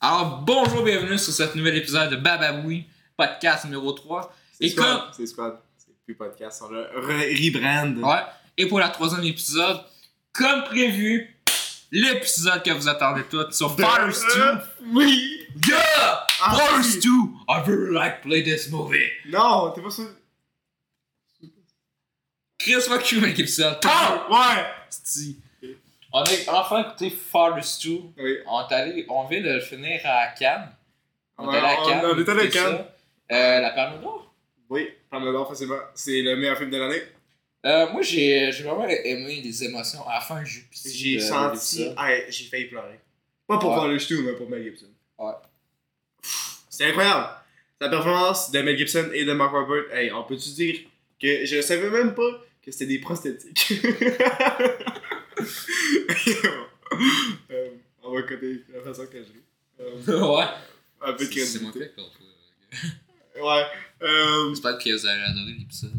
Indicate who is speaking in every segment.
Speaker 1: Alors, bonjour, bienvenue sur ce nouvel épisode de Bababoui, podcast numéro 3.
Speaker 2: C'est
Speaker 1: Et
Speaker 2: squad,
Speaker 1: quand-
Speaker 2: C'est squad. C'est plus podcast. On le re- rebrand.
Speaker 1: Ouais. Et pour la troisième épisode, comme prévu, l'épisode que vous attendez tous sur
Speaker 2: De-
Speaker 1: Forest 2.
Speaker 2: Oui!
Speaker 1: Yeah!
Speaker 2: Ah,
Speaker 1: Forest
Speaker 2: oui.
Speaker 1: 2! I really like play this movie.
Speaker 2: Non, t'es pas sûr.
Speaker 1: Chris, fuck you, mec, épisode.
Speaker 2: Ah! Ouais!
Speaker 1: Asti. On est enfin écouté Forest 2.
Speaker 2: Oui.
Speaker 1: On, est allé, on vient de le finir à Cannes.
Speaker 2: On,
Speaker 1: est allé à Cannes.
Speaker 2: on était à la
Speaker 1: c'est
Speaker 2: Cannes.
Speaker 1: ça. Euh, la Palme d'Or.
Speaker 2: Oui, Palme d'Or facilement. C'est le meilleur film de l'année.
Speaker 1: Euh, moi, j'ai j'ai vraiment aimé les émotions à la fin. J'ai pitié
Speaker 2: J'ai
Speaker 1: de- de
Speaker 2: senti.
Speaker 1: l'épisode.
Speaker 2: Ah, j'ai failli pleurer. Pas pour
Speaker 1: Ouais.
Speaker 2: voir le ch'tou, mais pour Mel Gibson.
Speaker 1: Ouais.
Speaker 2: C'est incroyable. La performance de Mel Gibson et de Mark Wahlberg, hey, on peut-tu dire que je savais même pas que c'était des prosthétiques. Euh, on va coter la façon que je ris. Euh,
Speaker 1: ouais.
Speaker 2: un peu de
Speaker 1: C'est- C'est mon
Speaker 2: crédibilité.
Speaker 1: fait qu'on peut-
Speaker 2: Ouais. Euh...
Speaker 1: J'espère que vous avez adoré l'épisode.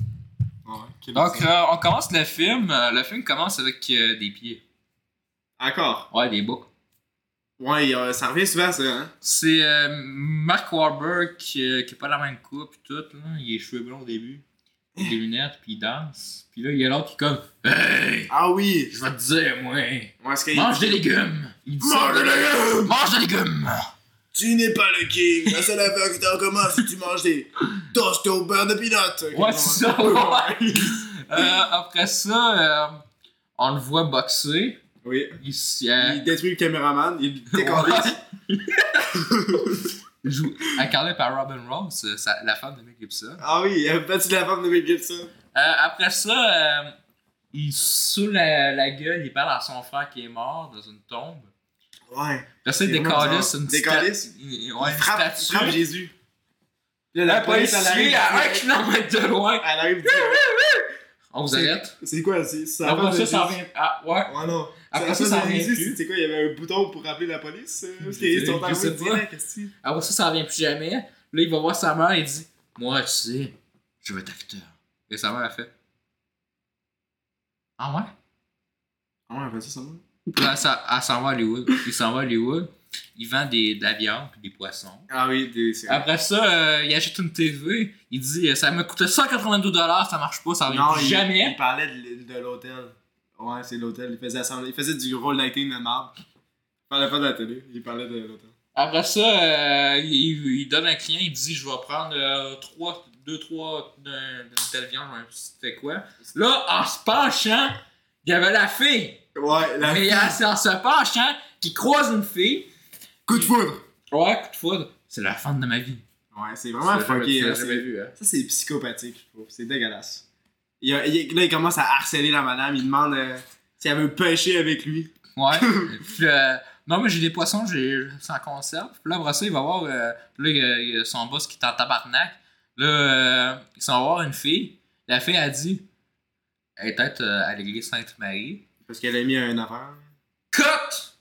Speaker 2: ouais
Speaker 1: Donc, euh, on commence le film. Euh, Le film commence avec euh, des pieds.
Speaker 2: Encore.
Speaker 1: Ouais, des boucles.
Speaker 2: Ouais, euh, ça revient souvent, ça. Hein?
Speaker 1: C'est euh, Mark Wahlberg qui, euh, qui a pas la même coupe et tout. Là. Il a les cheveux blonds au début. Il a des lunettes, puis il danse. Puis là, il y a l'autre qui est comme Hey,
Speaker 2: Ah oui!
Speaker 1: je vais te dire, moi,
Speaker 2: Ouais, est-ce qu'il-
Speaker 1: mange des légumes. Il dit ça.
Speaker 2: Mange des légumes!
Speaker 1: Mange des légumes.
Speaker 2: Tu n'es pas le king. La seule affaire que t'as en commun, c'est que tu manges des toasts au beurre de peanut. hein.
Speaker 1: Ouais, c'est ça, ouais. Euh, après ça, euh, on le voit boxer.
Speaker 2: Oui.
Speaker 1: Il, s- euh,
Speaker 2: Il détruit le caméraman. Il décore.
Speaker 1: joue- incarné par Robin Rose, euh, sa- la femme de Mel Gibson.
Speaker 2: ah oui, il a battu la femme de Mel Gibson.
Speaker 1: Euh, après ça, euh, il saoule la, la gueule, il parle à son frère qui est mort dans une tombe.
Speaker 2: Ouais.
Speaker 1: Après ça, il décalisse une
Speaker 2: Des
Speaker 1: sta-
Speaker 2: calices.
Speaker 1: une- ouais, une
Speaker 2: Frappe,
Speaker 1: statue.
Speaker 2: frappe Jésus. Là,
Speaker 1: La police
Speaker 2: elle
Speaker 1: arrive à un kilomètre de loin.
Speaker 2: Elle arrive.
Speaker 1: On vous
Speaker 2: C'est-
Speaker 1: arrête.
Speaker 2: C'est quoi? C'est c'est la femme
Speaker 1: Après ça,
Speaker 2: de
Speaker 1: ça
Speaker 2: Jésus.
Speaker 1: revient. Ah, ouais.
Speaker 2: Ouais, non.
Speaker 1: Après
Speaker 2: C'est
Speaker 1: ça,
Speaker 2: la
Speaker 1: ça
Speaker 2: femme de
Speaker 1: revient
Speaker 2: Jésus,
Speaker 1: plus.
Speaker 2: C'est quoi? Il y avait un bouton pour appeler la police? euh, Parce qu'ils sont
Speaker 1: Je
Speaker 2: arrivés
Speaker 1: sais pas.
Speaker 2: direct. est-ce que-
Speaker 1: Après ça, ça revient plus jamais. Là, il va voir sa mère et il dit Moi, tu sais, je veux être acteur. Et sa mère a fait Ah ouais
Speaker 2: Ah ouais, vas-y, ça moi.
Speaker 1: Là, ça, elle s'en va à Hollywood. Il s'en va à Hollywood. Il vend des, de la viande et des poissons.
Speaker 2: Ah oui, des- c'est
Speaker 1: Après ça, euh, il achète une TV. Il dit euh, Ça m'a coûté 182 ça marche pas, ça revient
Speaker 2: Non,
Speaker 1: plus
Speaker 2: il, il
Speaker 1: jamais.
Speaker 2: parlait de, l- de l'hôtel. Ouais, c'est l'hôtel. Il faisait, assembler- il faisait du roll lighting de marbre. Il parlait pas de la télé, il parlait de l'hôtel.
Speaker 1: Après ça, euh, il, il donne un client Il dit Je vais prendre euh, 3, 2, 3 d'une telle viande, je me souviens plus c'était quoi. Là, en se penchant, il y avait la fille.
Speaker 2: Ouais, la
Speaker 1: Mais euh, c'est en se penchant qu'il croise une fille.
Speaker 2: coup de foudre.
Speaker 1: Ouais, coup de foudre. C'est la fin de ma vie.
Speaker 2: Ouais, c'est vraiment
Speaker 1: Ça, j'avais-
Speaker 2: fucké.
Speaker 1: ça,
Speaker 2: hein,
Speaker 1: j'avais
Speaker 2: c'est-
Speaker 1: vu, hein.
Speaker 2: Ça, c'est psychopathique, je trouve. C'est dégueulasse. Il a- il- là, il commence à harceler la madame. Il demande euh, si elle veut pêcher avec lui.
Speaker 1: Ouais. Puis, euh, non, mais j'ai des poissons, j'ai ça en conserve. Puis là, après ça, il va voir. euh, là, il y a- il y a son boss qui est en tabarnak. Là, euh, ils sont voir une fille. La fille a dit Elle est peut-être euh, à l'église Sainte-Marie.
Speaker 2: Parce qu'elle a mis un affaire.
Speaker 1: Cut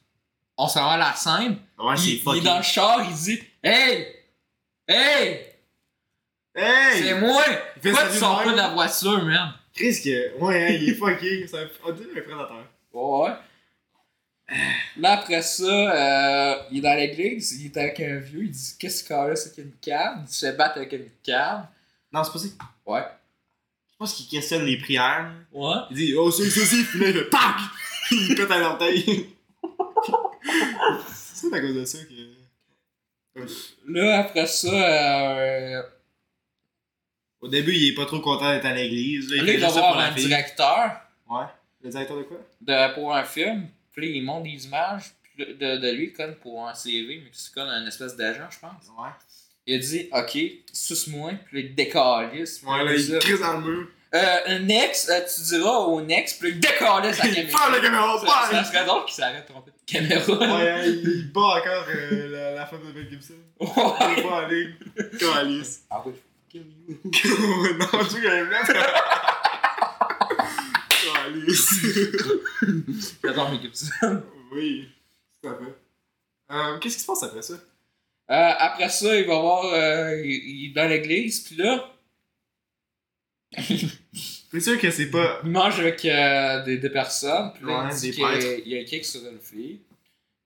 Speaker 1: On s'en va à la scène. il,
Speaker 2: Ouais, Ah, c'est
Speaker 1: il est
Speaker 2: fucké.
Speaker 1: dans le char, il dit Hey Hey C'est
Speaker 2: Hey!
Speaker 1: moi
Speaker 2: Il fait
Speaker 1: Pourquoi
Speaker 2: sa
Speaker 1: tu
Speaker 2: vie
Speaker 1: sors
Speaker 2: de
Speaker 1: pas
Speaker 2: même.
Speaker 1: de la voiture, man
Speaker 2: Chris, que- ouais, hein, il est fucké. C'est un- On dirait un prédateur.
Speaker 1: Ouais. Là, après ça, euh, il est dans l'église, il est avec un vieux, il dit Qu'est-ce qu'il a c'est qu'une canne Il se fait battre avec une canne.
Speaker 2: Non, c'est pas ça. Je
Speaker 1: Ouais.
Speaker 2: pense qu'il questionne les prières.
Speaker 1: Ouais.
Speaker 2: Il dit Oh, c'est ceci, puis là, il fait PAC Il pète à l'orteil. c'est à cause de ça que.
Speaker 1: Là, après ça, euh,
Speaker 2: Au début, il est pas trop content d'être à l'église.
Speaker 1: là,
Speaker 2: fait
Speaker 1: il va
Speaker 2: juste ça
Speaker 1: voir
Speaker 2: pour la
Speaker 1: un
Speaker 2: fille.
Speaker 1: directeur
Speaker 2: Ouais. Le directeur de quoi
Speaker 1: de, pour un film, puis là, il monte des images de, de- de lui comme pour un CV, mais c'est comme un espèce d'agent, je pense.
Speaker 2: Ouais.
Speaker 1: Il dit Ok, suce-moi, puis là, il décalisse. puis
Speaker 2: Ouais, là,
Speaker 1: ça.
Speaker 2: il crise dans le mur.
Speaker 1: Euh, un ex, euh, tu diras au next, puis là, il décalisse la
Speaker 2: Il
Speaker 1: caméra.
Speaker 2: ferme la caméra,
Speaker 1: Ça, ça
Speaker 2: bang
Speaker 1: serait drôle qu'il s'arrête de tromper de caméra.
Speaker 2: Ouais, hein, il bat encore euh, la, la femme de Mel Gibson. Il est
Speaker 1: Ouais.
Speaker 2: pas en ligne. Comme Alice.
Speaker 1: Ah oui.
Speaker 2: non, je trouve qu'il a même Comme Alice.
Speaker 1: J'adore mes Gibson.
Speaker 2: oui, tout à fait. Euh, Qu'est-ce qui se passe après ça
Speaker 1: Euh, après ça, il va voir. euh, il, il est dans l'église, puis là,
Speaker 2: C'est sûr que c'est pas.
Speaker 1: il mange avec euh, des, des personnes, puis là,
Speaker 2: Ouais,
Speaker 1: il dit
Speaker 2: des
Speaker 1: qu'il y a-
Speaker 2: prêtres.
Speaker 1: il y a un kick sur une fille.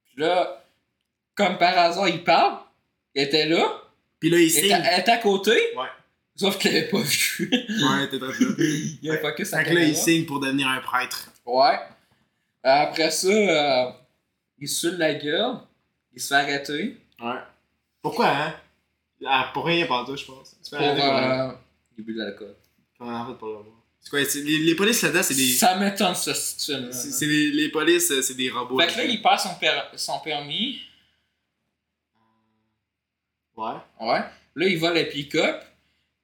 Speaker 1: Puis là, comme par hasard, il parle. Il était là.
Speaker 2: Puis là, il
Speaker 1: Il
Speaker 2: signe.
Speaker 1: était, elle était à côté.
Speaker 2: Ouais.
Speaker 1: Sauf qu'il l'avait pas vu.
Speaker 2: Ouais, t'es très bien.
Speaker 1: il a focus sa
Speaker 2: Fait que là, il
Speaker 1: caméra.
Speaker 2: signe pour devenir un prêtre.
Speaker 1: Ouais. Après ça, euh, il se saoule la gueule. Il se fait arrêter.
Speaker 2: Ouais. Pourquoi, hein? Ah, pour rien, pas tout, je pense. Tu fais
Speaker 1: Pour
Speaker 2: arrêter pour rien.
Speaker 1: euh, début de l'alcool.
Speaker 2: Pour rien, en fait, pour le voir. C'est quoi? c'est- Les, les polices là-dedans, c'est des.
Speaker 1: Ça m'étonne, ce film.
Speaker 2: C'est c'est les, les polices, euh, c'est des robots.
Speaker 1: Fait que là, il perd son, per- son permis.
Speaker 2: Ouais.
Speaker 1: Ouais. Là, il vole le pick-up.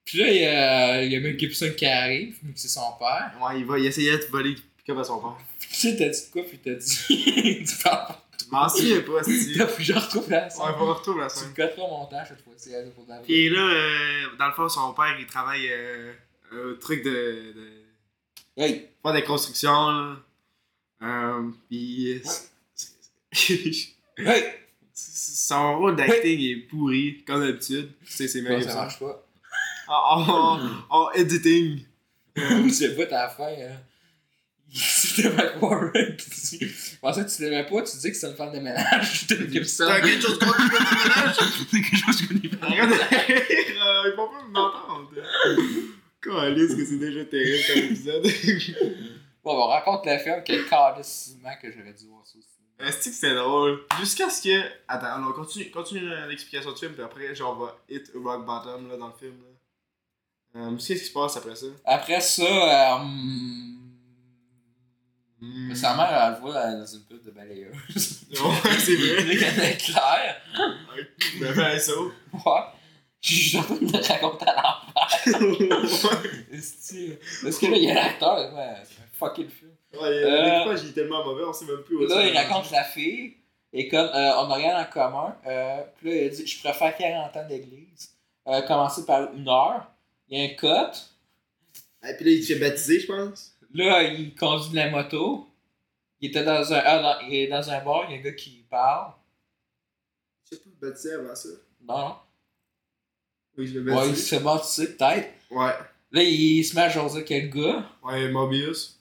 Speaker 1: Puis là, il y a, il y a Mel Gibson qui arrive, vu que c'est son père.
Speaker 2: Ouais, il va il essayait de voler comme à son père.
Speaker 1: Puis tu sais, t'as dit de quoi, puis t'as dit. tu parles.
Speaker 2: M'en souviens pas, si.
Speaker 1: Là, faut que je retrouve la
Speaker 2: On va
Speaker 1: scène.
Speaker 2: retrouver la
Speaker 1: Tu
Speaker 2: scène.
Speaker 1: me coteras au montage cette fois-ci, elle, pour la
Speaker 2: Puis là, euh, dans le fond, son père, il travaille euh, un truc de. de...
Speaker 1: Hey!
Speaker 2: faire des constructions, là. Euh, puis.
Speaker 1: Hey!
Speaker 2: Son rôle d'acting est pourri, comme d'habitude. Tu sais, c'est
Speaker 1: Non,
Speaker 2: même
Speaker 1: ça
Speaker 2: ça. Ah,
Speaker 1: marche pas.
Speaker 2: En, en- en ah, editing.
Speaker 1: Je sais pas, t'as la fin. Hein. Si t'aimais pas Warren, tu dis. Bon, ça, tu l'aimais pas, tu dis que c'est une femme de ménage. T'es une Gibson.
Speaker 2: T'as quelque chose contre le ménage?
Speaker 1: quelque chose qu'on y
Speaker 2: Arrête de rire! euh, Ils vont pas m'entendre. Calisse que c'est déjà terrible comme épisode.
Speaker 1: Bon, on raconte le film, quel carrément que j'aurais dû voir ça aussi.
Speaker 2: Est-ce que c'est drôle? Jusqu'à ce que. Attends, alors continue, continue l'explication du film, puis après, genre, on va hit rock bottom là, dans le film. Là. Euh, Qu'est-ce qui se passe après ça?
Speaker 1: Après ça, euh, hum, sa mère, elle le voit euh, dans une pub de balayeuse.
Speaker 2: Ouais, c'est vrai.
Speaker 1: Le canal clair.
Speaker 2: Ben, ben, ça.
Speaker 1: Ouais. Je suis en train de le raconter à l'enfant.
Speaker 2: ouais,
Speaker 1: Est-ce que- Parce que là, il y a l'acteur, ouais, c'est un fucking film.
Speaker 2: euh...
Speaker 1: Euh,
Speaker 2: des fois, j'ai tellement mauvais, on sait même plus où
Speaker 1: Là,
Speaker 2: ça
Speaker 1: il
Speaker 2: va.
Speaker 1: raconte la fille, et comme euh, on n'a rien en commun, euh, puis là, il dit Je préfère 40 ans d'église. Euh, commencer par une heure. Il y a un cote.
Speaker 2: Et Ah, puis là, il se fait baptiser, je pense.
Speaker 1: Là, il conduit de la moto. Il était dans un, ah, dans, il est dans un bar, il y a un gars qui parle.
Speaker 2: Je sais pas, baptisé avant ça.
Speaker 1: Non.
Speaker 2: Oui, je l'ai
Speaker 1: Ouais, il
Speaker 2: baptisé.
Speaker 1: se bat, tu sais, peut-être.
Speaker 2: Ouais.
Speaker 1: Là, il, se met à jaser avec le gars.
Speaker 2: Ouais, Mobius.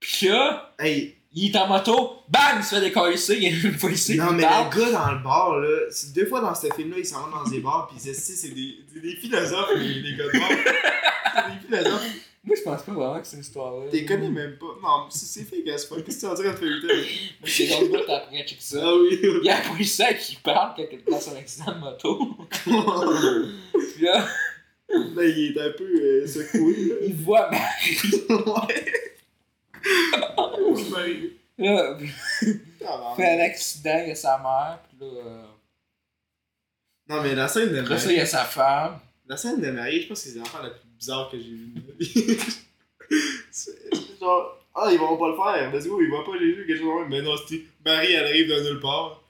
Speaker 1: Puis là,
Speaker 2: Hey,
Speaker 1: il est en moto. Bang! Il se fait décoller Il y a une policier
Speaker 2: non,
Speaker 1: qui
Speaker 2: mais
Speaker 1: parle.
Speaker 2: le gars dans le bar, là, c'est- deux fois dans ce film-là, ils s'en vont dans des bars, pis c'est c'est des, des, des philosophes, les, les gars de bar. C'est des philosophes.
Speaker 1: Moi, je pense pas vraiment que c'est une histoire-là.
Speaker 2: T'es connais même pas. Non, c'est- c'est fake as fuck. Qu'est-ce que tu vas dire à feuilleter?
Speaker 1: J'ai dans le gars, t'as rien check ça.
Speaker 2: Ah oui.
Speaker 1: Il y a un policier qui parle quand il est dans son accident de moto.
Speaker 2: là,
Speaker 1: Puis là,
Speaker 2: Ben, il est un peu euh, secoué, là.
Speaker 1: il voit
Speaker 2: ouais. Ouais.
Speaker 1: Là,
Speaker 2: Ah,
Speaker 1: fait un accident, il y a sa mère. Puis là, euh,
Speaker 2: Non, mais la scène de
Speaker 1: après ça,
Speaker 2: Marie,
Speaker 1: il y a sa femme.
Speaker 2: la scène de Marie, je pense que c'est l'affaire la plus bizarre que j'ai vue de ma vie. C'est genre, ah, ils vont pas le faire, let's go, ils vont pas les jeux, quelque chose comme ça. Mais non, c'était Marie, elle arrive de nulle part.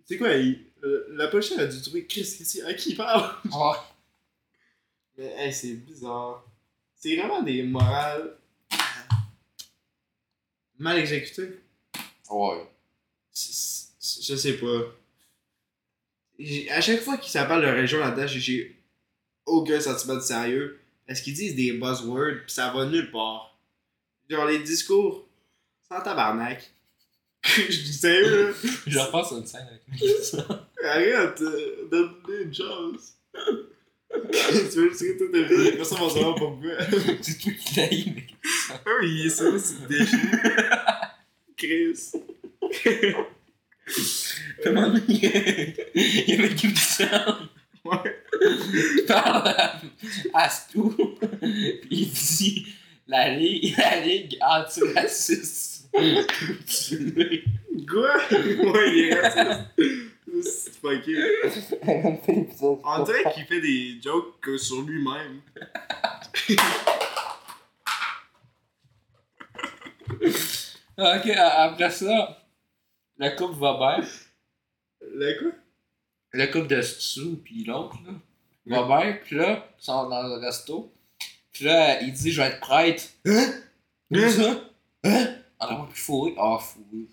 Speaker 2: Tu sais quoi, il- euh, la pochette a dû trouver Chris, qu'est-ce qu'il- à qui il parle.
Speaker 1: Ouais.
Speaker 2: Mais, hey, c'est bizarre. C'est vraiment des morales Ah. mal exécutées.
Speaker 1: Ouais.
Speaker 2: C- c- Je sais pas. J'ai- À chaque fois qu'ils s'appellent de région là-dedans, j'ai- j'ai aucun sentiment de sérieux. Parce qu'ils disent des buzzwords, pis ça va nulle part. Genre les discours, sans tabarnak. je dis sérieux,
Speaker 1: Je repense à une scène avec Mélissa.
Speaker 2: là. Arrête, euh, donne-lui une chance. tu veux juste que tout est personne va savoir pourquoi.
Speaker 1: C'est toi qui l'as eu, mais.
Speaker 2: oui, ça, c'est déchiré. Chris.
Speaker 1: Comment il y avait Kim Sam
Speaker 2: Ouais.
Speaker 1: qui parle à, à Stu. Puis il dit la ligue, la ligue antiraciste. Elle
Speaker 2: Quoi? ouais, il est raciste. C'est fucké.
Speaker 1: me fait l'épisode.
Speaker 2: On dirait qu'il fait des jokes que sur lui-même.
Speaker 1: Ok, a- après ça, le couple va bien.
Speaker 2: Le quoi?
Speaker 1: Le couple de Stu puis l'autre, là. Va bien, puis là, ils sont dans le resto. Puis là, il dit Je vais être prêtre.
Speaker 2: Hein?
Speaker 1: Comme ça? Hein? Alors, plus fourré. Ah, fourré.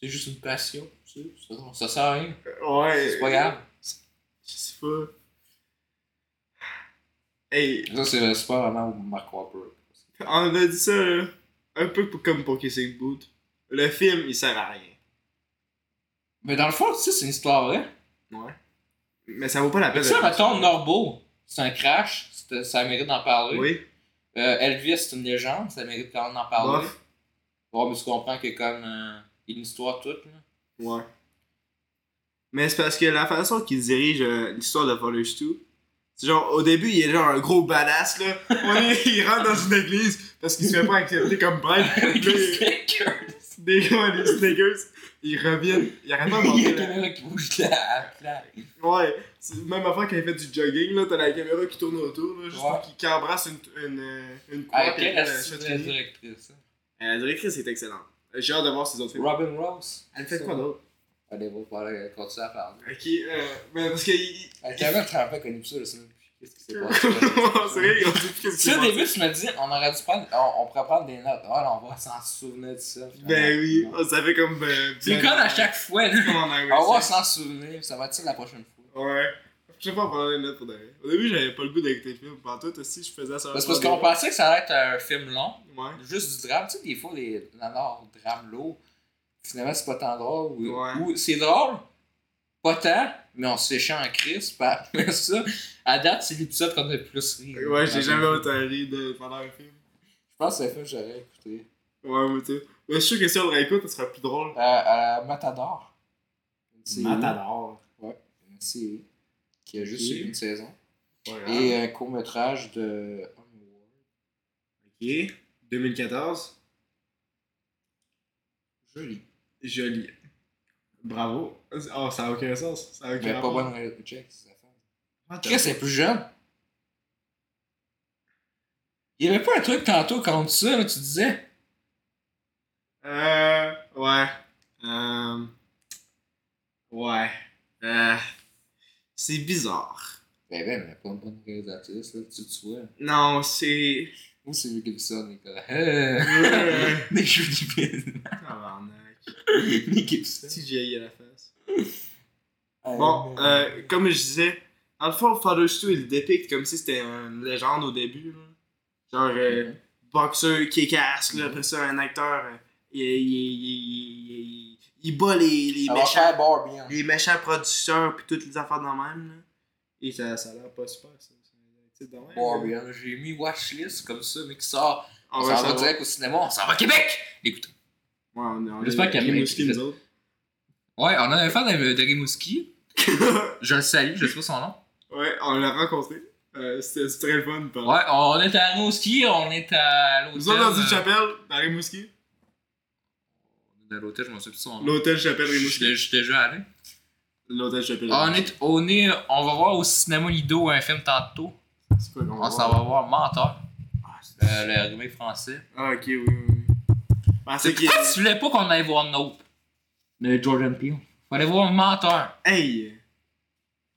Speaker 1: C'est juste une passion, tu sais. Ça, ça sert à rien.
Speaker 2: Ouais.
Speaker 1: C'est pas grave.
Speaker 2: Je sais pas. Hey,
Speaker 1: Ça, c'est c'est pas vraiment Mark Wahlberg.
Speaker 2: on a dit ça là, un peu pour- comme pour Kissing Boot. Le film, il sert à rien.
Speaker 1: Mais dans le fond, tu sais, c'est une histoire vraie.
Speaker 2: Ouais. Mais ça vaut pas la
Speaker 1: Tu
Speaker 2: peine
Speaker 1: sais,
Speaker 2: faire
Speaker 1: mettons,
Speaker 2: ça.
Speaker 1: Norbo, c'est un crash, c'est- ça mérite d'en parler.
Speaker 2: Oui.
Speaker 1: Euh, Elvis, c'est une légende, ça mérite quand même d'en parler.
Speaker 2: Bof.
Speaker 1: Bon, mais tu comprends que comme euh, une histoire toute, là.
Speaker 2: Ouais. Mais c'est parce que la façon qu'il dirige euh, l'histoire de Followers 2, c'est genre, au début, il est genre un gros badass, là. On est- il rentre dans une église parce qu'il se fait pas accepter comme prêtre.
Speaker 1: Avec les
Speaker 2: Puis,
Speaker 1: stickers.
Speaker 2: Des gars, les sneakers, ils reviennent. Ils arrêtent pas de
Speaker 1: Il y a
Speaker 2: monter
Speaker 1: la
Speaker 2: la-
Speaker 1: caméra qui bouge là. là.
Speaker 2: Ouais, c'est la même affaire quand il fait du jogging, là, t'as la caméra qui tourne autour, là, juste
Speaker 1: Ouais.
Speaker 2: pour qu'il qu'il embrasse une, une, euh, une couleur
Speaker 1: Ah, quelle
Speaker 2: qu'elle, euh,
Speaker 1: astuce de
Speaker 2: châtaignée.
Speaker 1: la directrice. hein?
Speaker 2: Euh, La directrice est excellente. Euh, J'ai hâte de voir ses autres films.
Speaker 1: Robin Rose.
Speaker 2: Elle fait quoi d'autre
Speaker 1: Allez, vous parler, continuer à parler.
Speaker 2: Ok, euh, mais parce que. il-
Speaker 1: Elle t'a même travaillé avec un épisode la semaine. Qu'est-ce qui s'est
Speaker 2: C'est
Speaker 1: passé?
Speaker 2: vrai, ils ont dit qu'est-ce
Speaker 1: Tu sais,
Speaker 2: qui s'est
Speaker 1: au
Speaker 2: passé.
Speaker 1: début, tu m'as dit, on aurait dû prendre, on, on pourrait prendre des notes. Oh, là, on va s'en souvenir de ça. finalement.
Speaker 2: Ben oui, oh, ça fait comme. euh,
Speaker 1: C'est
Speaker 2: bien-
Speaker 1: comme à chaque fois, là.
Speaker 2: Comme en anglais,
Speaker 1: On va
Speaker 2: ça.
Speaker 1: s'en souvenir, ça va être ça la prochaine fois.
Speaker 2: Ouais. Je sais pas prendre les notes pour de vrai. Au début, j'avais pas le goût d'écouter le film. Pendant tout, aussi, je faisais ça.
Speaker 1: Ben, Parce, parce qu'on pensait que ça allait être un film long,
Speaker 2: Ouais.
Speaker 1: juste du drame. Tu sais, des fois, les nanars drame lourd, finalement, c'est pas tant drôle. Ou,
Speaker 2: Ouais.
Speaker 1: ou c'est drôle, pas tant, mais on se l'échant en crise par mais ça. À date, c'est l'épisode qu'on a le plus ri.
Speaker 2: Ouais, j'ai jamais autant ri de pendant un film.
Speaker 1: Je pense que c'est le film que j'aurais écouté.
Speaker 2: Ouais, mais tu sais. Mais je suis sûr que si on le réécoute, ça sera plus drôle.
Speaker 1: Euh, euh, Matador. Une série.
Speaker 2: Matador.
Speaker 1: Ouais, une série qui a juste
Speaker 2: Ok. Ah.
Speaker 1: eu une saison.
Speaker 2: Ouais,
Speaker 1: Et euh, un court-métrage de.
Speaker 2: Ok. 2014.
Speaker 1: Joli.
Speaker 2: Joli. Bravo. Oh, ça n'a aucun sens. Ça a aucun
Speaker 1: Mais pas
Speaker 2: rapport.
Speaker 1: bonne check, c'est ça.
Speaker 2: What the
Speaker 1: Chris est plus jeune. Il y avait pas un truc tantôt contre ça, là, tu disais.
Speaker 2: Euh. Ouais. Euh. Ouais. Euh. C'est bizarre.
Speaker 1: Ben ben, mais pas une bonne réalisatrice, là, tu te vois.
Speaker 2: Non, c'est.
Speaker 1: Où c'est lui qui ça, Nicolas? Euh,
Speaker 2: Euh,
Speaker 1: Nick Gibson.
Speaker 2: Tabarnak.
Speaker 1: Nick Gibson.
Speaker 2: Petit Jay à la face. Bon, euh, comme je disais, dans le fond, Father's 2, il le dépicte comme si c'était une légende au début. là. Genre, euh,
Speaker 1: Mhm.
Speaker 2: boxeur qui casse, là, après ça, un acteur, euh, il, il, il, il- il- il bat les, les
Speaker 1: Ça va
Speaker 2: méchants,
Speaker 1: faire Barbie.
Speaker 2: les méchants producteurs, puis toutes les affaires de même. Là. Et ça, ça a l'air pas super, ça. ça a l'air de même, mais-
Speaker 1: Barbie, j'ai mis Watchlist comme ça, mais qui sort.
Speaker 2: Ah
Speaker 1: On
Speaker 2: ouais,
Speaker 1: s'en va
Speaker 2: ça va.
Speaker 1: direct au cinéma, on s'en va au Québec! Écoute.
Speaker 2: Ouais, on, on
Speaker 1: J'espère
Speaker 2: est-
Speaker 1: qu'il y a
Speaker 2: on est
Speaker 1: plein de
Speaker 2: mousqués, nous autres.
Speaker 1: Ouais, on a un fan de, de Rimouski. Je le salue, je sais pas son nom.
Speaker 2: ouais, on l'a rencontré. Euh, C'était c'était très le fun. par-
Speaker 1: Ouais, on est à Rimouski, on est à l'hôtel.
Speaker 2: Nous autres, dans une
Speaker 1: euh,
Speaker 2: chapelle, dans Rimouski.
Speaker 1: De l'hôtel, je m'en souviens plus de son nom.
Speaker 2: L'hôtel Chapelle Rimouski.
Speaker 1: Je suis déjà allé. Ah,
Speaker 2: L'hôtel Chapelle
Speaker 1: On est, on est, on va voir au cinéma Lido un film tantôt.
Speaker 2: C'est quoi qu'on
Speaker 1: On s'en Ah, va voir Menteur,
Speaker 2: Ah, c'est-
Speaker 1: euh, le remake français.
Speaker 2: Ah, ok, oui, oui. oui. Ben, c'est qu'il
Speaker 1: Pourquoi tu voulais pas qu'on aille voir Nope? De Jordan Peele. Fallait voir Menteur.
Speaker 2: Hey!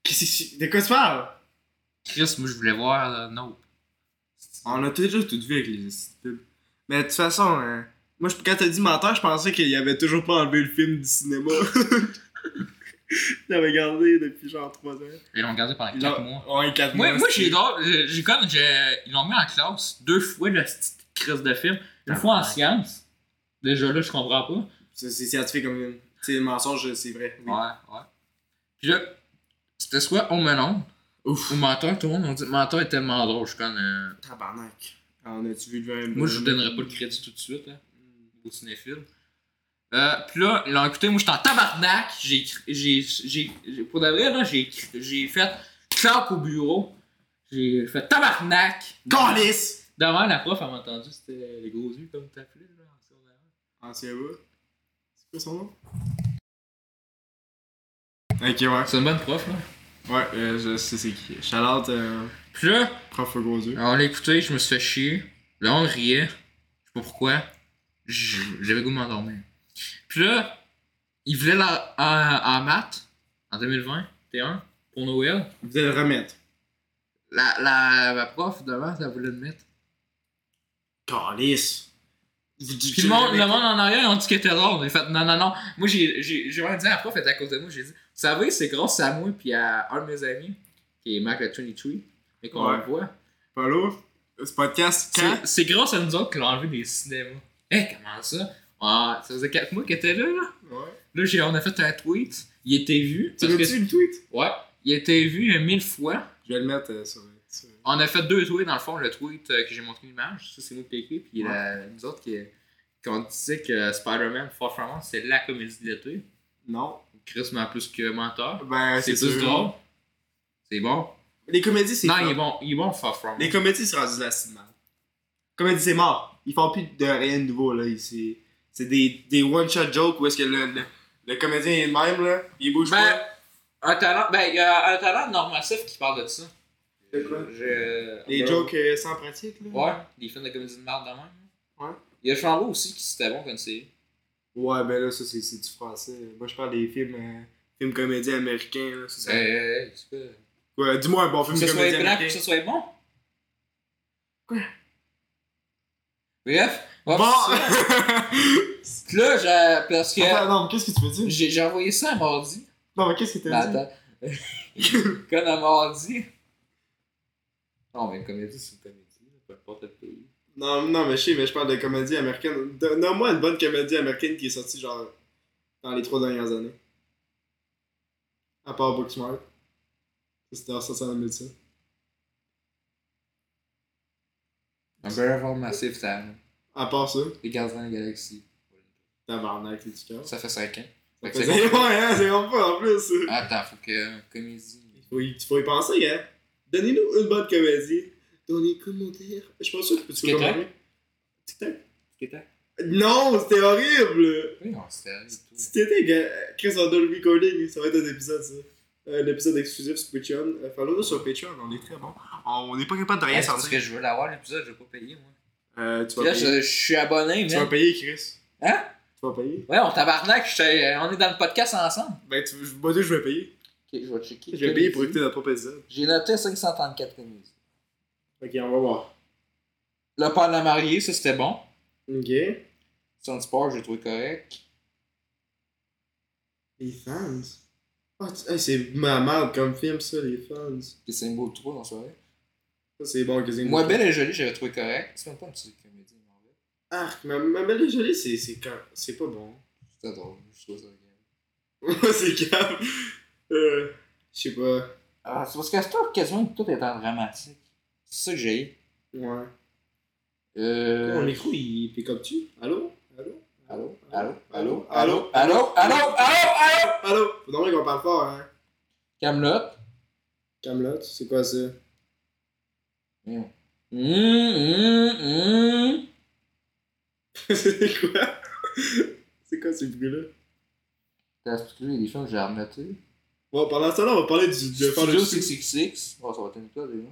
Speaker 2: Qu'est-ce que... De quoi tu parles?
Speaker 1: Chris, moi je voulais voir euh, Nope.
Speaker 2: On a déjà tout vu avec les films. Mais de toute façon, euh, moi, je- quand t'as dit menteur, je pensais qu'il avait toujours pas enlevé le film du cinéma. Il avait gardé depuis genre 3 ans.
Speaker 1: Ils l'ont gardé pendant
Speaker 2: Il
Speaker 1: 4
Speaker 2: a-
Speaker 1: mois.
Speaker 2: Ouais, 4
Speaker 1: Moi,
Speaker 2: mois.
Speaker 1: moi
Speaker 2: c'est-
Speaker 1: j'ai drôle, euh, j'ai- j'ai comme, j'ai- ils l'ont mis en classe deux fois la petite crise de film. Une
Speaker 2: Ah,
Speaker 1: fois en
Speaker 2: ouais.
Speaker 1: sciences. Déjà là, je comprends pas.
Speaker 2: C'est c'est scientifique comme film. C'est le mensonge, c'est vrai. oui.
Speaker 1: Ouais, ouais. Puis là, c'était soit Home Alone
Speaker 2: Ouf.
Speaker 1: ou Menteur. Tout le monde m'a dit Menteur est tellement drôle. Je suis comme. euh,
Speaker 2: Tabarnak. Ah, on a-tu vu le même?
Speaker 1: Moi, je vous donnerais pas le crédit tout de suite, hein, au cinéphile. Euh, puis là, ils l'ont écouté, moi, j'étais en tabarnak. J'ai, écrit- j'ai, j'ai, j'ai- pour de vrai, là, j'ai, écrit- j'ai fait claque au bureau. J'ai fait tabarnak.
Speaker 2: Calice!
Speaker 1: Devant la prof, elle m'a entendu, c'était les gros yeux, comme t'appelais, là, en secondaire.
Speaker 2: Ancien bas. Ah, C'est quoi son nom? Ok, ouais.
Speaker 1: C'est une bonne prof, là.
Speaker 2: Ouais, euh, je sais c'est qui. Chalante, euh,
Speaker 1: Puis là,
Speaker 2: prof au gros yeux.
Speaker 1: Alors, on l'a écouté, je me suis fait chier. Là, on riait. Je sais pas pourquoi. J- J'avais le goût de m'endormir. Puis là, il voulait la, en, en maths, en 2020, T1, pour Noël.
Speaker 2: Vous allez le remettre.
Speaker 1: La, la, la prof de maths, elle voulait le mettre.
Speaker 2: Calice! Vous dites
Speaker 1: Puis le monde, le monde en arrière, ils ont dit qu'elle était drôle. J'ai fait non, non, non. Moi, j'ai j'ai- j'ai vraiment dit à la prof, elle était à cause de moi. J'ai dit, vous savez, c'est grâce à moi, puis à un de mes amis, qui est Mac le 23, mais qu'on
Speaker 2: Ouais.
Speaker 1: le voit.
Speaker 2: Palo, ce podcast, quand?
Speaker 1: C'est- C'est grâce Eh, à nous autres qu'on a enlevé des cinémas. Hé, comment ça? Ah, ça faisait 4 mois qu'elle était là, là.
Speaker 2: Ouais.
Speaker 1: Là, j'ai- on a fait un tweet. Il était vu.
Speaker 2: Tu
Speaker 1: parce que-
Speaker 2: veux-tu le tweet
Speaker 1: Ouais. Il était vu euh, mille fois.
Speaker 2: Je vais le mettre euh, sur. sur-
Speaker 1: On a fait deux tweets, dans le fond. Le tweet euh, que j'ai montré l'image, ça c'est moi qui ai écrit. Puis
Speaker 2: Ouais.
Speaker 1: la- nous autres, qui, quand on disait que Spider-Man Far From Home, c'est la comédie de l'été.
Speaker 2: Non.
Speaker 1: Chris m'a plus que menteur.
Speaker 2: Ben,
Speaker 1: c'est
Speaker 2: c'est
Speaker 1: plus
Speaker 2: sûr.
Speaker 1: drôle. C'est bon.
Speaker 2: Les comédies, c'est.
Speaker 1: Non,
Speaker 2: flop.
Speaker 1: il est bon. Il est bon Far From Home.
Speaker 2: Les comédies, c'est rendu de la cinéma. Comédie, c'est mort. Ils font plus de rien de nouveau, là. ici. C'est des, des one-shot jokes où est-ce que le, le, le comédien est le même, là. Il bouge
Speaker 1: Ben, un talent, ben, il y a un talent normatif qui parle de ça.
Speaker 2: De quoi?
Speaker 1: Je-
Speaker 2: pas. Les
Speaker 1: Ben,
Speaker 2: jokes euh, sans pratique, là.
Speaker 1: Ouais, des films de comédie de merde de même.
Speaker 2: Ouais.
Speaker 1: Il y a Chambaud aussi qui c'était bon comme série.
Speaker 2: Ouais, ben là, ça, c'est c'est du français. Moi, je parle des films, euh, films comédiens américains, là. Ça, c'est-
Speaker 1: Euh, tu peux-
Speaker 2: Ouais, dis-moi un bon
Speaker 1: Que
Speaker 2: film
Speaker 1: ce soit
Speaker 2: comédien
Speaker 1: blanc, que
Speaker 2: américain.
Speaker 1: ce soit bon.
Speaker 2: Quoi?
Speaker 1: Bref. ouais, c'est ça.
Speaker 2: Bon!
Speaker 1: Puis Là, j'ai- parce que
Speaker 2: Attends, non, mais qu'est-ce que tu veux dire?
Speaker 1: j'ai j'ai envoyé ça à mardi.
Speaker 2: Non, mais qu'est-ce que
Speaker 1: Ben,
Speaker 2: t'as dit?
Speaker 1: attends. Comme à mardi. Non, mais une comédie, c'est une comédie. là, Peu importe le pays.
Speaker 2: Non, non, mais je sais, mais je parle de comédie américaine. De- Nomme-moi une bonne comédie américaine qui est sortie, genre, dans les trois dernières années. À part Booksmart. C'était en 60 ça.
Speaker 1: Un Beautiful Massive Time.
Speaker 2: À part ça,
Speaker 1: Les Gardiens de la Galaxie.
Speaker 2: tabarnak, c'est du cœur.
Speaker 1: Ça fait 5 ans. Fait que
Speaker 2: C'est
Speaker 1: c'est
Speaker 2: bon, hein, c'est bon pas en plus.
Speaker 1: Attends, faut que. Comédie.
Speaker 2: Faut y, faut y penser, hein. Donnez-nous une bonne comédie dans les commentaires. Je suis pas sûr que tu peux
Speaker 1: Tic-tac?
Speaker 2: commenter. Tic-tac?
Speaker 1: C'était.
Speaker 2: Non, c'était horrible!
Speaker 1: Oui, on s'était arrêté et tout.
Speaker 2: Si t'étais ga- Chris on doit le recording, ça va être un épisode ça. Un épisode exclusif sur Patreon. Euh, Follow-nous sur Patreon, on est très bon. On n'est pas capable de
Speaker 1: Hey,
Speaker 2: rien
Speaker 1: c'est parce
Speaker 2: sortir.
Speaker 1: que je veux l'avoir l'épisode, je vais pas payer moi.
Speaker 2: Euh, tu
Speaker 1: Puis
Speaker 2: vas
Speaker 1: là,
Speaker 2: payer.
Speaker 1: je, je suis abonné,
Speaker 2: Tu vas
Speaker 1: mais.
Speaker 2: payer, Chris.
Speaker 1: Hein?
Speaker 2: Tu vas payer.
Speaker 1: Ouais, on tabarnak, je t'ai- on est dans le podcast ensemble.
Speaker 2: Ben, tu, je- moi, deux, je vais payer.
Speaker 1: Ok, je vais checker.
Speaker 2: Je vais payer pour écouter notre propre épisode.
Speaker 1: J'ai noté 534 comédies.
Speaker 2: Ok, on va voir.
Speaker 1: Le père de la mariée, ça c'était bon.
Speaker 2: Ok.
Speaker 1: Son sport, j'ai trouvé correct.
Speaker 2: Les fans. Ah, tu- hey, c'est ma merde comme film ça, les fans. Ça,
Speaker 1: Puis c'est un beau trou dans ce soirée.
Speaker 2: c'est bon que c'est une-
Speaker 1: Moi, belle et jolie, j'avais trouvé correct. C'est même pas une petite comédie, mais en vrai.
Speaker 2: Arc, ma, ma belle et jolie, c'est, c'est, quand- c'est pas bon.
Speaker 1: C'était drôle, je trouve ça correct.
Speaker 2: c'est calme. Euh, je sais pas.
Speaker 1: Ah, c'est parce qu'à ce temps, quasiment tout est en dramatique. C'est ça que j'ai eu.
Speaker 2: Ouais.
Speaker 1: Euh...
Speaker 2: Mon micro, il pick up tu Allô Allô
Speaker 1: Allô? Allô? Allô? Allô? Allô? Allô? Allô? Allô?
Speaker 2: Allô Faut donc qu'on parle fort, hein
Speaker 1: Camelot.
Speaker 2: Camelot, c'est quoi ça
Speaker 1: Hum,
Speaker 2: C'est quoi C'est quoi ce bruit-là
Speaker 1: T'as expliqué des films que j'ai renotés.
Speaker 2: Bon, pendant ce temps-là, on va parler du. De faire le
Speaker 1: Studio
Speaker 2: sou-
Speaker 1: 666. Oh, ça va être une place déjà.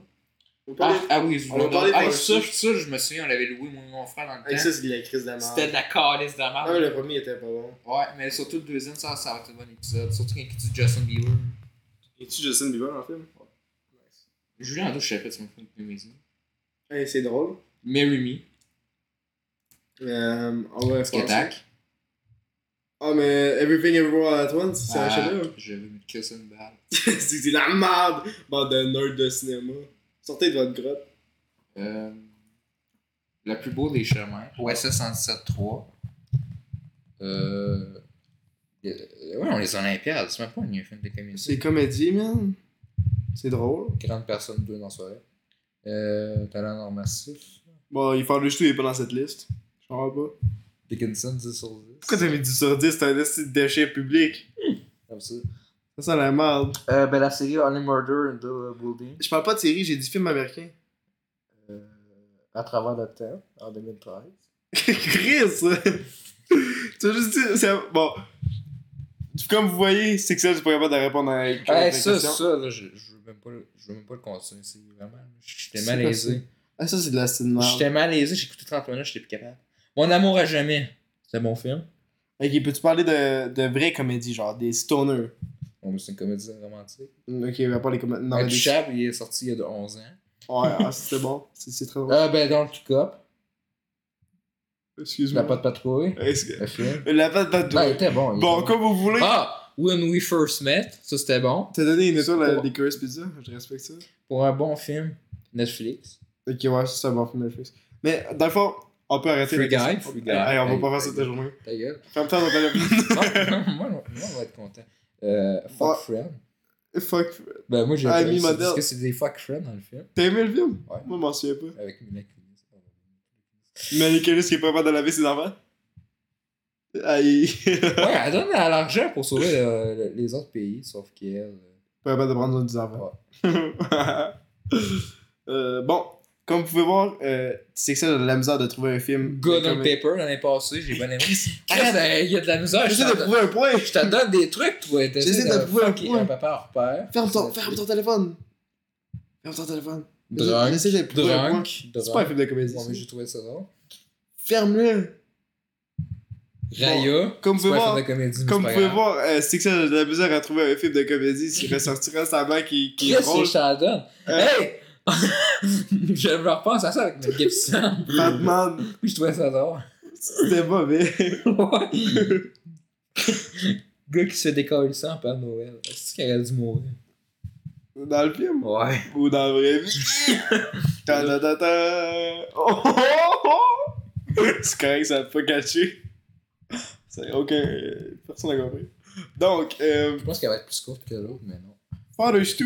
Speaker 2: On va
Speaker 1: Ah,
Speaker 2: parler.
Speaker 1: ah oui, je
Speaker 2: On va parler
Speaker 1: ah,
Speaker 2: d'un
Speaker 1: ça,
Speaker 2: sou-
Speaker 1: ça, je me souviens, on l'avait loué, moi et mon frère, dans le
Speaker 2: Avec
Speaker 1: temps.
Speaker 2: ça, c'est de la crise de la
Speaker 1: ah. C'était de
Speaker 2: merde.
Speaker 1: la calice de la
Speaker 2: Ah,
Speaker 1: merde.
Speaker 2: le premier était pas bon.
Speaker 1: Ouais, mais surtout le deuxième, ça, ça va être un bon épisode. Surtout quand il dit Justin Bieber.
Speaker 2: Es-tu Justin Bieber en film Nice.
Speaker 1: Julien Andrew, je sais pas, tu m'as fait une comédie.
Speaker 2: Hey, c'est drôle.
Speaker 1: Marry Me.
Speaker 2: Euh, on va faire ça.
Speaker 1: Skatak.
Speaker 2: Ah, mais Everything Everywhere All At Once, c'est un
Speaker 1: Ah,
Speaker 2: chef-d'œuvre.
Speaker 1: Je vais me casser une balle.
Speaker 2: C'est c'est de la merde Bande de nerds de cinéma. Sortez de votre grotte.
Speaker 1: Euh, le plus beau des chemins, OSS 117.3. Euh, euh, ouais, on les Olympiades, c'est même pas un film de
Speaker 2: C'est
Speaker 1: comédie.
Speaker 2: comédie, man. C'est drôle.
Speaker 1: Grande personne 2 dans soirée. Euh, Talent en massif.
Speaker 2: Bon, il faut juste tout, il est pas dans cette liste. Je comprends pas.
Speaker 1: Dickinson 10 sur 10.
Speaker 2: Pourquoi t'as mis 10 sur 10 C'est un déchet déchet public.
Speaker 1: Comme ça.
Speaker 2: Ça sent la merde.
Speaker 1: Euh, ben, la série Only Murder in the Building.
Speaker 2: Je parle pas de série, j'ai dit film américain.
Speaker 1: Euh, à travers le temps, en 2013.
Speaker 2: Chris Tu as juste dit. c'est- Bon. Comme vous voyez, c'est que ça, je suis pas capable de répondre à à la
Speaker 1: Ouais, ça,
Speaker 2: question.
Speaker 1: ça, là, je, je veux même pas, le- je veux même pas le continuer. C'est vraiment. J'étais
Speaker 2: C'est
Speaker 1: malaisé.
Speaker 2: pas Ah, ça, c'est de la style merde.
Speaker 1: J'étais malaisé, j'ai écouté 30 minutes, j'étais plus capable. Mon amour à jamais. C'est un bon film.
Speaker 2: Ok, peux-tu parler de, de vraies comédies, genre des stoners
Speaker 1: Bon, mais c'est une comédie romantique.
Speaker 2: Mm, Ok, mais pas les comédies. Non,
Speaker 1: Euh,
Speaker 2: mais
Speaker 1: du
Speaker 2: des-
Speaker 1: Chab, il est sorti il y a de 11 ans.
Speaker 2: Ouais, ah, c'est bon. C'est- C'est très drôle.
Speaker 1: Ah ben, dans le pick-up, La Ah,
Speaker 2: Excuse-moi.
Speaker 1: Pas de Patrouille,
Speaker 2: Est-ce que-
Speaker 1: le film.
Speaker 2: La patte patte
Speaker 1: Non, il était bon. il était
Speaker 2: Bon,
Speaker 1: bon.
Speaker 2: comme vous voulez.
Speaker 1: Ah! When We First Met, ça c'était bon.
Speaker 2: T'as donné une étoile
Speaker 1: Pour-
Speaker 2: à Licorice Pizza, je respecte ça.
Speaker 1: Pour un bon film, Netflix.
Speaker 2: Ok, ouais, ça, c'est un bon film Netflix. Mais dans le fond, On peut arrêter
Speaker 1: Free
Speaker 2: les questions.
Speaker 1: guy, free guy.
Speaker 2: Hey, on va
Speaker 1: Hey,
Speaker 2: pas faire
Speaker 1: hey.
Speaker 2: ça toute la journée.
Speaker 1: Ta gueule.
Speaker 2: Ferme-toi dans ta
Speaker 1: Non, moi, non, moi, on va être content. Euh,
Speaker 2: Ouais.
Speaker 1: fuck Fred.
Speaker 2: Fuck.
Speaker 1: Ben, moi, j'ai
Speaker 2: Ah,
Speaker 1: aimé ça,
Speaker 2: mi-modèle.
Speaker 1: parce que c'est des fuck Fred dans le film.
Speaker 2: T'as aimé le film?
Speaker 1: Ouais.
Speaker 2: Moi, je m'en souviens pas.
Speaker 1: Avec Mila Kunis.
Speaker 2: Mais Nicolas qui est pas capable de laver ses enfants? Aïe.
Speaker 1: Ouais, elle donne à l'argent pour sauver euh, le- le- les autres pays, sauf qu'elle. euh,
Speaker 2: Pas capable de prendre soin de ses enfants. Euh, bon, comme vous pouvez voir, euh, c'est que ça, j'ai de la misère de trouver un film.
Speaker 1: Good on
Speaker 2: Comme-
Speaker 1: paper l'année passée, j'ai bien aimé.
Speaker 2: Chris,
Speaker 1: Ah, ben, il y a de la misère. Je
Speaker 2: J'essaie de
Speaker 1: t'en-
Speaker 2: prouver un point.
Speaker 1: je te donne des trucs, toi. t'essaies
Speaker 2: J'essaie de prouver un
Speaker 1: fucker
Speaker 2: point.
Speaker 1: Un papa hors pair.
Speaker 2: Ferme ton, ferme ton téléphone. Ferme ton téléphone.
Speaker 1: Drunk.
Speaker 2: J'essaie de prouver un point.
Speaker 1: Drunk.
Speaker 2: C'est pas un
Speaker 1: Drunk.
Speaker 2: film de comédie.
Speaker 1: Bon,
Speaker 2: ça.
Speaker 1: mais j'ai trouvé ça drôle.
Speaker 2: Ferme-le.
Speaker 1: Raya.
Speaker 2: Comme
Speaker 1: C'est
Speaker 2: vous pouvez
Speaker 1: pas un
Speaker 2: voir,
Speaker 1: film de comédie, mais
Speaker 2: Comme
Speaker 1: c'est
Speaker 2: vous
Speaker 1: pas
Speaker 2: pouvez
Speaker 1: grave.
Speaker 2: voir, euh, c'est que ça, j'ai besoin à trouver un film de comédie qui ressortira récemment, qui, qui est
Speaker 1: Qu'est-ce que
Speaker 2: drôle.
Speaker 1: je t'en donne?
Speaker 2: Euh.
Speaker 1: Hey! je me repense à ça avec Mel Gibson.
Speaker 2: Batman,
Speaker 1: je trouvais ça drôle.
Speaker 2: c'était mauvais.
Speaker 1: Ouais. Gars qui se fait décoller ça en Père Noël. Est-ce qu'il aurait dû mourir?
Speaker 2: Dans le film
Speaker 1: Ouais.
Speaker 2: ou dans la vraie vie? ta ta ta ta. Oh, oh, oh. C'est correct, ça n'a pas catché. C'est aucun. euh, Personne n'a compris. Donc, euh,
Speaker 1: Je pense qu'elle va être plus courte que l'autre, mais non.
Speaker 2: Fathers 2,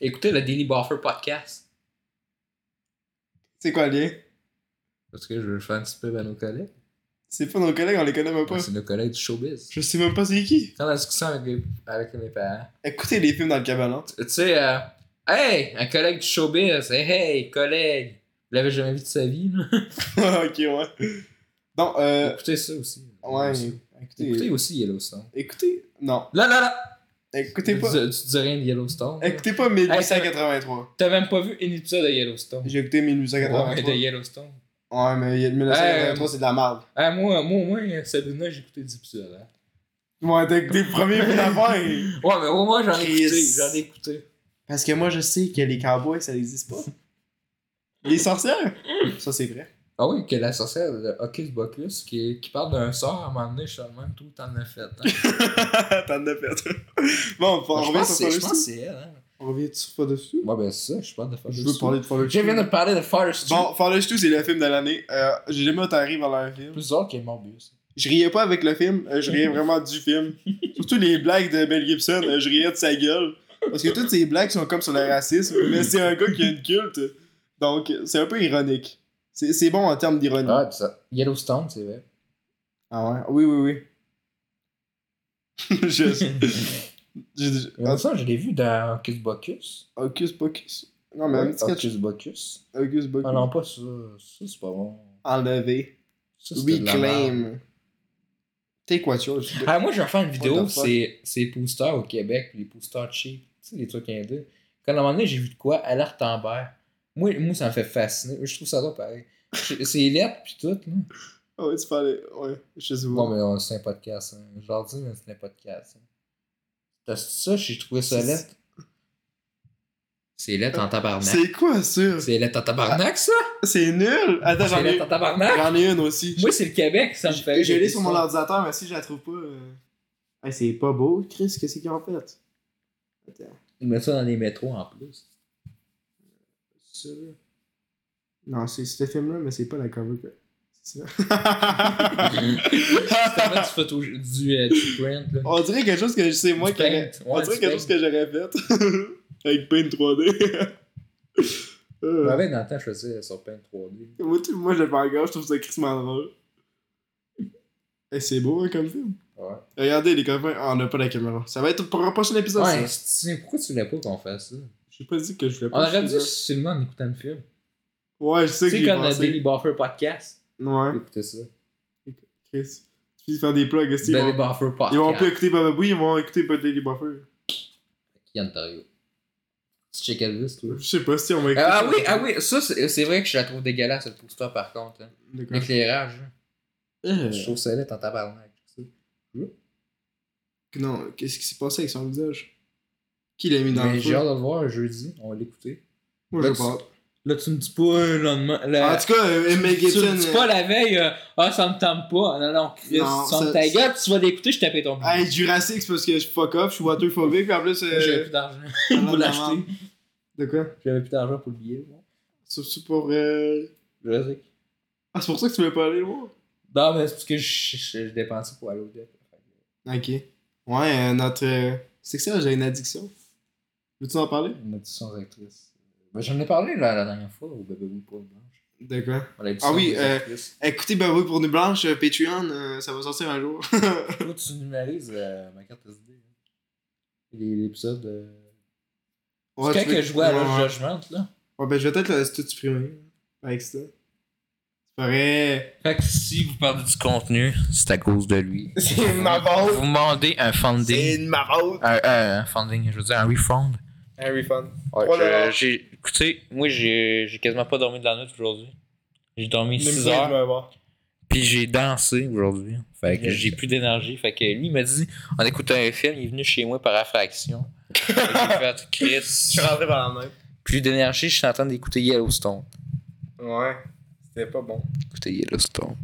Speaker 1: Écoutez le Daily Buffer podcast.
Speaker 2: c'est quoi le lien?
Speaker 1: Parce que je veux faire un petit peu à nos collègues.
Speaker 2: C'est pas nos collègues, on les connaît même pas.
Speaker 1: Ouais, Ah, C'est nos collègues du showbiz.
Speaker 2: Je sais même pas c'est qui.
Speaker 1: Quand la discussion avec, les- avec mes parents.
Speaker 2: Écoutez les films dans le cabanon.
Speaker 1: Tu sais, euh, hey, un collègue du showbiz. Hey, hey, collègue. Vous l'avez jamais vu de sa vie, là.
Speaker 2: ok, ouais. Non, euh.
Speaker 1: Écoutez ça aussi.
Speaker 2: Ouais,
Speaker 1: Écoutez,
Speaker 2: écoutez.
Speaker 1: aussi Yellowstone.
Speaker 2: Écoutez. Non,
Speaker 1: Là, là, là.
Speaker 2: écoutez
Speaker 1: Tu
Speaker 2: pas.
Speaker 1: dis- Tu dis rien de Yellowstone. là.
Speaker 2: Écoutez pas
Speaker 1: ça-
Speaker 2: 1883.
Speaker 1: T'as même pas vu un épisode de Yellowstone.
Speaker 2: J'ai écouté
Speaker 1: Ouais, de
Speaker 2: 1883.
Speaker 1: Yellowstone.
Speaker 2: Ouais, mais il y a- 1983,
Speaker 1: Ouais.
Speaker 2: c'est de la merde.
Speaker 1: Ah, moi, moi, au moins, Sabrina, j'ai écouté 10 épisodes. hein.
Speaker 2: Ouais, t'as écouté le premier film d'avant. et-
Speaker 1: Ouais, mais au moins, j'en ai écouté.
Speaker 2: Chris.
Speaker 1: J'en ai écouté.
Speaker 2: Parce que moi, je sais que les cowboys, ça n'existe pas. Les sorcières. Ça, c'est vrai.
Speaker 1: Ah oui, que la sorcière de Hocus Bocus qui, qui parle d'un sort à un moment donné, je suis le même tout le temps de la fête. Hein.
Speaker 2: T'en as perdu. Bon, on
Speaker 1: je
Speaker 2: revient
Speaker 1: pense que
Speaker 2: sur
Speaker 1: c'est- je
Speaker 2: Fathers
Speaker 1: pense que
Speaker 2: 2.
Speaker 1: c'est elle. Hein.
Speaker 2: On revient sur Fathers 2.
Speaker 1: Ouais, ben c'est ça, je parle de Fathers
Speaker 2: Je veux
Speaker 1: Two.
Speaker 2: parler de Fathers
Speaker 1: Je
Speaker 2: 2.
Speaker 1: viens de parler de Fathers Two.
Speaker 2: Bon, Fathers 2, c'est le film de l'année. Euh, J'ai jamais autant ri vers un film.
Speaker 1: Plus tard qu'il est Morbius.
Speaker 2: Je riais pas avec le film, euh, je riais vraiment du film. Surtout les blagues de Mel Gibson, euh, je riais de sa gueule. Parce que toutes ces blagues sont comme sur le racisme, mais c'est un gars qui a une culte. Donc, c'est un peu ironique. C'est c'est bon en termes d'ironie.
Speaker 1: Ah, pis ça. Yellowstone, c'est vrai.
Speaker 2: Ah ouais? Oui, oui, oui. je sais. J'ai dit- ah,
Speaker 1: Yellowstone, je l'ai vu dans Hocus Bocus.
Speaker 2: Hocus Pocus. Non, Ah, mais un
Speaker 1: Ouais,
Speaker 2: petit sketch.
Speaker 1: Hocus Bocus.
Speaker 2: Hocus
Speaker 1: Ah
Speaker 2: Pocus.
Speaker 1: non, pas ça. Ça, c'est pas bon.
Speaker 2: Enlevé.
Speaker 1: Ça, c'était de la merde.
Speaker 2: Reclaim. Take what yours.
Speaker 1: Ah, moi, je vais faire une
Speaker 2: What
Speaker 1: vidéo,
Speaker 2: the fuck?
Speaker 1: c'est c'est posters au Québec, puis les posters cheap, tu sais, les trucs indiens. Quand à un moment donné, j'ai vu de quoi, Alerte Amber. Moi, moi, ça me fait fasciner. Je trouve ça drôle, pareil. C'est c'est lettre, puis tout. Là.
Speaker 2: Ah ouais, tu parlais. Ouais, je sais
Speaker 1: Bon,
Speaker 2: pas.
Speaker 1: mais on- c'est un podcast. Hein. Je leur dis, mais c'est un podcast. Hein. T'as ça, j'ai trouvé ça
Speaker 2: C'est- Euh,
Speaker 1: lettre. C'est lettre en tabarnak.
Speaker 2: C'est quoi ça?
Speaker 1: C'est lettre en tabarnak, ça?
Speaker 2: C'est nul! Attends,
Speaker 1: C'est
Speaker 2: j'en ai.
Speaker 1: lettre en tabarnak?
Speaker 2: J'en ai une aussi.
Speaker 1: Moi, c'est le Québec, ça me fait.
Speaker 2: je l'ai sur mon ordinateur, mais si je la trouve pas. euh, hey, c'est pas beau, Chris, qu'est-ce qu'ils ont fait? Attends.
Speaker 1: Ils mettent ça dans les métros en plus.
Speaker 2: c'est ça, là. Non, c'est ce film-là, mais c'est pas la cover. que- C'est ça.
Speaker 1: C'est vraiment du photo du, euh, du print, là.
Speaker 2: On dirait quelque chose que c'est moi
Speaker 1: Du
Speaker 2: qui aurais.
Speaker 1: paint,
Speaker 2: On
Speaker 1: ouais,
Speaker 2: dirait
Speaker 1: du
Speaker 2: quelque
Speaker 1: paint.
Speaker 2: chose que j'aurais fait. Avec Paint 3D. Euh,
Speaker 1: Ouais, ben, dans le temps, je faisais sur Paint 3D.
Speaker 2: Moi, tu- moi, je le fais encore, je trouve ça crissement drôle. Hey, c'est beau, hein, comme film.
Speaker 1: Ouais.
Speaker 2: Regardez, les copains, Ah, on n'a pas la caméra. Ça va être pour un prochain épisode.
Speaker 1: Ouais,
Speaker 2: ça.
Speaker 1: c'est- pourquoi tu voulais pas qu'on fasse ça?
Speaker 2: J'ai pas dit que je voulais
Speaker 1: On
Speaker 2: pas.
Speaker 1: aurait
Speaker 2: je
Speaker 1: dû
Speaker 2: faisais.
Speaker 1: seulement en écoutant le film.
Speaker 2: Ouais, je sais
Speaker 1: Tu
Speaker 2: que
Speaker 1: sais,
Speaker 2: j'ai
Speaker 1: comme le
Speaker 2: pensé.
Speaker 1: Daily Buffer podcast.
Speaker 2: Ouais,
Speaker 1: Écoutez ça.
Speaker 2: Chris. Tu finis de faire des plugs, est-ce qu'ils
Speaker 1: Daily
Speaker 2: vont...
Speaker 1: Buffer podcast.
Speaker 2: Ils vont plus écouter Bababoui, ils vont écouter pas Daily Buffer.
Speaker 1: Qui Ontario. Tu check Elvis, toi.
Speaker 2: Je sais pas si on va écouter.
Speaker 1: Ah oui, ah oui, ça c'est c'est vrai que je la trouve dégueulasse cette poster par contre. hein.
Speaker 2: D'accord.
Speaker 1: L'éclairage, hein. je
Speaker 2: Euh,
Speaker 1: trouve ça laid en tabarnak. ça.
Speaker 2: Non, qu'est-ce qui s'est passé avec son visage Qui l'a mis dans
Speaker 1: Mais
Speaker 2: le
Speaker 1: j'ai
Speaker 2: feu
Speaker 1: hâte de le voir jeudi, on va l'écouter.
Speaker 2: Moi, je
Speaker 1: Là, tu-
Speaker 2: parle.
Speaker 1: Là tu me dis pas euh, le lendemain. la-
Speaker 2: En tout cas, euh, Mel
Speaker 1: Tu
Speaker 2: Gibson.
Speaker 1: me dis
Speaker 2: euh,
Speaker 1: pas la veille, euh, ah ça me tente pas. Non, non, Chris,
Speaker 2: Non,
Speaker 1: ça me
Speaker 2: ça-
Speaker 1: ta gueule, tu vas l'écouter, je tapais ton
Speaker 2: euh, Hey, Jurassic, c'est parce que je fuck off, je suis waterphobique, puis en plus.
Speaker 1: Moi, J'avais
Speaker 2: Euh...
Speaker 1: plus d'argent
Speaker 2: parlant
Speaker 1: pour
Speaker 2: de la
Speaker 1: l'acheter.
Speaker 2: merde. De quoi
Speaker 1: J'avais plus d'argent pour le billet. moi.
Speaker 2: Surtout pour. Euh...
Speaker 1: Jurassic.
Speaker 2: Ah, c'est pour ça que tu veux pas aller le voir?
Speaker 1: Non, mais c'est parce que je, je, je dépensais pour aller au dette.
Speaker 2: Ok. Ouais, euh, notre. euh, C'est que ça, j'ai une addiction. Veux-tu en parler?
Speaker 1: Une audition d'actrice. euh, Ben, J'en ai parlé la, la dernière fois au Bébé Oui pour Blanche.
Speaker 2: De quoi?
Speaker 1: On l'a dit ça,
Speaker 2: oui,
Speaker 1: les
Speaker 2: euh,
Speaker 1: actrices.
Speaker 2: Écoutez, ben oui, pour nous blanches, euh, Patreon, euh, ça va sortir un jour.
Speaker 1: Toi, tu numérises euh, ma carte SD. hein. Les- L'épisode. euh,
Speaker 2: Ouais,
Speaker 1: c'est
Speaker 2: tu
Speaker 1: quand
Speaker 2: veux-
Speaker 1: que je jouais à
Speaker 2: Ouais,
Speaker 1: Lodge
Speaker 2: ouais.
Speaker 1: Judgment, là.
Speaker 2: Ouais, ben je vais peut-être le tout supprimer. Avec ça. C'est vrai.
Speaker 1: Fait que si vous perdez du contenu, c'est à cause de lui.
Speaker 2: C'est de ma faute.
Speaker 1: Vous demandez un funding.
Speaker 2: de ma faute.
Speaker 1: Un, un- un Euh, funding, je veux dire, un refund.
Speaker 2: Harry Fun.
Speaker 1: Ouais,
Speaker 2: Trois
Speaker 1: je-
Speaker 2: dollars.
Speaker 1: j'ai, écoutez, moi j'ai, j'ai quasiment pas dormi de la nuit aujourd'hui. J'ai dormi 6 heures, puis j'ai dansé aujourd'hui. Fait que
Speaker 2: Yes.
Speaker 1: j'ai plus d'énergie. Fait que lui, il m'a dit, on écoutait un film, il est venu chez moi par affraction. Fait que j'ai fait, Chris,
Speaker 2: rentré par la même.
Speaker 1: plus d'énergie, je suis en train d'écouter Yellowstone.
Speaker 2: Ouais. C'était pas bon.
Speaker 1: Écoutez Yellowstone.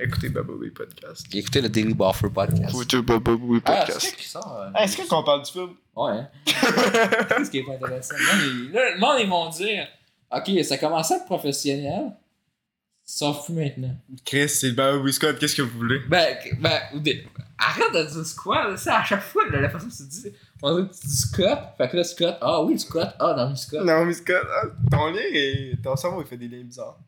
Speaker 2: Écoutez Baboui Podcast.
Speaker 1: Puis écoutez le Daily Buffer podcast.
Speaker 2: Écoutez Baboui
Speaker 1: Ah, c'est qui sort? euh,
Speaker 2: Est-ce qu'on parle du film?
Speaker 1: Ouais. hein. C'est ce qui est pas intéressant. Là, les- là, le monde, ils vont dire Ok, ça commençait à être professionnel, sauf plus maintenant.
Speaker 2: Chris, c'est le Baboui Squad, qu'est-ce que vous voulez?
Speaker 1: Ben, que- ben ou des- arrête de dire squat, là, c'est à chaque fois, là, la façon que tu dis. On dirait que tu dis squat, fait que là, squat, ah oui, squat, ah non, mais squat.
Speaker 2: Non, mais Scott, ah, ton lien et ton cerveau, il fait des liens bizarres.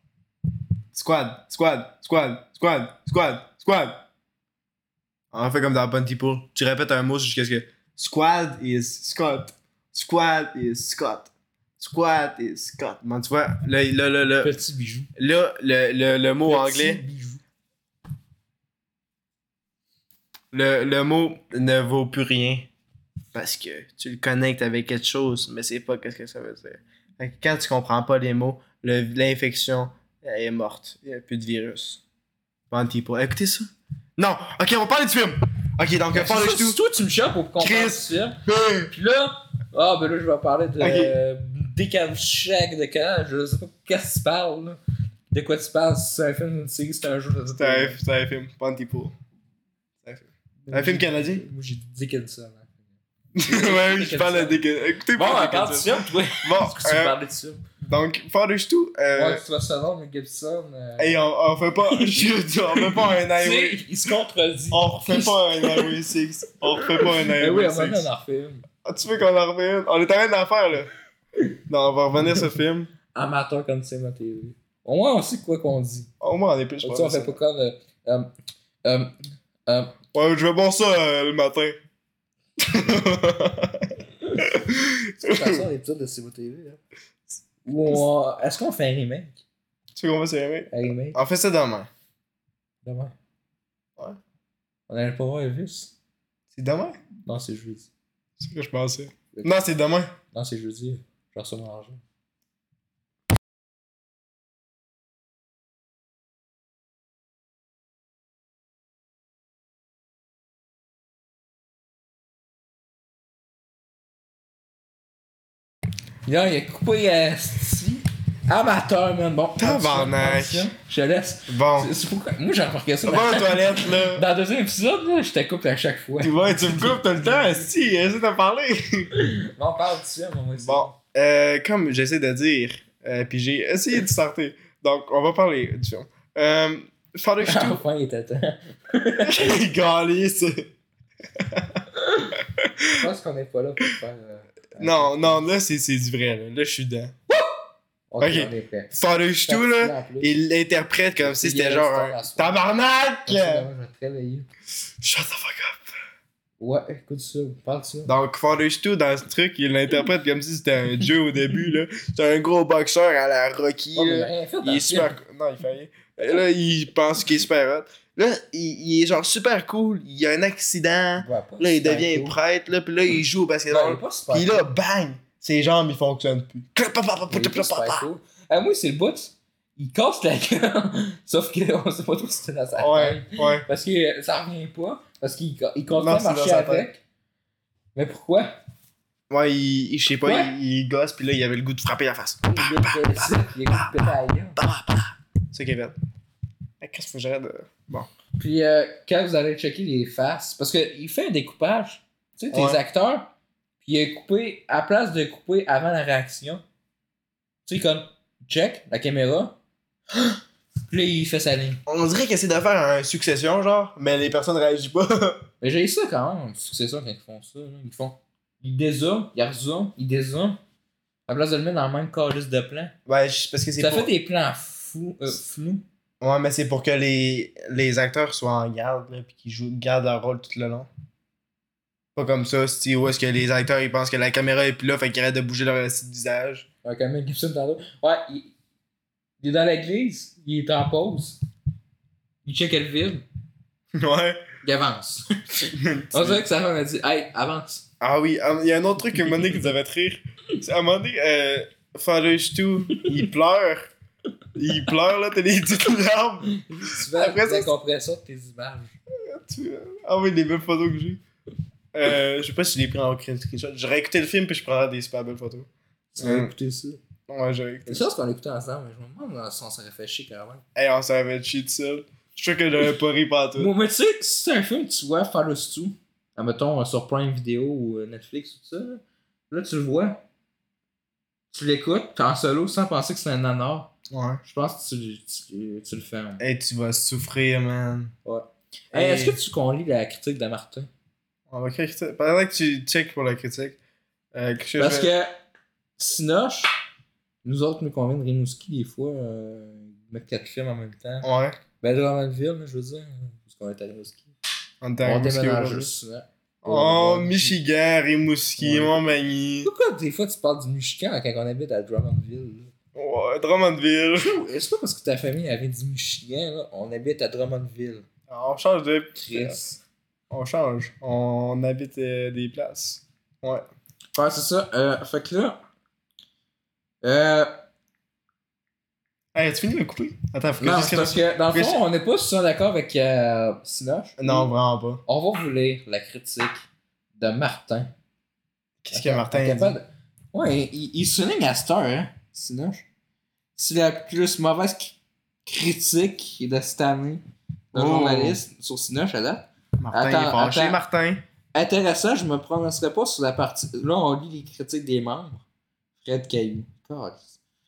Speaker 2: Squad, squad, squad, squad, squad, squad. On fait comme dans Bounty Pool. Tu répètes un mot jusqu'à ce que. Squad is Scott. Squad is Scott. Squad is Scott. Bon, tu vois, là, là, là, là,
Speaker 1: Petit bijou.
Speaker 2: là, le, le, le mot
Speaker 1: Petit
Speaker 2: anglais,
Speaker 1: bijou.
Speaker 2: le, le mot ne vaut plus rien. Parce que tu le connectes avec quelque chose, mais c'est pas qu'est-ce que ça veut dire. Fait que quand tu comprends pas les mots, le- l'infection elle est morte. Il n'y a plus de virus. Bounty Pool. Écoutez ça. Non! Ok, on parle du film! Ok, donc on
Speaker 1: C'est
Speaker 2: parle
Speaker 1: ça,
Speaker 2: du
Speaker 1: c'est
Speaker 2: tout.
Speaker 1: toi, tu me chopes pour qu'on parle
Speaker 2: Chris.
Speaker 1: du film. Puis là, ah ben là, je vais parler de.
Speaker 2: Ok.
Speaker 1: euh, décalchag de quand, je sais pas qu'est-ce que tu parles, là. De quoi tu parles, si c'est un film, une série, c'est un jeu, je sais
Speaker 2: C'est
Speaker 1: pas.
Speaker 2: un, c'est un film. Bounty Pool. un film canadien?
Speaker 1: Moi, j'ai dit Dickinson. hein.
Speaker 2: ouais, oui, je parle de Dickens. Écoutez,
Speaker 1: Bon, on
Speaker 2: pas
Speaker 1: parle du
Speaker 2: Dickinson.
Speaker 1: film, toi.
Speaker 2: Bon,
Speaker 1: Est-ce que tu
Speaker 2: euh,
Speaker 1: parlais de film?
Speaker 2: donc, Father's Two, euh,
Speaker 1: Ouais, tu vois, selon mais Gibson. euh,
Speaker 2: hey, ben on, on fait pas, je- on fait pas un
Speaker 1: Tu
Speaker 2: highway.
Speaker 1: sais, il se contredit.
Speaker 2: On refait pas un Highway 6. On refait pas un
Speaker 1: Mais Ben oui,
Speaker 2: Highway
Speaker 1: à un moment donné,
Speaker 2: 6.
Speaker 1: on en refait une.
Speaker 2: Ah, tu veux qu'on en revienne? On est en train d'en faire, là. Non, on va revenir sur ce film.
Speaker 1: Amateur comme c'est ma TV. Au moins, on sait quoi qu'on dit.
Speaker 2: Ah, Au moins, on est plus, je
Speaker 1: Tu sais, on
Speaker 2: pense.
Speaker 1: fait pas comme. euh, euh, euh, euh,
Speaker 2: Ouais, je vais boire ça euh, le matin.
Speaker 1: tu sais, ça, l'épisode de C'est ma TV. là. Ou hein? on- Est-ce qu'on fait un remake
Speaker 2: tu veux qu'on va se aimer?
Speaker 1: Un remake
Speaker 2: On fait ça demain.
Speaker 1: Demain.
Speaker 2: Ouais.
Speaker 1: On n'allait pas voir Elvis
Speaker 2: C'est demain?
Speaker 1: Non, c'est jeudi.
Speaker 2: C'est ce que je pensais. Non, c'est demain.
Speaker 1: Non, c'est jeudi. Je reçois mon argent. Là, il a coupé euh, sti. Amateur, man. Bon,
Speaker 2: Tabarnak.
Speaker 1: Je laisse.
Speaker 2: Bon.
Speaker 1: C'est- c'est pourquoi- Moi, j'ai remarqué ça.
Speaker 2: Ça va aux
Speaker 1: Dans
Speaker 2: toilettes, là.
Speaker 1: le deuxième épisode, là, je te coupe à chaque fois.
Speaker 2: Tu vois, tu me coupes tout le temps. Si, essaie de parler.
Speaker 1: Bon, on parle de ça, mon aussi.
Speaker 2: Bon, euh, comme j'essaie de dire, euh, puis j'ai essayé de sortir. Donc, on va parler du film. Euh, Father Stu.
Speaker 1: Enfin, il était temps.
Speaker 2: Galice.
Speaker 1: Je pense qu'on n'est pas là pour faire. euh,
Speaker 2: Non, non, là, c'est c'est du vrai. Là, Là, je suis dedans.
Speaker 1: Ok,
Speaker 2: Ok.
Speaker 1: on est prêt.
Speaker 2: Father Stu, là, il l'interprète comme si c'était genre un tabarnak.
Speaker 1: Tabarnak! Je vais te réveiller.
Speaker 2: Shut the fuck up.
Speaker 1: Ouais, écoute ça, parle de ça.
Speaker 2: Donc, Father Stu, dans ce truc, il l'interprète comme si c'était un dieu au début. là. C'est un gros boxeur à la Rocky.
Speaker 1: Oh, mais
Speaker 2: là.
Speaker 1: il a rien fait dans
Speaker 2: Il
Speaker 1: le
Speaker 2: est
Speaker 1: film.
Speaker 2: super. Non, il fait rien. Et Là, il pense qu'il est super hot. Là, il, il est genre super cool. Il y a un accident.
Speaker 1: Je vois pas,
Speaker 2: Là, il
Speaker 1: super
Speaker 2: devient
Speaker 1: cool.
Speaker 2: prêtre. Là, puis là, il joue au
Speaker 1: Non, il
Speaker 2: basketball.
Speaker 1: est pas super
Speaker 2: Puis
Speaker 1: cool.
Speaker 2: là, bang! Ses jambes, ils fonctionnent plus. Clap, pap, pap,
Speaker 1: Il est
Speaker 2: pap,
Speaker 1: pas
Speaker 2: pap,
Speaker 1: super
Speaker 2: pap.
Speaker 1: cool. Ah, moi, c'est le bout. Il casse la gueule. Sauf qu'on sait pas trop si c'était dans sa
Speaker 2: Ouais,
Speaker 1: tête.
Speaker 2: ouais.
Speaker 1: Parce que ça revient pas. Parce qu'il il continue
Speaker 2: Non,
Speaker 1: à
Speaker 2: c'est dans
Speaker 1: marcher
Speaker 2: sa tête.
Speaker 1: avec. Mais pourquoi?
Speaker 2: Ouais, il, il- je sais pas,
Speaker 1: Ouais.
Speaker 2: il, il gosse, puis là, il avait le goût de frapper la face.
Speaker 1: Il est dépressif, il est coupé la gueule.
Speaker 2: C'est Kevin. Ah, Qu'est-ce que faut que j'arrête de.
Speaker 1: Puis euh, quand vous allez checker les faces, parce qu'il fait un découpage, tu sais, tes
Speaker 2: Ouais.
Speaker 1: acteurs, puis il a coupé, à place de couper avant la réaction, tu sais, comme, check, la caméra, Puis là, il fait sa ligne.
Speaker 2: On dirait qu'il essaie de faire un succession, genre, mais les personnes réagissent pas.
Speaker 1: Mais j'ai ça quand même, c'est ça quand ils font ça. là. Ils font. Ils dézooment, ils rezooment, ils dézooment. À la place de le mettre dans le même calice de plan.
Speaker 2: ouais, je- parce que c'est
Speaker 1: Ça
Speaker 2: pour...
Speaker 1: fait des plans fous, euh, flous.
Speaker 2: Ouais, mais c'est pour que les, les acteurs soient en garde, là, puis qu'ils jouent, gardent leur rôle tout le long. Pas comme ça, si où est-ce que les acteurs, ils pensent que la caméra est plus là, fait qu'ils arrêtent de bouger leur euh, petit visage.
Speaker 1: Ouais, comme Mel Gibson tantôt. Ouais, il, il est dans l'église, il est en pause. Il check le vide,
Speaker 2: Ouais.
Speaker 1: il avance. On dirait que sa femme a dit Hey, avance.
Speaker 2: Ah oui, ah, il y a un autre truc à un moment donné qui nous avait fait rire. C'est à un moment donné, euh, Father Stu, il pleure. Il pleure, là, t'as des petites larmes.
Speaker 1: Tu vas
Speaker 2: Après
Speaker 1: après
Speaker 2: ça,
Speaker 1: la compression de tes images.
Speaker 2: Tu- Ah oui, les mêmes photos que j'ai. Euh, je sais pas si je les pris en screenshot. J'aurais écouté le film, puis je prendrais des super belles photos.
Speaker 1: Tu vas écouter ça.
Speaker 2: Ouais, j'aurais écouté.
Speaker 1: C'est sûr qu'on l'écoutait ensemble, mais je me demande si on s'en réfléchit quand même.
Speaker 2: Hey, on s'en avait chier tout seul. Je suis sûr que j'aurais pas ri pas tout.
Speaker 1: Moi, mais tu sais, si c'est un film que tu vois faire le stu, admettons euh, sur Prime Video ou euh, Netflix ou tout ça, là, là, tu le vois, tu l'écoutes, t'es en solo sans penser que c'est un nanar,
Speaker 2: Ouais.
Speaker 1: je pense que tu, tu, tu le fermes.
Speaker 2: Hey, tu vas souffrir, man.
Speaker 1: Ouais.
Speaker 2: Hey,
Speaker 1: Hey, Est-ce que tu qu'on lit la critique de Martin
Speaker 2: On va critiquer. Pendant que tu check pour la critique, euh, que je
Speaker 1: Parce
Speaker 2: fais-
Speaker 1: que Sinoche, nous autres, nous convient de Rimouski des fois, euh, mettre quatre films en même temps.
Speaker 2: Ouais.
Speaker 1: Ben, de Drummondville, là, je veux dire, parce qu'on est à Rimouski.
Speaker 2: On
Speaker 1: On
Speaker 2: t'a
Speaker 1: déménage juste souvent.
Speaker 2: Oh,
Speaker 1: Ouais.
Speaker 2: Michigan, Rimouski,
Speaker 1: Ouais.
Speaker 2: Montmagny.
Speaker 1: Pourquoi des fois tu parles du Michigan quand on habite à Drummondville? là?
Speaker 2: Ouais, Drummondville.
Speaker 1: C'est pas parce que ta famille avait dit Michigan, là, on habite à Drummondville.
Speaker 2: On change de.
Speaker 1: Chris.
Speaker 2: On change. On habite euh, des places. Ouais.
Speaker 1: Ouais, c'est ça. Euh, fait que là. Euh,
Speaker 2: Hey, tu fini de me couper? Attends, faut que
Speaker 1: non,
Speaker 2: je
Speaker 1: c'est
Speaker 2: dise
Speaker 1: parce que dans le
Speaker 2: Chris-
Speaker 1: fond, on n'est pas souvent d'accord avec euh, Sinoche.
Speaker 2: que- Non, vraiment pas.
Speaker 1: On va vous lire la critique de Martin.
Speaker 2: Qu'est-ce que Martin a dit?
Speaker 1: Capable- Ouais, il, il souligne à cette heure, hein, Sinoche. C'est la plus mauvaise cri- critique de cette année d'un
Speaker 2: Oh.
Speaker 1: journaliste sur Sinoche à date.
Speaker 2: Martin il est
Speaker 1: Attends,
Speaker 2: fâché,
Speaker 1: attends.
Speaker 2: Martin.
Speaker 1: Intéressant, je me prononcerai pas sur la partie. Là, on lit les critiques des membres. Fred Caillou. God.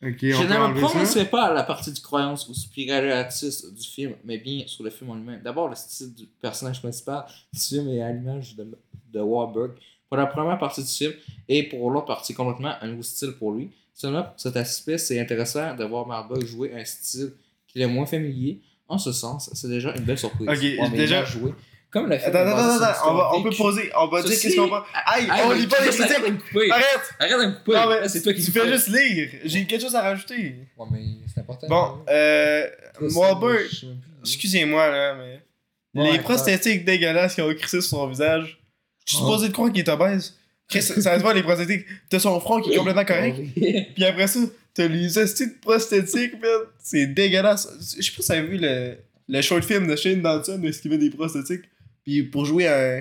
Speaker 2: Ok,
Speaker 1: Je
Speaker 2: on peut
Speaker 1: ne me
Speaker 2: enlever ça.
Speaker 1: prononcerai pas à la partie du croyance ou spiritualiste du film, mais bien sur le film en lui-même. D'abord, le style du personnage principal du film est à l'image de, de Warburg pour la première partie du film et pour l'autre partie complètement un nouveau style pour lui. Seulement pour cet aspect, c'est intéressant de voir Warburg jouer un style qui est moins familier. En ce sens, c'est déjà une belle surprise.
Speaker 2: Ok,
Speaker 1: mais
Speaker 2: déjà-
Speaker 1: bien joué. Comme le film
Speaker 2: Attends,
Speaker 1: est basé
Speaker 2: attends,
Speaker 1: sur une
Speaker 2: attends, on, va,
Speaker 1: histoire
Speaker 2: on peut
Speaker 1: vécue-
Speaker 2: poser, on va dire
Speaker 1: Ceci- Ah,
Speaker 2: qu'est-ce qu'on va. Aïe,
Speaker 1: Hey,
Speaker 2: on
Speaker 1: mais
Speaker 2: lit pas les
Speaker 1: Chris, Arrête
Speaker 2: critiques!
Speaker 1: de me couper.
Speaker 2: Arrête!
Speaker 1: Arrête de me couper.
Speaker 2: Non, mais
Speaker 1: Là, C'est toi qui
Speaker 2: Tu
Speaker 1: coupes.
Speaker 2: fais juste lire! J'ai quelque chose à rajouter!
Speaker 1: Ouais, mais c'est important.
Speaker 2: Bon, euh.
Speaker 1: Toi, c'est-
Speaker 2: Warburg,
Speaker 1: je sais même plus.
Speaker 2: Mm. excusez-moi là, mais.
Speaker 1: Ouais,
Speaker 2: les
Speaker 1: ouais.
Speaker 2: prosthétiques dégueulasses qu'ils ont crissé sur son visage. Je suis
Speaker 1: Oh.
Speaker 2: supposé de croire qu'il est obèse. Chris, ça se voit les prosthétiques. T'as son front qui est complètement correct. Puis après ça, t'as les hosties de prosthétiques, man. C'est dégueulasse. Je sais pas si t'as vu le, le short film de Shane Danson où est-ce qu'il met des prosthétiques. Puis pour jouer à un,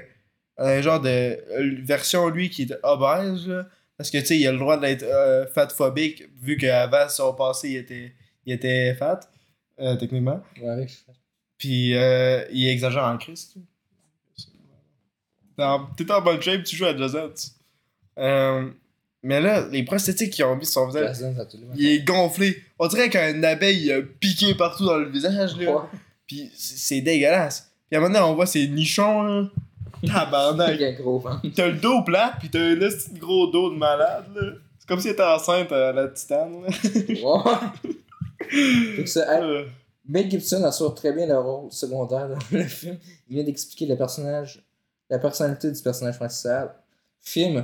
Speaker 2: à un genre de euh, version, lui, qui est obèse, là. Parce que, tu sais, il a le droit d'être euh, fatphobique, vu qu'avant son passé, il était, il était fat, euh, techniquement.
Speaker 1: Ouais, je-
Speaker 2: Puis euh, il exagère en Christ. T'es en- T'es en bonne shape, tu joues à Josette. Euh, mais là, les prosthétiques qu'ils ont mis sur son visage,
Speaker 1: Jason, ça te le met.
Speaker 2: il est gonflé. On dirait qu'un abeille a piqué partout dans le visage, là. Puis c'est c'est dégueulasse. Puis à un moment donné, on voit ses nichons, là. Tabarnak.
Speaker 1: Il y a un gros ventre.
Speaker 2: T'as le dos plat, puis t'as un esti de gros dos de malade, là. C'est comme si t'étais enceinte euh, à la titane, là.
Speaker 1: Ouais. Fait que ça, hey,
Speaker 2: Euh,
Speaker 1: Mel Gibson assure très bien le rôle secondaire dans le film. Il vient d'expliquer le personnage, la personnalité du personnage principal. Film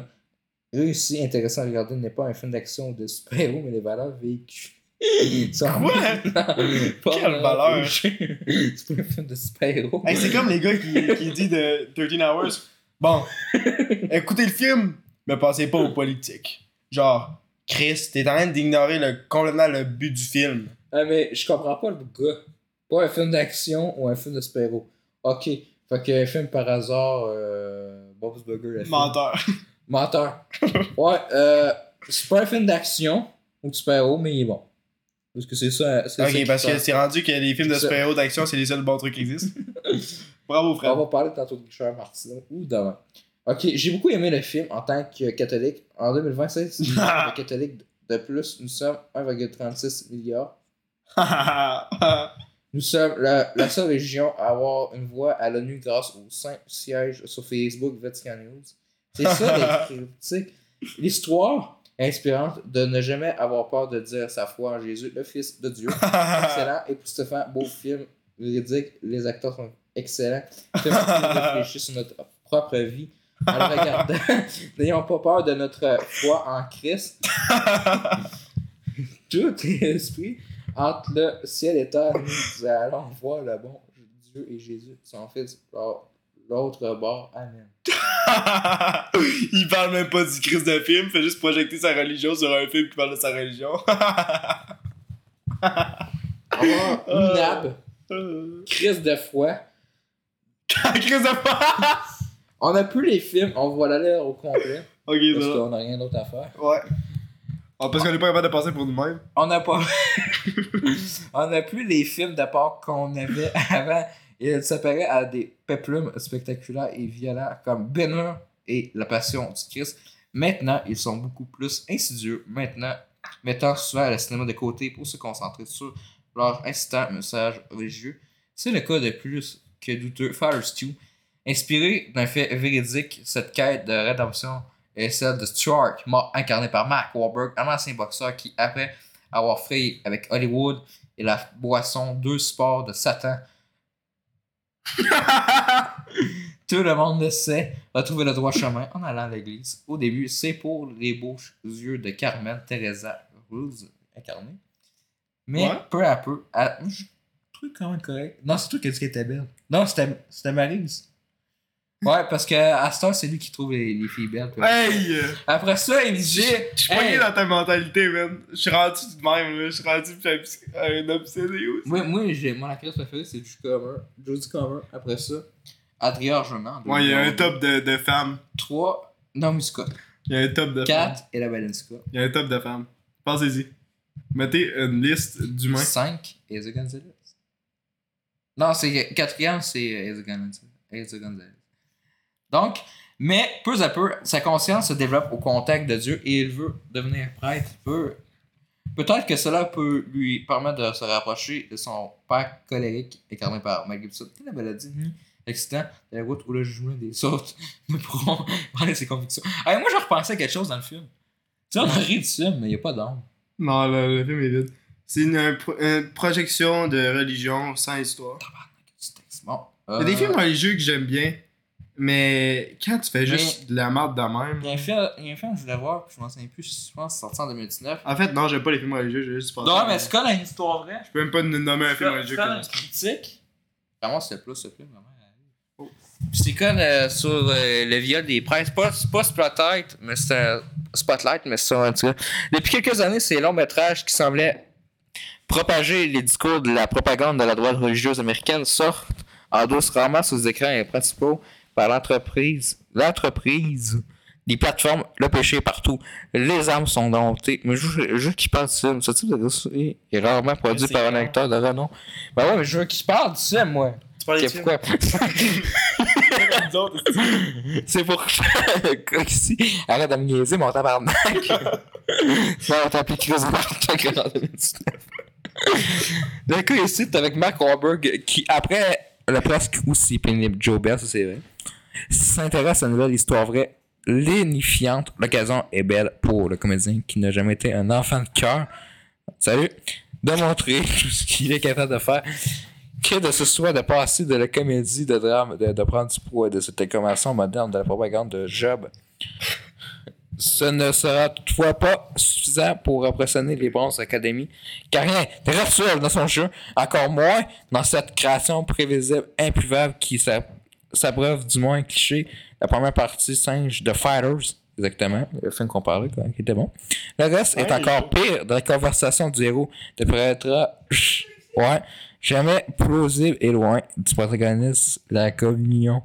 Speaker 1: réussi, intéressant à regarder, n'est pas un film d'action ou de super-héros, mais les valeurs véhiculées.
Speaker 2: Quoi? Quelle valeur?
Speaker 1: C'est pas un film de super-héros.
Speaker 2: Hey, c'est comme les gars qui, qui disent de 13 Hours. Bon, écoutez le film, mais pensez pas aux politiques. Genre, Chris, t'es en train d'ignorer le, complètement le but du film.
Speaker 1: Ah, mais je comprends pas le gars. Pas un film d'action ou un film de super-héros. Ok. Fait que un film par hasard, euh, Bob's Burger. le film.
Speaker 2: Menteur.
Speaker 1: Menteur. ouais, euh, c'est pas un film d'action ou de super-héros, mais il est bon. Parce que c'est ça. c'est ça qui
Speaker 2: Ok, parce que
Speaker 1: passe.
Speaker 2: c'est rendu que les films de
Speaker 1: C'est ça.
Speaker 2: super-héros d'action, c'est les seuls bons trucs qui existent. Bravo, frère.
Speaker 1: On va parler tantôt de Richard Martineau ou demain. Ok, j'ai beaucoup aimé le film en tant que catholique. En 2026, c'est le catholique de plus. Nous sommes 1,36 milliard. Nous sommes la, la seule région à avoir une voix à l'ONU grâce aux cinq sièges sur Facebook Vatican News. C'est ça les critiques. L'histoire inspirante de ne jamais avoir peur de dire sa foi en Jésus, le Fils de Dieu. Excellent. Époustoufant, beau film, véridique. Les acteurs sont excellents. Fait réfléchir sur notre propre vie en le regardant. N'ayons pas peur de notre foi en Christ. Tout est esprit entre le ciel et terre, nous allons voir le bon Dieu et Jésus, son Fils, par l'autre bord. Amen.
Speaker 2: il parle même pas du Christ de film, fait juste projeter sa religion sur un film qui parle de sa religion.
Speaker 1: Au revoir,
Speaker 2: Euh.
Speaker 1: Minab,
Speaker 2: Un
Speaker 1: Christ de foi.
Speaker 2: Christ de
Speaker 1: On a plus les films, on voit la lettre au complet.
Speaker 2: Ok,
Speaker 1: Parce
Speaker 2: ça. va.
Speaker 1: qu'on n'a rien d'autre à faire.
Speaker 2: Ouais. Ah, parce qu'on est pas capable de penser pour nous-mêmes.
Speaker 1: On n'a pas. on n'a plus les films d'apport qu'on avait avant. Il s'apparaît à des peplums spectaculaires et violents comme Benner et La Passion du Christ. Maintenant, ils sont beaucoup plus insidieux. Maintenant, mettant souvent le cinéma de côté pour se concentrer sur leur incitant message religieux. C'est le cas de plus que douteux Father Stew. Inspiré d'un fait véridique, cette quête de rédemption est celle de Stuart, mort incarné par Mark Wahlberg, un ancien boxeur qui, après avoir frayé avec Hollywood et la boisson, deux sports de Satan. Tout le monde le sait, a trouvé le droit chemin en allant à l'église. Au début, c'est pour les beaux yeux de Carmen Teresa Rose, incarnée. Mais
Speaker 2: Ouais.
Speaker 1: peu à peu, à, je trouve quand même correct. Non, c'est toi qui as dit qu'elle était belle. Non, c'était c'était Maryse. Ouais, parce que à cette heure, c'est lui qui trouve les, les filles belles. toi.
Speaker 2: Hey!
Speaker 1: Après ça, il me
Speaker 2: Je
Speaker 1: dit.
Speaker 2: je suis
Speaker 1: Hey!
Speaker 2: poigné dans ta mentalité, man. Je suis rendu de même, là. Je suis rendu puis j'ai un un obsédé aussi.
Speaker 1: Moi, moi j'ai mon actrice préférée, c'est Judy Comer. Judy Comer, après ça. Adria Arjona.
Speaker 2: Ouais, il y a un top de, de femmes.
Speaker 1: 3, Naomi Scott.
Speaker 2: Il y a un top de femmes.
Speaker 1: 4, Ella Balinska.
Speaker 2: Il y a un top de femmes. Pensez-y. Mettez une liste d'humains.
Speaker 1: 5, Eza Gonzalez. Non, c'est quatrième, c'est Eza Gonzalez. Eza Gonzalez. Donc, mais peu à peu, sa conscience se développe au contact de Dieu et il veut devenir prêtre. Peu- Peut-être que cela peut lui permettre de se rapprocher de son père colérique incarné par Mel Gibson. Quelle maladie ni accident de la route où le jugement des autres ne pourront parler ses convictions. Ah, moi, je repensais à quelque chose dans le film. Tu sais, on a ri du film, mais il n'y a pas d'âme.
Speaker 2: Non, le, le film est vide. C'est une, un pro- une projection de religion sans histoire.
Speaker 1: Du texte. Bon.
Speaker 2: Il y a des
Speaker 1: euh,
Speaker 2: films religieux que j'aime bien, mais quand tu fais juste de la merde de même.
Speaker 1: Il y a un film, il y a un film que je voulais voir, puis je m'en souviens plus, je pense que c'est sorti en 2019.
Speaker 2: En fait, non, j'aime pas les films religieux, j'ai juste pas.
Speaker 1: non, mais c'est quoi la histoire vraie?
Speaker 2: Je peux même pas nous nommer un
Speaker 1: C'est
Speaker 2: film religieux
Speaker 1: quoi
Speaker 2: comme
Speaker 1: la
Speaker 2: ça.
Speaker 1: critique? Vraiment, c'était plus ce film, vraiment.
Speaker 2: Oh.
Speaker 1: Puis c'est quoi le- sur euh, le viol des princes? Pas, c'est pas Spotlight, mais c'est un Spotlight, mais c'est un truc. Depuis quelques années, ces longs métrages qui semblaient propager les discours de la propagande de la droite religieuse américaine sortent en douce rarement sous les écrans principaux par l'entreprise, l'entreprise, les plateformes, le péché est partout. Les armes sont domptées. Mais je je- je veux qu'il parle du film. Ce type de dossier est rarement produit
Speaker 3: c'est
Speaker 1: par un
Speaker 3: clair.
Speaker 1: acteur de renom. Ben ouais, mais je veux qu'il parle du film, moi.
Speaker 2: Tu parles
Speaker 1: Ok, pourquoi? C'est pour Coxy. Arrête de me niaiser, mon tabarnak. Non, on t'a appliqué les en 2019. Le coup ici, t'es avec Mark Wahlberg qui, après le presque aussi pénible Joe Bell, ça c'est vrai, s'intéresse à une nouvelle histoire vraie, lénifiante. L'occasion est belle pour le comédien qui n'a jamais été un enfant de cœur. Salut! De montrer tout ce qu'il est capable de faire que de ce soit de passer de la comédie de drame, de, de prendre du poids de cette convention moderne de la propagande de Job, ce ne sera toutefois pas suffisant pour impressionner les bronzes académies, car rien de rationnel dans son jeu, encore moins dans cette création prévisible, impuvable qui s'a- s'abreuve du moins cliché, la première partie singe de Fighters. Exactement, le film qu'on parlait, quoi, qui était bon. Le reste est
Speaker 4: Ouais,
Speaker 1: encore pire dans la conversation du héros de prêtre. Ouais jamais plausible et loin du protagoniste la communion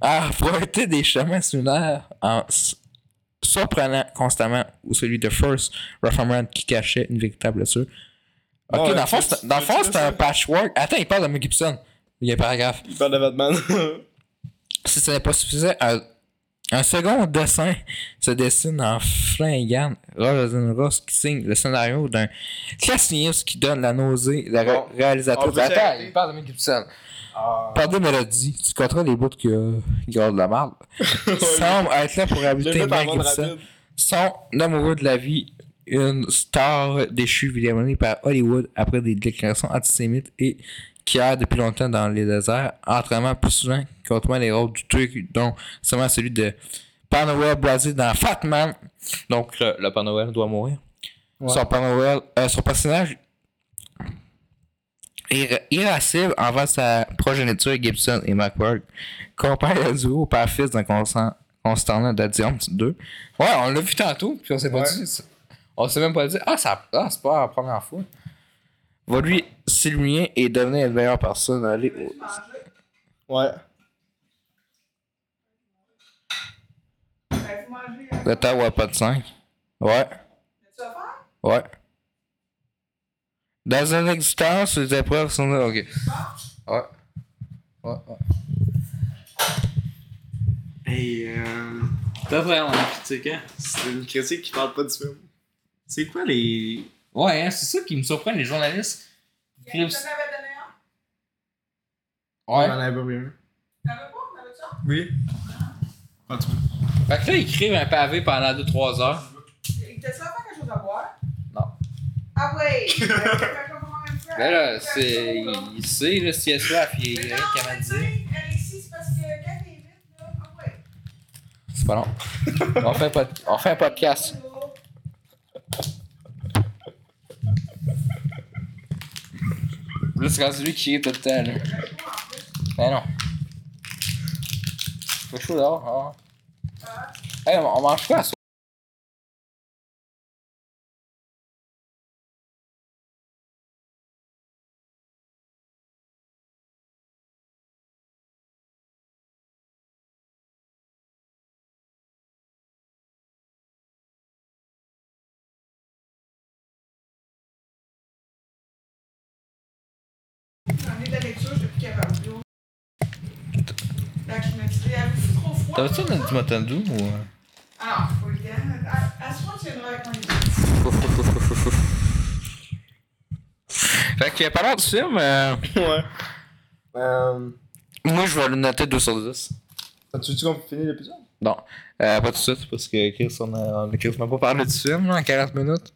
Speaker 1: a emprunté des chemins similaires en s- surprenant constamment ou celui de First Reformed qui cachait une véritable blessure. Ok,
Speaker 2: Bon,
Speaker 1: dans
Speaker 2: euh,
Speaker 1: le fond,
Speaker 2: tu-
Speaker 1: c'est-
Speaker 2: tu-
Speaker 1: dans le
Speaker 2: tu
Speaker 1: fond,
Speaker 2: veux
Speaker 1: c'est
Speaker 2: ça?
Speaker 1: un patchwork. Attends, il parle de Mel Gibson. Il y a un paragraphe.
Speaker 2: Il parle de Batman.
Speaker 1: Si ce n'est pas suffisant, un Un second dessin se dessine en fringant Ross qui signe le scénario d'un classius qui donne la nausée la
Speaker 2: Bon,
Speaker 1: ré- réalisatrice.
Speaker 2: on Ah. peut
Speaker 1: Attends,
Speaker 2: s'arrêter.
Speaker 1: il parle de Mel Gibson. Par des mélodies, tu contrôles les bouts qui euh, qui gardent de la marde. Semble être là pour habiter Mel Gibson. Son amoureux de la vie, une star déchue vilipendée par Hollywood après des déclarations antisémites et qui erre depuis longtemps dans les déserts, entraînement plus souvent qu'autrement les rôles du truc, dont seulement celui de Père Noël blasé dans Fat Man. Donc le, le Père Noël doit mourir.
Speaker 2: Ouais.
Speaker 1: Son Père Noël, euh, son personnage ir- irascible envers sa progéniture Gibson et McWard compare le duo père-fils d'un constant constant de Dion 2. Ouais, on l'a vu tantôt, puis on s'est pas
Speaker 2: Ouais.
Speaker 1: dit. ça. On s'est même pas dit, ah, ça, ah, c'est pas la première fois. Va lui s'illuminer et devenir une meilleure personne. Aller au-
Speaker 2: Ouais.
Speaker 1: Le temps où pas de 5. Ouais. Ouais. Dans une existence, les épreuves sont là. Ok. Ouais. Ouais, ouais.
Speaker 5: Hey, euh,
Speaker 6: Pas vrai, on est critique, hein?
Speaker 5: c'est une critique qui parle pas du film. C'est quoi les.
Speaker 6: Ouais, hein, c'est ça qui me surprend, les journalistes.
Speaker 7: Il y en avait donné un.
Speaker 1: Ouais.
Speaker 5: J'en avais pas vu un.
Speaker 7: T'avais pas? T'avais ça?
Speaker 5: Oui. Pas du tout.
Speaker 6: Fait que là, ils écrivent un pavé pendant 2-3 heures.
Speaker 7: Il t'a sûrement quelque chose à boire?
Speaker 6: Non.
Speaker 7: Ah ouais! Il y avait quelqu'un pour moi, même ça.
Speaker 6: Là, Ben là,
Speaker 7: Quelqu'un
Speaker 6: c'est.
Speaker 7: pour moi.
Speaker 6: Il il sait, là, s'il y a soif, il
Speaker 7: Mais
Speaker 6: il y a
Speaker 7: non,
Speaker 6: rien qu'à me
Speaker 7: mais tu
Speaker 6: dire.
Speaker 7: sais, Alexis, c'est parce que quand t'es vite, là, ah ouais.
Speaker 1: C'est pas long. on, fait un pod- on fait un podcast. Là, c'est quand lui qui est tout le temps, là. Ben non. Fait chaud dehors,
Speaker 7: Ah.
Speaker 1: hein? Hey, on on mange quoi à soir?
Speaker 7: J'en ai de la lecture depuis Cavaglio. Fait que je me disais, ah, c'est trop froid.
Speaker 1: T'avais-tu un petit Matando ou.
Speaker 6: euh?
Speaker 7: Ah, faut le dire. À- à ce point, tu viendras avec moi.
Speaker 1: Fait que parlant du film, euh,
Speaker 2: Ouais. Euh,
Speaker 1: moi je vais le noter 2 sur 10.
Speaker 2: As-tu dit qu'on peut finir l'épisode?
Speaker 1: Non, euh, pas tout de suite parce que Chris, on a, on a quasiment pas parlé du film là, en 40 minutes.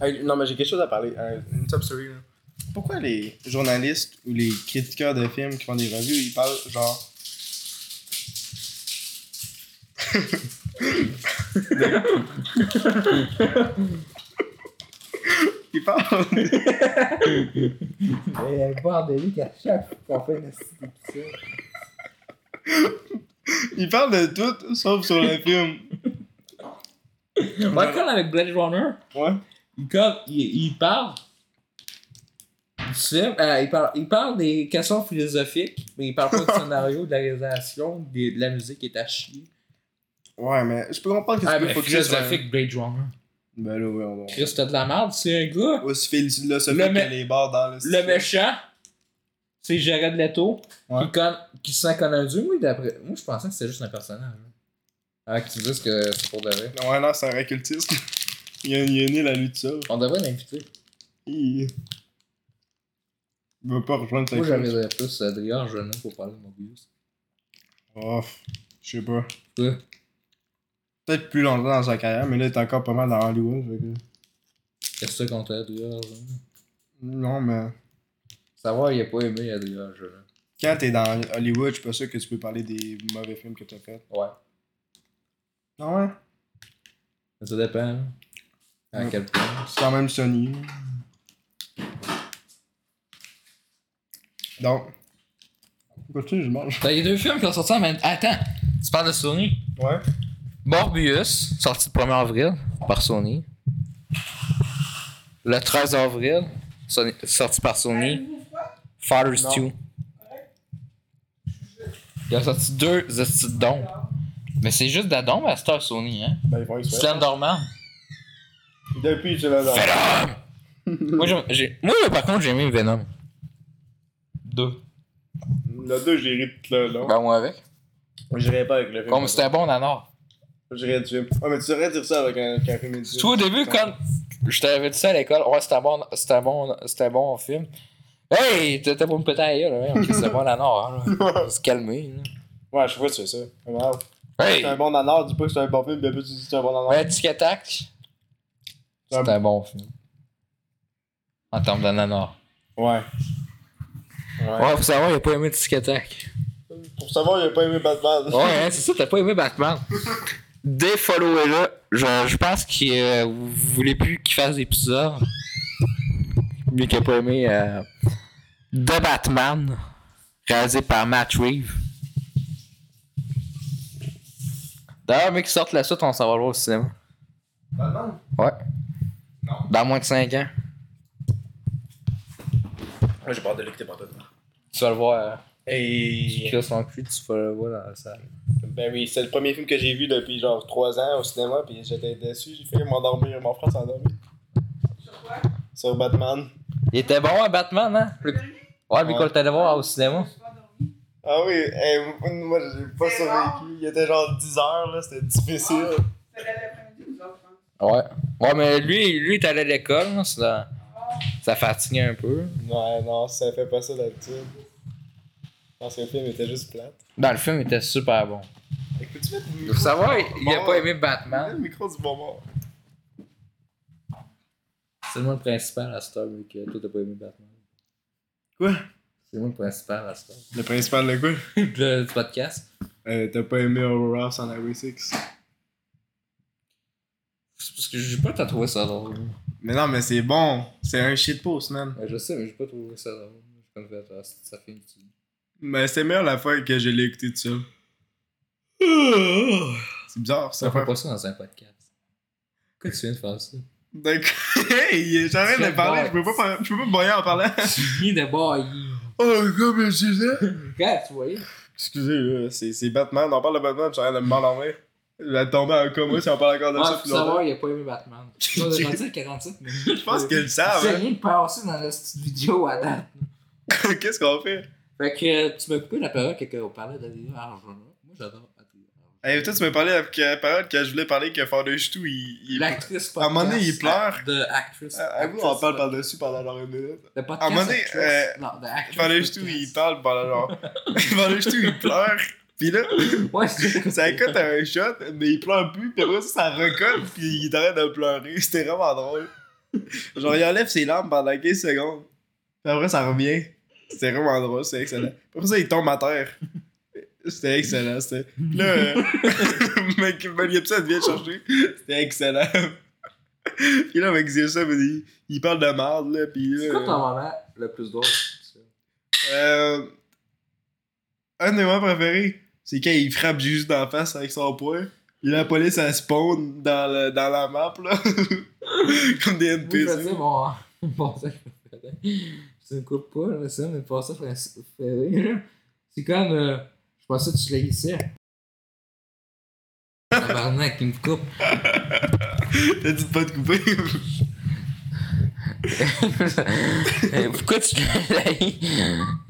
Speaker 2: Hey, non, mais j'ai quelque chose à parler. Euh, une top story. là. Pourquoi les journalistes ou les critiqueurs de films qui font des revues, ils parlent genre. ils parlent.
Speaker 1: Mais bordel, qu'à chaque fois qu'on fait une épisode.
Speaker 2: Ils parlent de tout sauf sur le film.
Speaker 6: Moi, quand avec Blade Runner,
Speaker 2: Ouais.
Speaker 6: il, comme, il, il parle du film, euh, il, parle, il parle des questions philosophiques, mais il parle pas du scénario, de la réalisation, des- de la musique qui est à chier.
Speaker 2: Ouais, mais je peux comprendre que
Speaker 6: Ah,
Speaker 2: tu peux
Speaker 6: mais
Speaker 2: focuser sur un-
Speaker 6: philosophique, Blade Runner.
Speaker 2: Ben là, ouais, on va.
Speaker 6: Chris, t'as de la merde, c'est un gars.
Speaker 2: Aussi philosophique
Speaker 6: Le
Speaker 2: le
Speaker 6: mé-
Speaker 2: que les bars dans le
Speaker 6: Le méchant, c'est Jared Leto,
Speaker 2: Ouais.
Speaker 6: qui, con- qui se sent comme un dieu. Moi, d'après- moi, je pensais que c'était juste un personnage. Ah, qui disent que c'est pour de vrai.
Speaker 2: Ouais, non, c'est un récultiste. il, a, il est né la nuit de ça.
Speaker 6: On devrait l'inviter.
Speaker 2: Il veut pas rejoindre sa
Speaker 6: Moi,
Speaker 2: cause.
Speaker 6: j'avais plus euh, Adrien Genou pour parler de Mobius.
Speaker 2: Oh, je sais pas.
Speaker 6: Ouais.
Speaker 2: Peut-être plus longtemps dans sa carrière, mais là, il est encore pas mal dans Hollywood. fait que-
Speaker 6: Qu'est-ce que ça contre Adrien Arjona?
Speaker 2: Non, mais
Speaker 6: Savoir, il a pas aimé Adrien Arjona.
Speaker 2: quand t'es dans Hollywood, je suis pas sûr que tu peux parler des mauvais films que t'as fait.
Speaker 6: Ouais.
Speaker 2: Non, ouais.
Speaker 6: Mais ça dépend. hein. À
Speaker 2: Ouais.
Speaker 6: quel point.
Speaker 2: C'est quand même Sony. Donc. Continue, je mange.
Speaker 6: Ben,
Speaker 1: T'as les deux films qui ont sorti en même Attends, tu parles de Sony
Speaker 2: Ouais.
Speaker 1: Morbius, sorti le 1er avril par Sony. Le 13 avril, Sony- sorti par Sony.
Speaker 7: Avez-vous froid?
Speaker 1: Father's Stew. Il a sorti deux estis de dons. Mais c'est juste de la dombe à cette heure, Sony, hein.
Speaker 2: Ben, ils font
Speaker 1: Tu te lèves dormant.
Speaker 2: Depuis, je l'ai dans.
Speaker 1: Moi, j'aime- j'ai- Moi, par contre, j'ai aimé Venom. Deux.
Speaker 2: Le 2, j'ai ri tout le long.
Speaker 1: Ben, moi avec.
Speaker 2: J'irais pas avec le film.
Speaker 1: Comme c'était bon, Nanor.
Speaker 2: J'irais du film. Ouais, Ah, mais tu saurais dire ça avec un, avec un film
Speaker 1: Tu vois, au début, quand je t'avais dit ça à l'école, ouais, c'était un bon, c'était un bon, c'était un bon film. Hey, t'étais pour me péter à la gueule, hein, c'était bon, Nanor. Hein, là. On va se calmer. là.
Speaker 2: Ouais, je vois que c'est ça. Wow.
Speaker 1: Hey!
Speaker 2: C'est un bon nanar, dis pas que c'est un bon film, mais plus tu dis que c'est un bon nanar.
Speaker 1: Ouais, Tic Attack.
Speaker 2: Ouais.
Speaker 1: C'était un bon film. En termes de Nanor.
Speaker 2: Ouais. Ouais.
Speaker 1: Ouais, faut savoir, il a pas aimé Tic Attack.
Speaker 2: Pour savoir, il a pas aimé Batman.
Speaker 1: Ouais, hein, c'est ça, t'as pas aimé Batman. Défollowez-le. Je, je pense que euh, vous voulez plus qu'il fasse d'épisodes. Lui qui a pas aimé euh, The Batman, réalisé par Matt Reeves. D'ailleurs, mec qui sortent la suite, on s'en va le voir au cinéma.
Speaker 2: Batman?
Speaker 1: Ouais.
Speaker 2: Non.
Speaker 1: Dans moins de 5 ans.
Speaker 2: Ouais, j'ai peur de l'écouter par dedans.
Speaker 1: Tu vas le voir. euh,
Speaker 2: Et.
Speaker 1: Tu as son cul, tu vas le voir dans la salle.
Speaker 2: Ben oui, c'est le premier film que j'ai vu depuis genre 3 ans au cinéma, puis j'étais déçu, j'ai fait m'endormir, mon frère s'est endormi.
Speaker 7: Sur quoi?
Speaker 2: Sur Batman.
Speaker 1: Il était bon, hein, Batman, hein?
Speaker 7: Le
Speaker 1: Le-
Speaker 7: dernier?
Speaker 1: Ouais, puis
Speaker 2: Ouais.
Speaker 1: quand t'allais voir au cinéma.
Speaker 7: J'ai pas dormi.
Speaker 2: Ah oui, hey, moi j'ai pas
Speaker 7: C'est
Speaker 2: survécu. Il était genre 10 heures, là, c'était difficile.
Speaker 7: C'était l'après-midi, nous autres, hein.
Speaker 1: Ouais. Ouais, mais lui, lui, t'allais à l'école, hein, ça,
Speaker 7: Oh,
Speaker 1: ça fatiguait un peu.
Speaker 2: Ouais, non, ça fait pas ça d'habitude. Parce que le film était juste plate.
Speaker 1: Dans le film, il était super bon.
Speaker 2: Écoute, tu mettre le
Speaker 1: Faut
Speaker 2: micro.
Speaker 1: savoir,
Speaker 2: du
Speaker 1: il a
Speaker 2: bonbon?
Speaker 1: pas aimé
Speaker 2: Mets Le
Speaker 1: Batman.
Speaker 2: micro du bonbon.
Speaker 1: C'est le monde principal à Star, mais que toi, t'as pas aimé Batman.
Speaker 2: Quoi
Speaker 1: C'est le monde principal à Star.
Speaker 2: Le principal de quoi
Speaker 1: Le podcast.
Speaker 2: euh, T'as pas aimé Aurora sans Highway 6
Speaker 1: C'est parce que j'ai pas tant trouvé ça drôle.
Speaker 2: Mais non, mais c'est bon. C'est un shitpost, man.
Speaker 1: Ouais, je sais, mais j'ai pas trouvé ça drôle. J'ai comme fait, ah, ça fait une petite.
Speaker 2: Mais c'est meilleur la fois que je l'ai écouté tout seul. C'est bizarre,
Speaker 1: Ça
Speaker 2: ça
Speaker 1: fait
Speaker 2: fait.
Speaker 1: pas ça dans un podcast. Pourquoi tu viens de faire ça?
Speaker 2: Donc, hey, j'arrête
Speaker 1: C'est
Speaker 2: de parler, je
Speaker 1: bon.
Speaker 2: peux pas, par- je peux pas bailler en parlant.
Speaker 1: Ni de bailler.
Speaker 2: Oh, gars, mais c'est ça.
Speaker 1: Regarde, tu voyais.
Speaker 2: Excusez, là, c'est c'est Batman. On parle de Batman, j'arrête de me m'endormir. Je vais tomber en coma si on parle encore de
Speaker 1: Ouais,
Speaker 2: ça
Speaker 1: faut
Speaker 2: plus longtemps.
Speaker 1: savoir, il a pas aimé Batman. On est rendu à 47 minutes.
Speaker 2: Je pense qu'ils le
Speaker 1: C'est
Speaker 2: savent.
Speaker 1: rien de passer dans la petite vidéo à date.
Speaker 2: hein. Qu'est-ce qu'on fait?
Speaker 1: Fait que euh, tu m'as coupé la parole quand on parlait d'Adrien Arjona. Moi, j'adore Adrien Arjona.
Speaker 2: Hey, toi, tu m'as parlé avec la parole que je voulais parler que Fondé Choutou, il. il...
Speaker 1: L'actrice
Speaker 2: À un moment donné,
Speaker 1: podcast
Speaker 2: il pleure.
Speaker 1: De actrice.
Speaker 2: Ah, ah oui, on parle par-dessus pendant genre une minute.
Speaker 1: De podcast.
Speaker 2: à un moment donné,
Speaker 1: actrice.
Speaker 2: euh,
Speaker 1: Non, de actrice.
Speaker 2: Fondé Choutou,
Speaker 1: podcast.
Speaker 2: il parle pendant genre. Fondé Choutou, il pleure. Pis là,
Speaker 1: Ouais, c'est
Speaker 2: ça cote un shot, mais il pleure plus, pis après ça, ça recolle, pis il arrête de pleurer. C'était vraiment drôle. Genre, il enlève ses larmes pendant 15 secondes. Pis après, ça revient. C'était vraiment drôle, c'était excellent. Après ça, il tombe à terre. C'était excellent, c'était. Pis Là, euh, le mec, le l'épisode vient le chercher. C'était excellent. Pis là, mec, c'est ça, mais il, il parle de merde, là, pis là.
Speaker 1: C'est quoi
Speaker 2: euh,
Speaker 1: ton moment le plus drôle?
Speaker 2: euh, un de mes moments préférés, c'est quand il frappe juste d'en face avec son poing. Puis la police, elle spawn dans, le, dans la map, là. Comme des
Speaker 1: Oui,
Speaker 2: NPC.
Speaker 1: je sais, mon. Mon passage préféré. Je te coupe pas, là, ça, mais pour ça, préféré, là. C'est comme. euh, je pensais que tu l'as ici. Tabarnak, qui me coupe.
Speaker 2: T'as dit de pas te couper.
Speaker 1: Euh, Pourquoi tu l'haïs?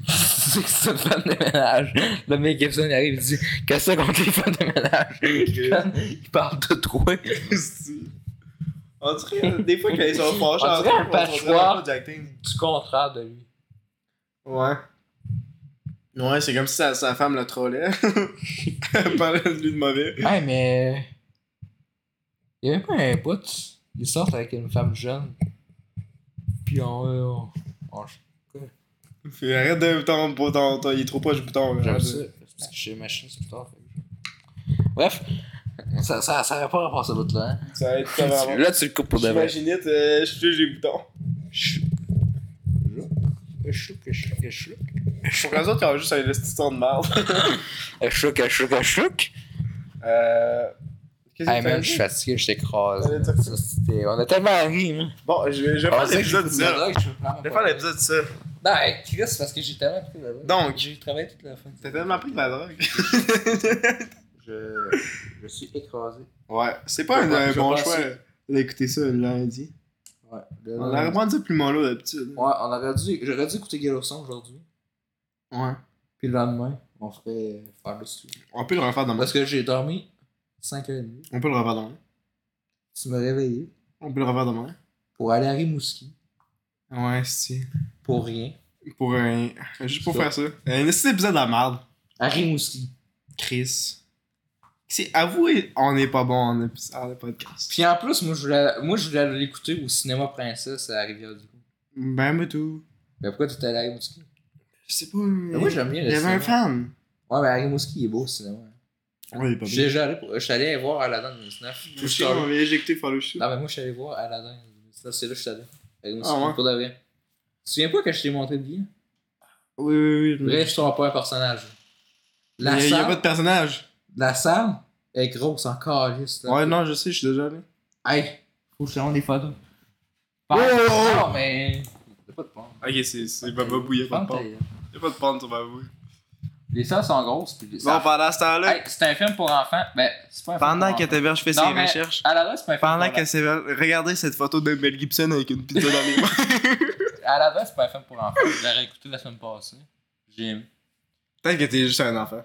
Speaker 1: C'est que c'est une femme de ménage. Le mec Gibson il arrive et dit Qu'est-ce que c'est contre les femmes de ménage? Quand il parle de toi.
Speaker 2: Esti. On dirait, des fois, quand ils sont fâchés,
Speaker 1: On dirait un
Speaker 2: ensemble, on dirait
Speaker 1: patchwork.
Speaker 2: un peu d'acting.
Speaker 1: Du contraire de lui.
Speaker 2: Ouais. Ouais, c'est comme si sa, sa femme le trollait. Elle parlait de lui de mauvais.
Speaker 1: Ouais, mais. Il y a même pas un bout. Ils sortent avec une femme jeune. Puis on. euh, on, on-
Speaker 2: Fait, arrête de ton bouton, ton- il est trop proche du bouton.
Speaker 1: J'aime
Speaker 2: arrête
Speaker 1: ça.
Speaker 2: de-
Speaker 1: C'est Parce que j'ai ma chaise plus tard. fait que- Bref, ça, ça, ça aurait pas rapport à ce bout-là. hein.
Speaker 2: Ça va être comme avant.
Speaker 1: Là, tu le coupes pour de vrai.
Speaker 2: J'imaginais, euh, je touche les boutons.
Speaker 1: Chouk, chouk, chouk.
Speaker 2: Pour les autres, ils ont juste un investisseur de merde.
Speaker 1: Chouk, chouk, chouk.
Speaker 2: Euh. Qu'est-ce
Speaker 1: Hey
Speaker 2: que t'as
Speaker 1: man, je suis
Speaker 2: dit?
Speaker 1: fatigué, je t'écrase.
Speaker 2: T'allais dire
Speaker 1: Ça, c'était- On a tellement ri, man.
Speaker 2: Bon, je vais, je vais faire l'épisode de ça. Je vais faire
Speaker 1: ça.
Speaker 2: l'épisode de ça.
Speaker 1: Non, hey, Chris, c'est parce que j'ai tellement pris la drogue.
Speaker 2: Donc.
Speaker 1: j'ai travaillé toute la fin.
Speaker 2: T'as tellement pris de la drogue.
Speaker 1: Je, je suis écrasé.
Speaker 2: Ouais, c'est pas un
Speaker 1: Ouais,
Speaker 2: euh,
Speaker 1: je
Speaker 2: bon
Speaker 1: vais
Speaker 2: choix
Speaker 1: passer.
Speaker 2: d'écouter ça le lundi.
Speaker 1: Ouais.
Speaker 2: On aurait pas dû plus mollo d'habitude.
Speaker 1: Ouais, on aurait dû. J'aurais dû écouter Galopson aujourd'hui.
Speaker 2: Ouais.
Speaker 1: Puis le lendemain.
Speaker 8: on ferait faire le studio.
Speaker 2: On peut le refaire demain.
Speaker 8: Parce que j'ai dormi 5 heures et demie.
Speaker 2: On peut le refaire demain.
Speaker 8: Tu me réveillé
Speaker 2: On peut le refaire demain.
Speaker 8: pour aller à Rimouski.
Speaker 2: Ouais, si.
Speaker 8: Pour rien.
Speaker 2: Pour un. Juste pour faire ça. Un petit épisode de la merde.
Speaker 8: À Rimouski.
Speaker 2: Chris. C'est avoué, on n'est pas bon en épi- en podcast.
Speaker 8: Puis en plus, moi, je voulais, moi, je voulais l'écouter au cinéma Princesse à Rivière-du-Loup.
Speaker 2: Ben, mais tout.
Speaker 8: Mais pourquoi tu es allé à Rimouski?
Speaker 2: Je sais pas.
Speaker 8: Mais moi, j'aime bien
Speaker 2: Mm. Il
Speaker 8: le
Speaker 2: y
Speaker 8: cinéma.
Speaker 2: avait un fan.
Speaker 8: Ouais, mais à Rimouski, il est beau le cinéma.
Speaker 2: Ouais, il est pas
Speaker 8: Je suis déjà allé pour- je suis allé voir Aladdin 2019.
Speaker 2: Je sais, on avait éjecté Follow Shoot.
Speaker 8: Non, mais moi, je suis allé voir Aladdin 2019. C'est là que je suis allé. À Rimouski,
Speaker 2: Ah ouais?
Speaker 8: pour de vrai. Tu te souviens pas que je t'ai montré le billet?
Speaker 2: Oui, oui, oui. mais-
Speaker 8: Bref, je trouve pas un personnage.
Speaker 2: Il y a-
Speaker 8: La
Speaker 2: il y a pas
Speaker 8: salle,
Speaker 2: de personnage.
Speaker 8: la salle est grosse en calice. là.
Speaker 2: Ouais, non, je sais, je suis déjà allé.
Speaker 8: Hey, faut que je te montre des photos.
Speaker 2: Oh, oh, oh.
Speaker 8: Non, mais. Y'a pas de pompe.
Speaker 2: Ok, c'est c'est Baba Bou, il n'y a pas de pente. Il n'y a pas de pente sur Baba Bou.
Speaker 1: Les salles sont grosses. Puis les
Speaker 2: Bon,
Speaker 1: salles...
Speaker 2: pendant ce temps-là,
Speaker 1: Hey, c'est un film pour enfants. Ben, c'est pas un
Speaker 2: pendant
Speaker 1: film.
Speaker 2: que Taverge fait ses
Speaker 1: Non, mais-
Speaker 2: recherches,
Speaker 1: À la base, c'est pas un film
Speaker 2: pendant
Speaker 1: pour
Speaker 2: que c'est. Regardez cette photo de Mel Gibson avec une pizza dans les mains.
Speaker 1: À la base, c'est pas un film pour enfants. Je l'ai réécouté la semaine passée. J'ai aimé.
Speaker 2: Peut-être que t'es juste un enfant.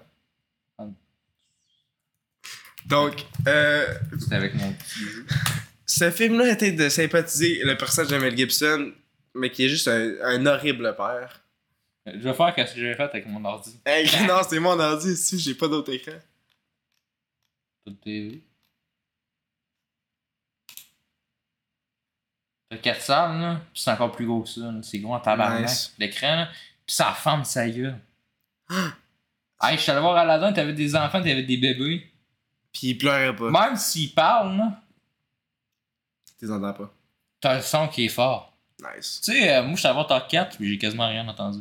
Speaker 1: Ah.
Speaker 2: Donc, euh,
Speaker 1: C'était avec mon petit.
Speaker 2: ce film-là était de sympathiser le personnage de Mel Gibson, mais qui est juste un, un horrible père.
Speaker 1: Je vais faire ce que j'ai fait avec mon ordi.
Speaker 2: Hey, non, c'est mon ordi ici, j'ai pas d'autre écran.
Speaker 1: Tout TV. T'as 400, là. Puis c'est encore plus gros que ça. là. C'est gros en tabarnak.
Speaker 2: Nice.
Speaker 1: L'écran, là. Puis ça forme sa gueule. hey, je suis allé voir Aladdin, t'avais des enfants, t'avais des bébés.
Speaker 2: Puis il pleurait pas.
Speaker 1: Même s'ils parlent, là,
Speaker 2: T'es entends pas.
Speaker 1: t'as le son qui est fort.
Speaker 2: Nice.
Speaker 1: Tu sais, euh, moi, je suis allé voir Top 4, puis j'ai quasiment rien entendu.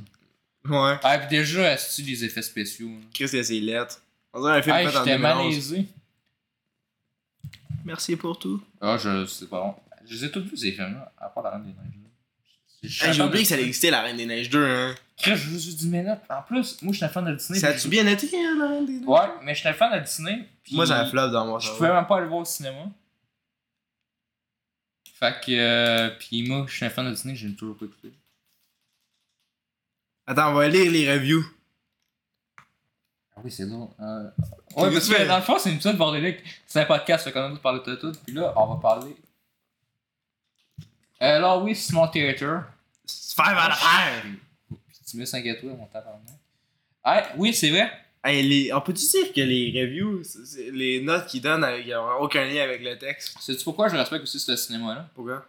Speaker 2: Ouais.
Speaker 1: Ah, puis déjà, c'est-tu les effets spéciaux? là?
Speaker 2: Chris, il a ses lettres. On dirait un film
Speaker 1: Hey,
Speaker 2: fait en
Speaker 1: j'étais
Speaker 2: 2011.
Speaker 1: malaisé.
Speaker 2: Merci pour tout.
Speaker 1: Ah, je sais pas. bon. Je les ai tous vus, ces films-là, à part La Reine des Neiges. là.
Speaker 2: Hey, j'ai oublié que ça existait, La Reine des Neiges 2, hein.
Speaker 1: Chris, je joue du minutes. En plus, moi, je suis un fan de Disney.
Speaker 2: Ça
Speaker 1: puis
Speaker 2: a-tu bien été, hein, La Reine des Neiges?
Speaker 1: je- Ouais, mais je suis un fan de Disney. puis
Speaker 2: Moi, j'ai un flop dans mon
Speaker 1: Je
Speaker 2: cerveau.
Speaker 1: pouvais même pas aller voir au cinéma. Fait que. euh, puis moi, je suis un fan de Disney, j'ai toujours pas écouté.
Speaker 2: Attends, on va lire les reviews.
Speaker 1: Ah oui, c'est drôle. Euh,
Speaker 2: T'as
Speaker 1: Ouais,
Speaker 2: vu
Speaker 1: parce
Speaker 2: ça?
Speaker 1: que dans le fond, c'est une petite bordélique. C'est un podcast, fait qu'on a tout parlé de tout. Puis là, on va parler. Euh, Alors, oui, Simon Theater.
Speaker 2: Se faire
Speaker 1: Ah,
Speaker 2: vers Ah, la terre!
Speaker 1: Tu mets 5 étoiles, mon tabarnak. Ah, oui, c'est vrai.
Speaker 2: Hey, les- on peut-tu dire que les reviews, c'est- c'est- les notes qu'ils donnent, elles n'ont aucun lien avec le texte?
Speaker 1: Sais-tu pourquoi je respecte aussi ce cinéma-là?
Speaker 2: Pourquoi?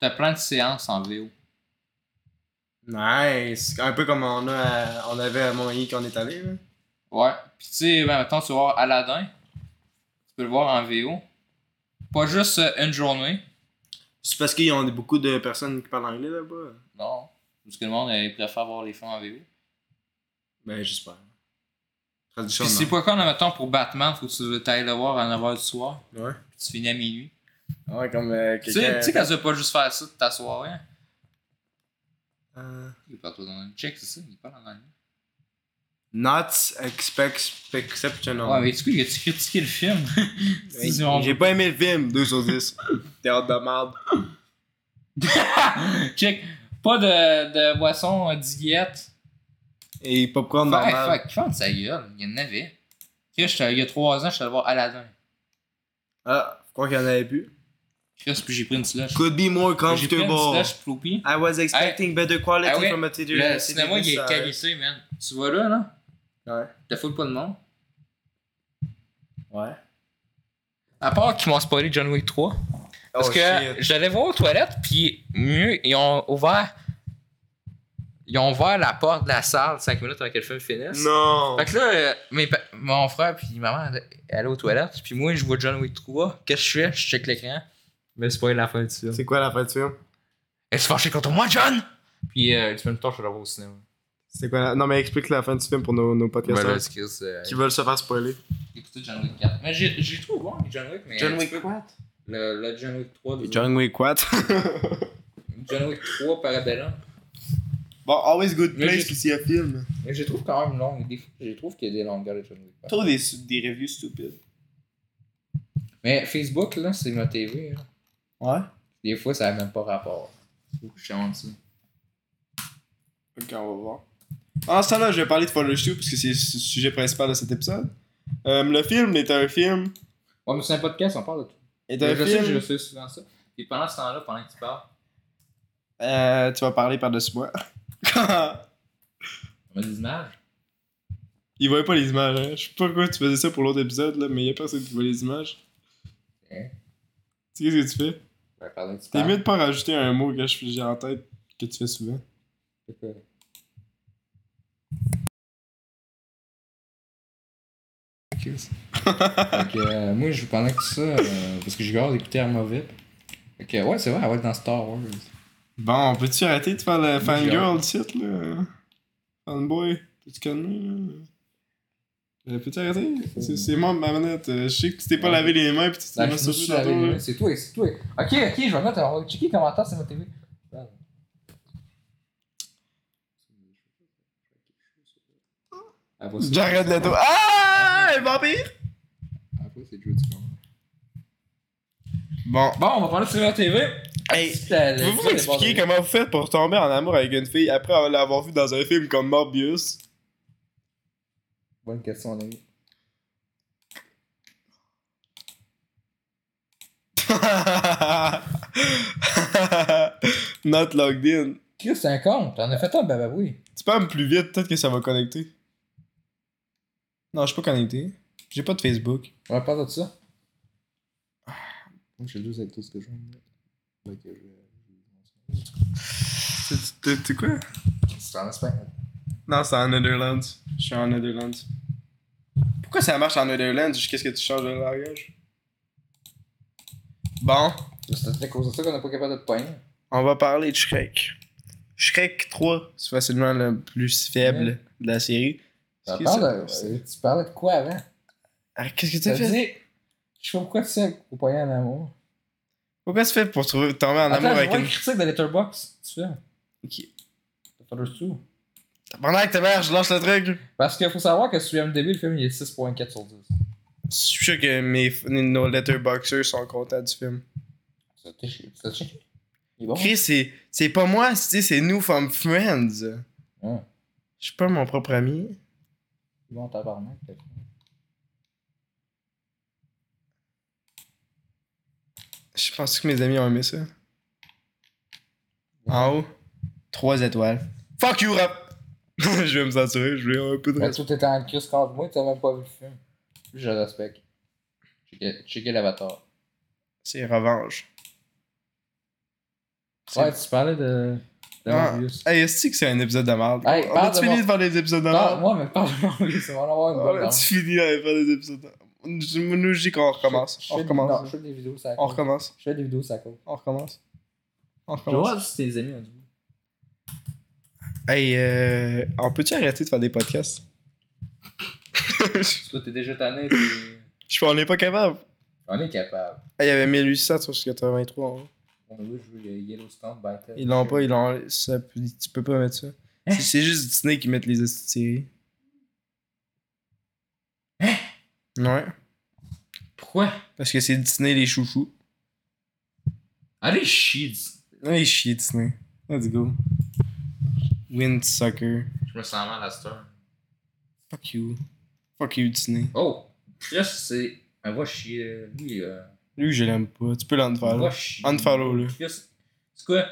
Speaker 1: T'as plein de séances en VO.
Speaker 2: Nice! Un peu comme on, a à- on avait à Montréal qu'on est allé. là.
Speaker 1: Ouais. Puis tu sais, ben, mettons, tu vas voir Aladdin. Tu peux le voir en VO. Pas juste euh, une journée.
Speaker 2: C'est parce qu'ils ont beaucoup de personnes qui parlent anglais là-bas.
Speaker 1: Non. Parce que le monde euh, il préfère voir les films en VO.
Speaker 2: Ben, j'espère. Traduction
Speaker 1: Puis c'est
Speaker 2: non.
Speaker 1: pourquoi, mettons, pour Batman, faut que tu ailles le voir à 9h du soir.
Speaker 2: Ouais.
Speaker 1: Puis tu finis à minuit.
Speaker 2: Ouais, comme euh,
Speaker 1: Tu sais,
Speaker 2: quelqu'un...
Speaker 1: tu sais quand tu veux pas juste faire ça de ta soirée. hein.
Speaker 2: Euh,
Speaker 1: Il parle pas dans le check, c'est ça. Il parle en anglais.
Speaker 2: not expect exceptional.
Speaker 1: Ouais, mais du coup, il a-tu critiqué le film?
Speaker 2: Hey,
Speaker 1: Si on-
Speaker 2: J'ai pas aimé le film, 2 sur 10. T'es hâte de merde.
Speaker 1: Check. Pas de, de boisson euh, diète.
Speaker 2: Et popcorn
Speaker 1: Fuck,
Speaker 2: normal.
Speaker 1: fuck, ferme sa gueule. Il y en avait. Chris, j'étais- il y a 3 ans, je suis allé voir Aladdin.
Speaker 2: Ah, je crois qu'il y en avait plus.
Speaker 1: Chris, puis j'ai pris une slush.
Speaker 2: Could be more
Speaker 1: J'ai pris une
Speaker 2: comfortable.
Speaker 1: slush floppy.
Speaker 2: I was expecting better quality
Speaker 1: ah ouais,
Speaker 2: from a theater.
Speaker 1: Le cinéma, il est qualité, man. Tu vois là, là?
Speaker 2: Ouais.
Speaker 1: T'as full pas de monde.
Speaker 2: Ouais.
Speaker 1: À part qu'ils m'ont spoilé John Wick 3. Parce
Speaker 2: Oh,
Speaker 1: que
Speaker 2: shit.
Speaker 1: j'allais voir aux toilettes, puis mieux, ils ont ouvert. Ils ont ouvert la porte de la salle 5 minutes avant que le film finisse.
Speaker 2: Non.
Speaker 1: Fait que là, euh, mes pa- mon frère puis maman elle- elle allait aux toilettes, puis moi je vois John Wick 3. Qu'est-ce que je fais? Je check l'écran. Mais c'est pas la fin du film.
Speaker 2: C'est quoi la fin du film?
Speaker 1: Est-ce fâché contre moi, John? Puis euh, une semaine plus tard, je suis allé voir au cinéma.
Speaker 2: C'est quoi la... Non, mais explique la fin du film pour nos, nos podcasters
Speaker 1: Voilà, excuse, euh,
Speaker 2: qui veulent se faire spoiler.
Speaker 1: écoutez John Wick 4. Mais j'ai j'ai trouvé bon avec John Wick, mais. tu peux-
Speaker 2: what?
Speaker 1: Le, le John Wick 3 de
Speaker 2: John Wick what?
Speaker 1: John Wick 3 Parabellum.
Speaker 2: bon, always good
Speaker 1: Mais
Speaker 2: place
Speaker 1: j'ai-
Speaker 2: to see a film.
Speaker 1: Mais je les trouve quand même longue. Des fois, je les trouve qu'il y a des longueurs de John Wick.
Speaker 9: Trop des, des reviews stupides.
Speaker 1: Mais Facebook, là, c'est ma TV. là.
Speaker 9: Ouais.
Speaker 1: Des fois, ça n'a même pas rapport. Faut que Je te montre ça.
Speaker 9: Ok, on va voir.
Speaker 2: En ce temps-là, Ah, je vais parler de Fallout 2 parce que c'est le su- sujet principal de cet épisode. Euh, le film est un film.
Speaker 1: Ouais, mais c'est un podcast, on parle de tout.
Speaker 2: Est un
Speaker 1: Je sais,
Speaker 2: film.
Speaker 1: je sais souvent ça.
Speaker 10: Et pendant ce temps-là, pendant que tu parles,
Speaker 2: Euh, tu vas parler par-dessus moi.
Speaker 10: on a des images.
Speaker 2: Il voyait pas les images, hein. Je sais pas pourquoi tu faisais ça pour l'autre épisode, là, mais y a personne qui voit les images.
Speaker 1: Hein?
Speaker 2: Tu sais qu'est-ce que tu fais?
Speaker 1: Ouais, pendant que tu
Speaker 2: T'es
Speaker 1: parles.
Speaker 2: mieux de pas rajouter un mot que je- j'ai en tête que tu fais souvent.
Speaker 1: C'est quoi? Fait que, euh, moi, je pendant que ça, euh, parce que j'ai hâte d'écouter Armovip. Fait que, ouais, c'est vrai, elle va être dans Star Wars.
Speaker 2: Bon, peux-tu arrêter de faire le
Speaker 1: Bizarre.
Speaker 2: fangirl du site, là? Fanboy, tu te calmes, là? Euh, Peux-tu arrêter? C'est- C'est moi ma manette. Euh, Je sais que tu t'es pas
Speaker 1: Ouais.
Speaker 2: lavé les mains pis tu t'es
Speaker 1: Là, Bah, je me suis
Speaker 2: masturbé dans
Speaker 1: lavé les
Speaker 2: ton...
Speaker 1: mains, C'est toi, c'est toi. Ok, ok, je vais mettre. On va checker les commentaires sur ma Bah. TV. Après, Ah, c'est-
Speaker 2: J'arrête le dos. Ah! Un vampire!
Speaker 1: Après, Ah, c'est Joe Ducon.
Speaker 2: Bon.
Speaker 1: Bon, on va parler de Sylvain TV.
Speaker 2: Hey,
Speaker 1: Euh,
Speaker 2: Pouvez-vous m'expliquer comment vous faites pour tomber en amour avec une fille après l'avoir vue dans un film comme Morbius?
Speaker 1: Bonne question, mon ami.
Speaker 2: Not logged in.
Speaker 1: Chris, c'est un con. T'en as fait un, bah oui.
Speaker 2: Tu parles plus vite, peut-être que ça va connecter. Non, je suis pas connecté. J'ai pas de Facebook.
Speaker 1: On va parler de ça. Moi, je suis douze avec tout ce que je veux. Ouais, que je-
Speaker 2: T'es quoi?
Speaker 1: C'est en Espagne.
Speaker 2: Non, c'est en Netherlands. Je suis en Netherlands. Pourquoi ça marche en Netherlands? Qu'est-ce que tu changes de langage? Bon.
Speaker 1: C'est à cause de ça qu'on n'est pas capable de te peindre.
Speaker 2: On va parler de Shrek. Shrek 3, c'est facilement le plus faible
Speaker 1: Ouais.
Speaker 2: de la série.
Speaker 1: Ça
Speaker 2: Est-ce que
Speaker 1: parle
Speaker 2: ça-
Speaker 1: de- euh, Tu parlais de quoi avant?
Speaker 2: Ah, Qu'est-ce que
Speaker 1: Tu
Speaker 2: tu fait?
Speaker 1: dit, je sais pas pourquoi tu sais au poignet en amour.
Speaker 2: Pourquoi tu fais pour trouver, tomber en
Speaker 1: Attends,
Speaker 2: amour
Speaker 1: je
Speaker 2: avec
Speaker 1: vois une
Speaker 2: une...
Speaker 1: critique de Letterboxd, tu fais.
Speaker 2: Ok.
Speaker 1: The Father's Two.
Speaker 2: Pendant que ta mère, je lance le truc.
Speaker 1: Parce qu'il faut savoir que sur IMDb, le film, il est 6.4 sur 10.
Speaker 2: Je suis sûr que mes, nos letterboxers sont contents du film.
Speaker 1: Ça te chier, ça te chier. Il est bon?
Speaker 2: Chris, c'est- c'est pas moi, c'est c'est nous from Friends.
Speaker 1: Ouais.
Speaker 2: Je suis pas mon propre ami.
Speaker 1: Il est bon, tabarnak. le film.
Speaker 2: Je pense que mes amis ont aimé ça. En haut, 3 étoiles. Fuck you, rap! je vais me censurer, je vais un peu de
Speaker 1: Mais tout était en crise contre moi, t'as même pas vu le film. Je le respecte. Checker- Checker l'avatar.
Speaker 2: C'est revanche. C'est-
Speaker 1: Ouais, tu parlais de. de
Speaker 2: Ah.
Speaker 1: Morbius.
Speaker 2: Hey, est-ce que c'est un épisode de merde?
Speaker 1: Hey,
Speaker 2: on
Speaker 1: parle
Speaker 2: a-tu
Speaker 1: de
Speaker 2: fini
Speaker 1: mon-
Speaker 2: de faire des épisodes de
Speaker 1: Non,
Speaker 2: merde?
Speaker 1: moi, mais pas de Morbius, on va en avoir une
Speaker 2: On
Speaker 1: bonne.
Speaker 2: a-tu fini de faire des épisodes de merde? Nous, je dis qu'on recommence.
Speaker 1: Je
Speaker 2: On
Speaker 1: fais- non,
Speaker 2: recommence.
Speaker 1: Je fais des vidéos, ça
Speaker 2: On
Speaker 1: compte.
Speaker 2: recommence.
Speaker 1: Je fais des vidéos, ça compte.
Speaker 2: On recommence. On
Speaker 1: Je vais
Speaker 2: recommence.
Speaker 1: voir si tes amis ont dit.
Speaker 2: Hey, euh, on peut-tu arrêter de faire des podcasts?
Speaker 1: Toi, t'es déjà tanné, t'es.
Speaker 2: Je suis- on n'est pas capable.
Speaker 1: On est capable.
Speaker 2: Ah, Il y avait 1800 sur 83. hein.
Speaker 1: On a vu jouer le Yellowstone Battle.
Speaker 2: Ils l'ont pas, ils l'ont. ça- Tu peux pas mettre ça. C'est- C'est juste Disney qui mettent les hosties de séries. Ouais.
Speaker 10: Pourquoi
Speaker 2: Parce que c'est Disney les chouchous.
Speaker 10: Allez, chier. dis-
Speaker 2: Là, il chie Disney. Let's go. Windsucker.
Speaker 10: Je me sens mal à cette heure.
Speaker 2: Fuck you. Fuck you, Disney.
Speaker 1: Oh! Chris, c'est. Elle va chier. Lui, euh.
Speaker 2: Lui, je l'aime pas. Tu peux
Speaker 1: Elle
Speaker 2: l'unfollow.
Speaker 1: va chier.
Speaker 2: Unfollow, là.
Speaker 1: Chris, c'est quoi?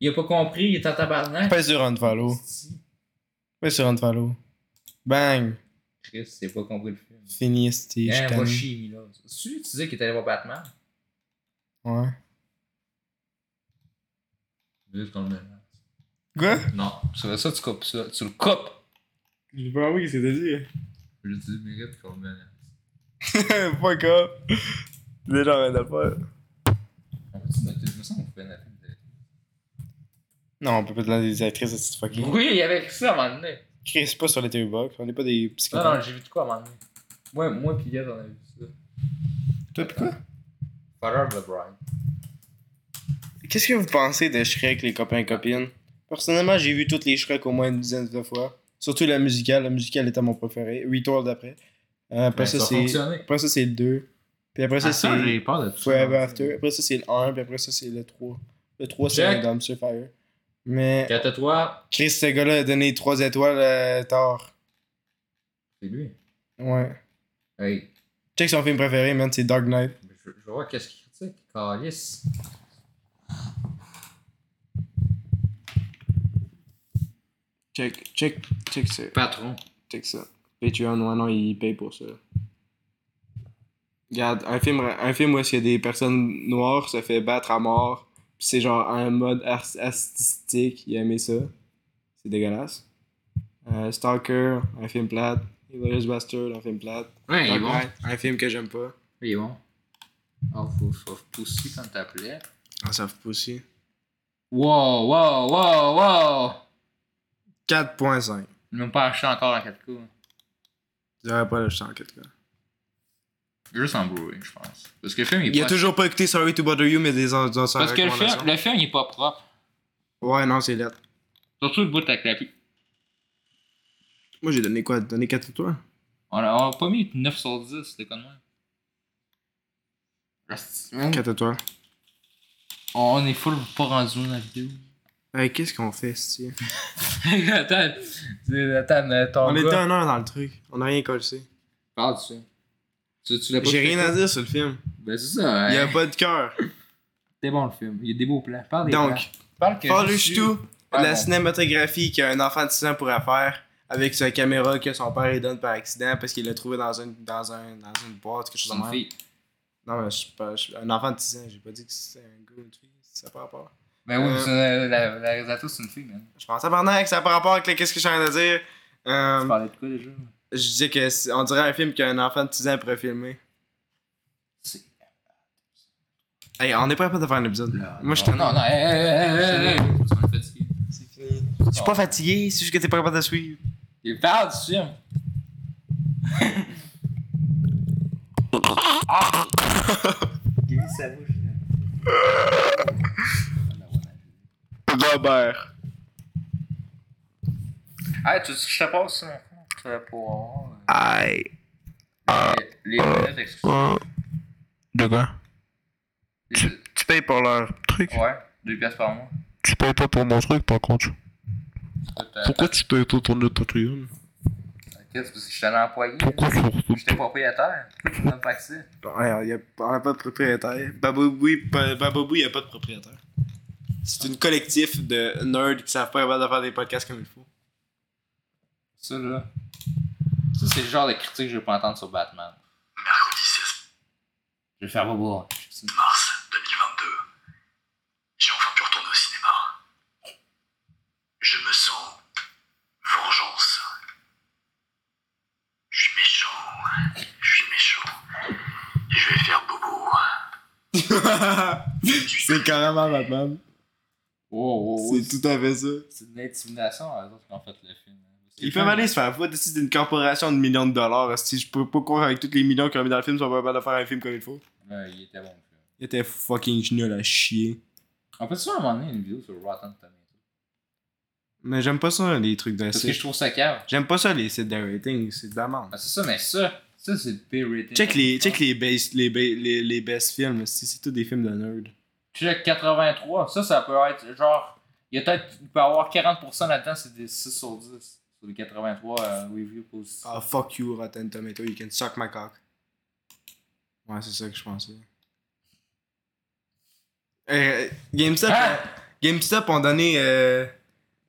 Speaker 1: Il a pas compris, il est en tabarnak.
Speaker 2: Pas sur unfollow.
Speaker 1: Si.
Speaker 2: Pas sur unfollow. Bang.
Speaker 1: Chris, il a pas compris le film.
Speaker 2: Fini, esti, je
Speaker 1: Hein, va
Speaker 2: t'aime.
Speaker 1: chier, Mila. Tu tu disais qu'il était allé voir Batman?
Speaker 2: Ouais.
Speaker 1: Juste qu'on le menace.
Speaker 2: Quoi?
Speaker 1: Non, c'est ça, tu coupes ça. Tu le coupes!
Speaker 2: J'ai pas envie que c'était dit.
Speaker 1: Je dis, mérite qu'on le menace.
Speaker 2: Fuck up. Déjà, rien à faire.
Speaker 1: On peut-tu noter? Je me sens qu'on fait une affaire de-
Speaker 2: Non, on peut pas te lancer des actrices de cette fucking.
Speaker 1: Oui, avec ça, à un moment donné.
Speaker 2: Chris, c'est pas sur les box. On est pas des
Speaker 1: Non,
Speaker 2: psychopathes.
Speaker 1: Ah, non, j'ai vu de quoi à un moment donné. Moi, moi pis Yann, on a vu ça.
Speaker 2: Toi, pis quoi?
Speaker 1: Father of the Bride.
Speaker 2: Qu'est-ce que vous pensez de Shrek, les copains et copines? Personnellement, j'ai vu toutes les Shrek au moins une dizaine de fois. Surtout la musicale. La musicale était mon préféré. 8 tours d'après. Euh, après,
Speaker 1: Ben,
Speaker 2: ça,
Speaker 1: ça a
Speaker 2: c'est...
Speaker 1: fonctionné.
Speaker 2: après ça, c'est le 2. Puis après ça,
Speaker 10: Ah, ça,
Speaker 2: c'est
Speaker 10: j'ai peur de tout ça.
Speaker 2: Forever After. Après ça, c'est le 1. Puis après ça, c'est le 3. Le 3, c'est
Speaker 1: Check.
Speaker 2: Random Surfire. Mais
Speaker 11: Quant à toi,
Speaker 2: Chris, ce gars-là a donné 3 étoiles euh, à Thor.
Speaker 11: c'est lui.
Speaker 2: Ouais.
Speaker 11: Hey,
Speaker 2: Check son film préféré, man, c'est Dark Knight.
Speaker 11: je, je vais voir qu'est-ce qu'il critique. Calice.
Speaker 2: Check, check, check ça,
Speaker 11: Patron.
Speaker 2: check ça. Patreon, ouais, non, il paye pour ça. Regarde, un film, un film où est-ce que des personnes noires se fait battre à mort, pis c'est genre un mode ar- artistique, il a aimé ça. C'est dégueulasse. Euh, Stalker, un film plate. Hilarious Bastard, un film plate.
Speaker 11: Ouais, il est
Speaker 2: Dark
Speaker 11: bon.
Speaker 2: Knight, un film que j'aime pas.
Speaker 11: Il est bon. Oh, faut, faut pousser comme t'appelais.
Speaker 2: Ah, ça fout aussi.
Speaker 1: Wow, wow, wow, wow!
Speaker 2: 4.5.
Speaker 1: J'ai même pas acheté encore en 4K.
Speaker 2: J'aurais pas l'acheter en 4K.
Speaker 1: Juste en Blu-ray, je pense. Parce que le film, il est
Speaker 2: Il a
Speaker 1: pas...
Speaker 2: toujours pas écouté Sorry to Bother You, mais des ans dans
Speaker 1: Parce que le film, le film, il est pas propre.
Speaker 2: Ouais, non, c'est lettre.
Speaker 1: Surtout le bout avec la pluie.
Speaker 2: Moi, j'ai donné quoi Donné 4 étoiles
Speaker 1: On a, on a pas mis 9 sur 10, c'est con de même. Asti, man.
Speaker 2: 4 étoiles.
Speaker 1: On est full pas rendu dans la vidéo.
Speaker 2: Hey, qu'est-ce qu'on fait, si
Speaker 1: attends, c'est- attends, mais ton
Speaker 2: On
Speaker 1: gars-
Speaker 2: était un heure dans le truc. On a rien collé.
Speaker 11: Parle du film. Tu, tu l'as pas
Speaker 2: J'ai
Speaker 11: écouté,
Speaker 2: rien
Speaker 11: toi?
Speaker 2: à dire sur le film.
Speaker 1: Ben c'est ça,
Speaker 2: Il y
Speaker 1: hein.
Speaker 2: a pas de cœur.
Speaker 1: C'était bon le film. Il y a des beaux plans. Parle des plans.
Speaker 2: Donc,
Speaker 1: Parle que
Speaker 2: parle
Speaker 1: je
Speaker 2: juste
Speaker 1: suis-
Speaker 2: tout
Speaker 1: Ah,
Speaker 2: de la
Speaker 1: bon.
Speaker 2: cinématographie qu'un enfant de 6 ans pourrait faire avec sa caméra que son père lui donne par accident parce qu'il l'a trouvé dans une, dans, un, dans une boîte, quelque
Speaker 1: C'est
Speaker 2: chose
Speaker 1: une
Speaker 2: comme ça.
Speaker 1: fille.
Speaker 2: Non, mais je suis pas. je suis- Un enfant de 6 ans, j'ai pas dit que c'est un gars ou une fille. Ça par rapport.
Speaker 1: Ben oui,
Speaker 2: Euh,
Speaker 1: parce que, euh, la, la réalisatrice, c'est une fille, man.
Speaker 2: Je pense à que ça par rapport avec le- qu'est-ce que je suis en train de dire. Euh,
Speaker 1: Tu parlais de quoi déjà?
Speaker 2: Je disais que c'est- on dirait un film qu'un enfant de 6 ans pourrait filmer.
Speaker 1: C'est-
Speaker 2: Hey, on est pas capable de faire un épisode. Moi, je suis
Speaker 1: Non, non, hey, hey, hey, hey, hey, hey. On est fatigué.
Speaker 2: Je suis pas fatigué, c'est juste que t'es pas capable de suivre.
Speaker 1: Il parle du film.
Speaker 2: Robert.
Speaker 1: Ah, tu dis que je te passe ça, euh, pour avoir,
Speaker 2: Aïe.
Speaker 1: euh, les les minutes exclusives.
Speaker 2: De quoi
Speaker 1: Les-
Speaker 2: Tu payes pour leur truc
Speaker 1: Ouais, 2 piastres par mois.
Speaker 2: Tu payes pas pour mon truc par contre.
Speaker 1: Écoute, euh,
Speaker 2: Pourquoi tu payes pas pour notre Patreon
Speaker 1: T'inquiète, c'est parce que j'étais un employé.
Speaker 2: Pourquoi tu.
Speaker 1: J'étais propriétaire. Tu me pas que ça.
Speaker 2: Ouais, y a, on a pas de propriétaire. Baboui, pa- Baboui, y a pas de propriétaire. C'est une collectif de nerds qui savent pas capable de faire des podcasts comme il faut.
Speaker 1: Ça, là. Ça, c'est le genre de critique que je veux pas entendre sur Batman. Je vais faire bobo.
Speaker 12: mars 2022, j'ai enfin pu retourner au cinéma. Je me sens vengeance. Je suis méchant, je suis méchant. Et je vais faire bobo.
Speaker 2: C'est carrément Batman.
Speaker 1: Oh, oh, oh.
Speaker 2: C'est tout à fait ça.
Speaker 1: C'est de l'intimidation, à eux autres, qui ont fait le film.
Speaker 2: Ils peuvent aller se faire foutre si c'est une corporation de millions de dollars. Si je peux pas croire avec tous les millions qu'ils ont mis dans le film, ils sont pas capables de faire un film comme il faut.
Speaker 1: Ouais, il était bon, le film.
Speaker 2: Ils étaient fucking nul à chier.
Speaker 1: On peut-tu à un moment donné une vidéo sur Rotten Tomatoes?
Speaker 2: Mais j'aime pas ça, les trucs de
Speaker 1: Parce que je trouve ça cave.
Speaker 2: J'aime pas ça, les sites de rating, c'est de la merde.
Speaker 1: Ah, c'est ça, mais ça, ça, c'est le pire rating.
Speaker 2: Check les, check les, base- les, ba- les, les best films, c'est c'est tous des films de nerd.
Speaker 1: Check 83. Ça, ça peut être genre. Il y a peut-être. Il peut y avoir 40% là-dedans, c'est des 6 sur 10. Sur les 83 euh, reviews positifs.
Speaker 2: Ah, fuck you, Rotten Tomato, you can suck my cock. Ouais, c'est ça que je pensais. Euh, GameStop,
Speaker 1: Ah!
Speaker 2: euh, GameStop ont donné. euh,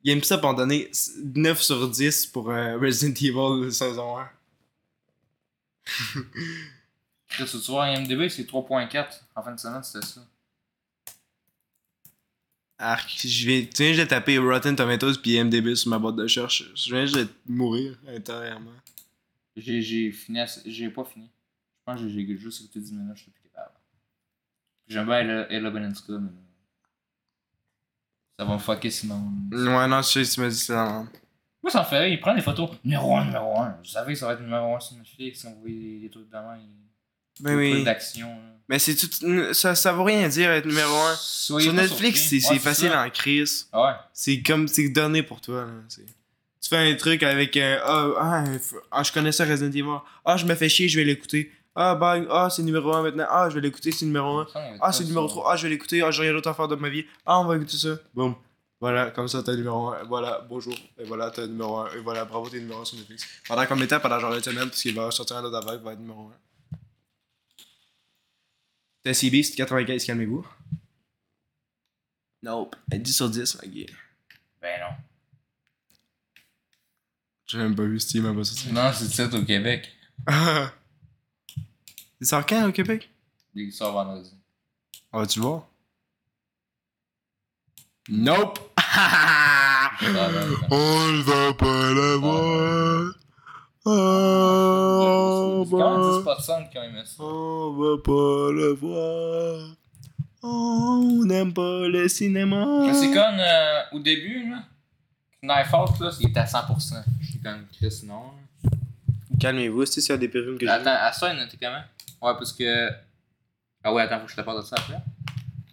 Speaker 2: GameStop ont donné s- 9 sur 10 pour euh, Resident Evil saison 1.
Speaker 1: Chris, tu vois, IMDB, c'est 3.4. En fin de semaine, c'était ça.
Speaker 2: Arc, je viens, tu viens juste de taper Rotten Tomatoes puis MDB sur ma boîte de recherche. Je viens juste de mourir intérieurement.
Speaker 1: J'ai, j'ai fini. à- J'ai pas fini. Je pense que j'ai j'ai juste écouté 10 minutes, je suis plus capable. J'aime bien Ella, Ella Beninska, mais. euh, Ça va me fucker sinon.
Speaker 2: Ouais, non, je sais, tu m'as dit c'est la merde.
Speaker 1: Moi, ça me fait rire. Il prend des photos numéro 1, numéro 1. Vous savez que ça va être numéro 1 sur Netflix si on voit des des trucs de main.
Speaker 2: Ben oui.
Speaker 1: d'action. là.
Speaker 2: Mais c'est tout. Ça, ça vaut rien dire être numéro 1.
Speaker 1: Soyez
Speaker 2: Sur
Speaker 1: pas
Speaker 2: Netflix, c'est
Speaker 1: surpris.
Speaker 2: c'est
Speaker 1: Ouais,
Speaker 2: facile hein.
Speaker 1: ça. Ah
Speaker 2: en crise.
Speaker 1: Ouais.
Speaker 2: C'est comme. C'est donné pour toi, là. C'est- Tu fais un truc avec un. Ah, ah, un f- ah, je connais ça, Resident Evil. Ah, je me fais chier, je vais l'écouter. Ah, bang. Ah, c'est numéro 1 maintenant. Ah, je vais l'écouter, c'est numéro
Speaker 1: Il
Speaker 2: 1.
Speaker 1: me semble qu'il y avait
Speaker 2: Ah,
Speaker 1: pas
Speaker 2: c'est
Speaker 1: ça.
Speaker 2: numéro 3. Ah, je vais l'écouter. Ah, j'ai rien d'autre à faire de ma vie. Ah, on va écouter ça. Boum. Voilà, comme ça, t'as le numéro 1. Voilà, bonjour. Et voilà, t'as le numéro 1. Et voilà, bravo, t'es numéro 1 sur Netflix. Pendant combien de temps Pendant genre une semaine, parce qu'il va sortir un autre avant, il va être numéro 1. T'as CB, c'est 95, calmez-vous. Nope. 10 sur 10, ma gueule.
Speaker 1: Ben non.
Speaker 2: J'ai même pas vu Steam avant ça.
Speaker 1: Non, c'est ça au Québec.
Speaker 2: Il sort quand au Québec
Speaker 1: Il sort vendredi.
Speaker 2: On va-tu le voir Nope On ne va pas l'avoir On va,
Speaker 1: quand même ça.
Speaker 2: on va pas le voir On n'aime pas le cinéma
Speaker 1: Mais c'est comme euh, au début, là. Knife Out, là, il était à 100%. J'étais comme Chris, non.
Speaker 2: Calmez-vous, c'est s'il y a des pérumes que
Speaker 1: Attends, à ça, il notait comment Ouais, parce que. Ah ouais, attends, faut que je te parle de ça après.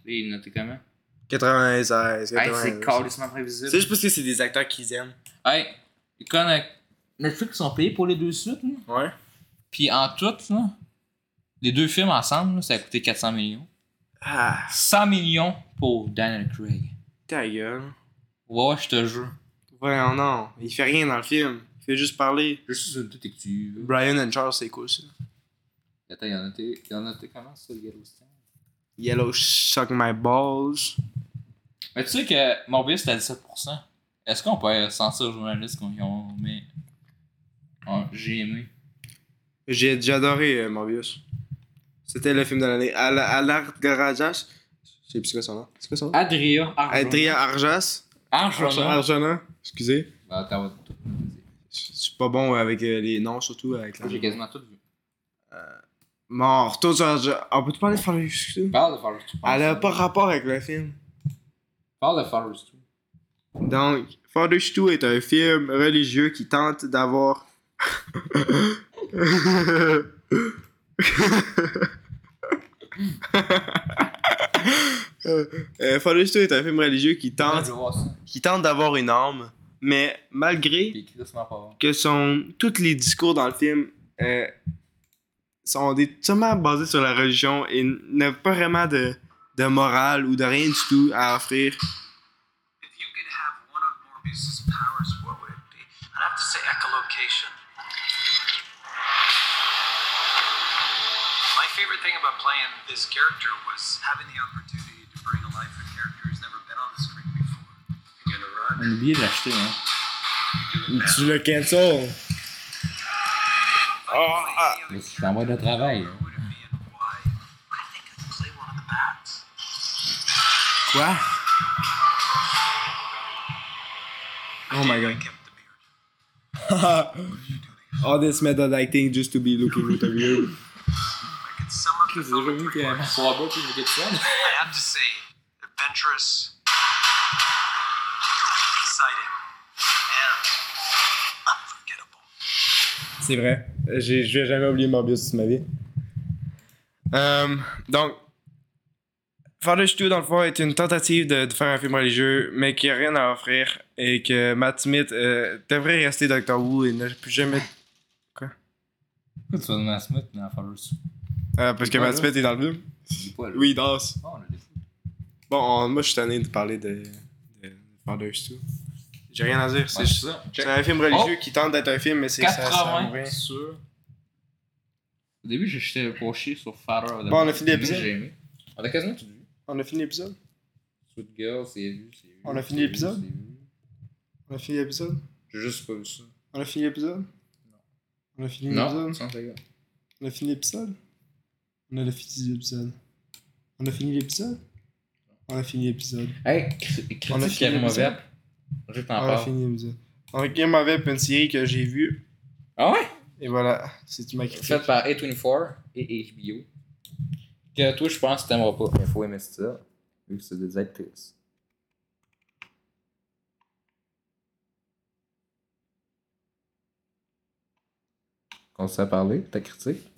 Speaker 1: Et il notait comment
Speaker 2: 96,
Speaker 1: Hey, c'est
Speaker 2: 96.
Speaker 1: carrément
Speaker 2: C'est
Speaker 1: prévisible.
Speaker 2: juste parce que c'est des acteurs qu'ils aiment.
Speaker 1: Hey, ils connectent. Netflix, ils sont payés pour les deux suites, là.
Speaker 2: Ouais.
Speaker 1: Puis en tout, là, les deux films ensemble, là, ça a coûté 400 millions.
Speaker 2: Ah,
Speaker 1: 100 millions pour Daniel Craig.
Speaker 2: ta gueule.
Speaker 1: Ouais, je te jure.
Speaker 2: Voyons, non. Il fait rien dans le film. Il fait juste parler.
Speaker 1: Je suis un détective.
Speaker 2: Brian and Charles, c'est cool ça.
Speaker 1: Attends, il y en a il y en a comment ça, le Yellowstone?
Speaker 2: Yellow suck my balls.
Speaker 1: Mais tu sais que Morbius, c'est à 17%. Est-ce qu'on peut sentir aux journalistes qu'on ont aimé? Ah, J'ai aimé.
Speaker 2: J'ai j'ai adoré euh, Morbius. C'était le film de l'année. Al- Alard Garajas. Je sais plus c'est quoi son nom. C'est quoi son nom?
Speaker 1: Adria.
Speaker 2: Adrien Arjas.
Speaker 1: Arjona.
Speaker 2: Arjona. Excusez.
Speaker 1: Bah, t'as tout dit.
Speaker 2: Je je suis pas bon avec euh, les noms, surtout avec la.
Speaker 1: J'ai quasiment tout vu.
Speaker 2: Mort. Tous Arja- On peut-tu parler de Farley excusez?
Speaker 1: Parle de Forrest Gump.
Speaker 2: Elle a pas rapport avec le film.
Speaker 1: Parle de Forrest Gump.
Speaker 2: Donc, Father Stu est un film religieux qui tente d'avoir. euh, Father Stu est un film religieux qui
Speaker 1: Je
Speaker 2: tente,
Speaker 1: vais voir ça.
Speaker 2: qui tente d'avoir une âme, mais malgré
Speaker 1: Puis Chris m'a pas voir.
Speaker 2: que son, tous les discours dans le film euh, sont des, seulement basés sur la religion et n- n'ont pas vraiment de, de morale ou de rien du tout à offrir.
Speaker 12: If you could have one of Morbius's powers, what would it be? I'd have to say echolocation. My favorite thing about playing this character was having the opportunity to bring alive a character who's never been on the screen before. You're gonna run.
Speaker 1: On a oublié de l'acheter, hein.
Speaker 2: Tu le cancel.
Speaker 1: Mais c'est en mode de travail, hein.
Speaker 12: Would it be and why? I think I could play one of the bats.
Speaker 2: Quoi? Oh my god. Ah, All this method acting just to be looking at you.
Speaker 12: I could sum up the film in three words.
Speaker 1: Pour avoir plus de questions.
Speaker 12: I have to say, adventurous, exciting, and unforgettable.
Speaker 2: C'est vrai. J'ai- Je vais jamais oublier Morbius toute ma vie. Euh, donc, Father Stu, dans le fond, est une tentative de, de faire un film religieux, mais qui a rien à offrir et que Matt Smith euh, devrait rester Doctor Who et ne plus jamais.
Speaker 1: Pourquoi tu vas donner à Smith dans Forrest Gump?
Speaker 2: Euh, parce que Matt Smith est dans le film.
Speaker 1: Dis pas, là.
Speaker 2: Oui, il danse.
Speaker 1: Oh, on a des fous.
Speaker 2: Bon, on- moi, je suis tanné de parler de, de Father Stu. J'ai rien à dire. C'est
Speaker 1: Ouais, c'est ça.
Speaker 2: c'est
Speaker 1: Check.
Speaker 2: un film religieux qui tente d'être un film, mais c'est ça. ça
Speaker 1: 80
Speaker 2: mourir.
Speaker 1: sur. Au début, j'étais poché sur Father of the
Speaker 2: Bon, on a
Speaker 1: Month.
Speaker 2: fini l'épisode.
Speaker 1: J'ai aimé. On a quasiment tout vu.
Speaker 2: On a fini l'épisode
Speaker 1: Sweet Girl, c'est vu, c'est vu.
Speaker 2: On a fini
Speaker 1: c'est vu,
Speaker 2: l'épisode?
Speaker 1: c'est vu.
Speaker 2: On a fini l'épisode
Speaker 1: J'ai juste pas vu ça.
Speaker 2: On a fini l'épisode On a fini
Speaker 1: Non,
Speaker 2: l'épisode
Speaker 1: sans ta gueule.
Speaker 2: On a fini l'épisode On a fini l'épisode On a fini l'épisode On a fini l'épisode.
Speaker 1: Hey, cri-
Speaker 2: On a
Speaker 1: critique
Speaker 2: fini
Speaker 1: Karim
Speaker 2: l'épisode? Ah,
Speaker 1: Overt. Je t'en
Speaker 2: On a
Speaker 1: parle.
Speaker 2: fini l'épisode. Donc, Game of Ebb, une série que j'ai vue.
Speaker 1: Ah ouais?
Speaker 2: Et voilà, c'est ma critique.
Speaker 1: Faite par A24 et HBO. Que toi, je pense que t'aimeras pas. Mais faut aimer ça. Vu que c'est des actrices. Qu'on s'est parlé, ta critique.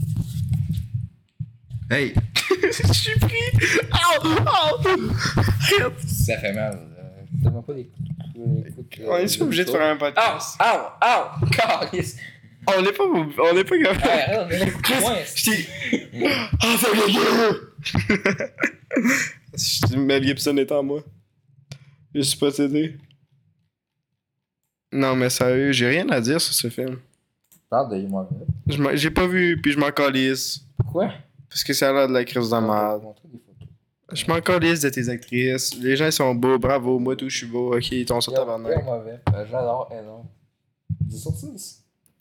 Speaker 1: Hey!
Speaker 2: Je suis pris
Speaker 1: Ça fait mal. Euh, Donne-moi pas des coups. des coups de-
Speaker 2: On est obligé de faire un podcast.
Speaker 1: Ow! Ow! Calice!
Speaker 2: Ah, On n'est pas, on n'est pas
Speaker 1: Hey,
Speaker 2: capable.
Speaker 1: arrête, on est là, coups de poing, c'est-
Speaker 2: J'étais. Ah, fuck le gueule! Mel Gibson est en moi. Je suis possédé. Non, mais sérieux, j'ai rien à dire sur ce film.
Speaker 1: Parle de Immobilier.
Speaker 2: Je m'en- J'ai pas vu, puis je m'en calisse.
Speaker 1: Pourquoi?
Speaker 2: Parce que ça a l'air de la crise de
Speaker 1: Je vais
Speaker 2: merde.
Speaker 1: te montrer des photos.
Speaker 2: Je m'en calisse de tes actrices. Les gens, ils sont beaux, bravo, moi tout, je suis beau. Ok, ils t'ont sur
Speaker 1: Pire
Speaker 2: tabarnak.
Speaker 1: mauvais. Euh, J'adore Elon. 10 sur 10.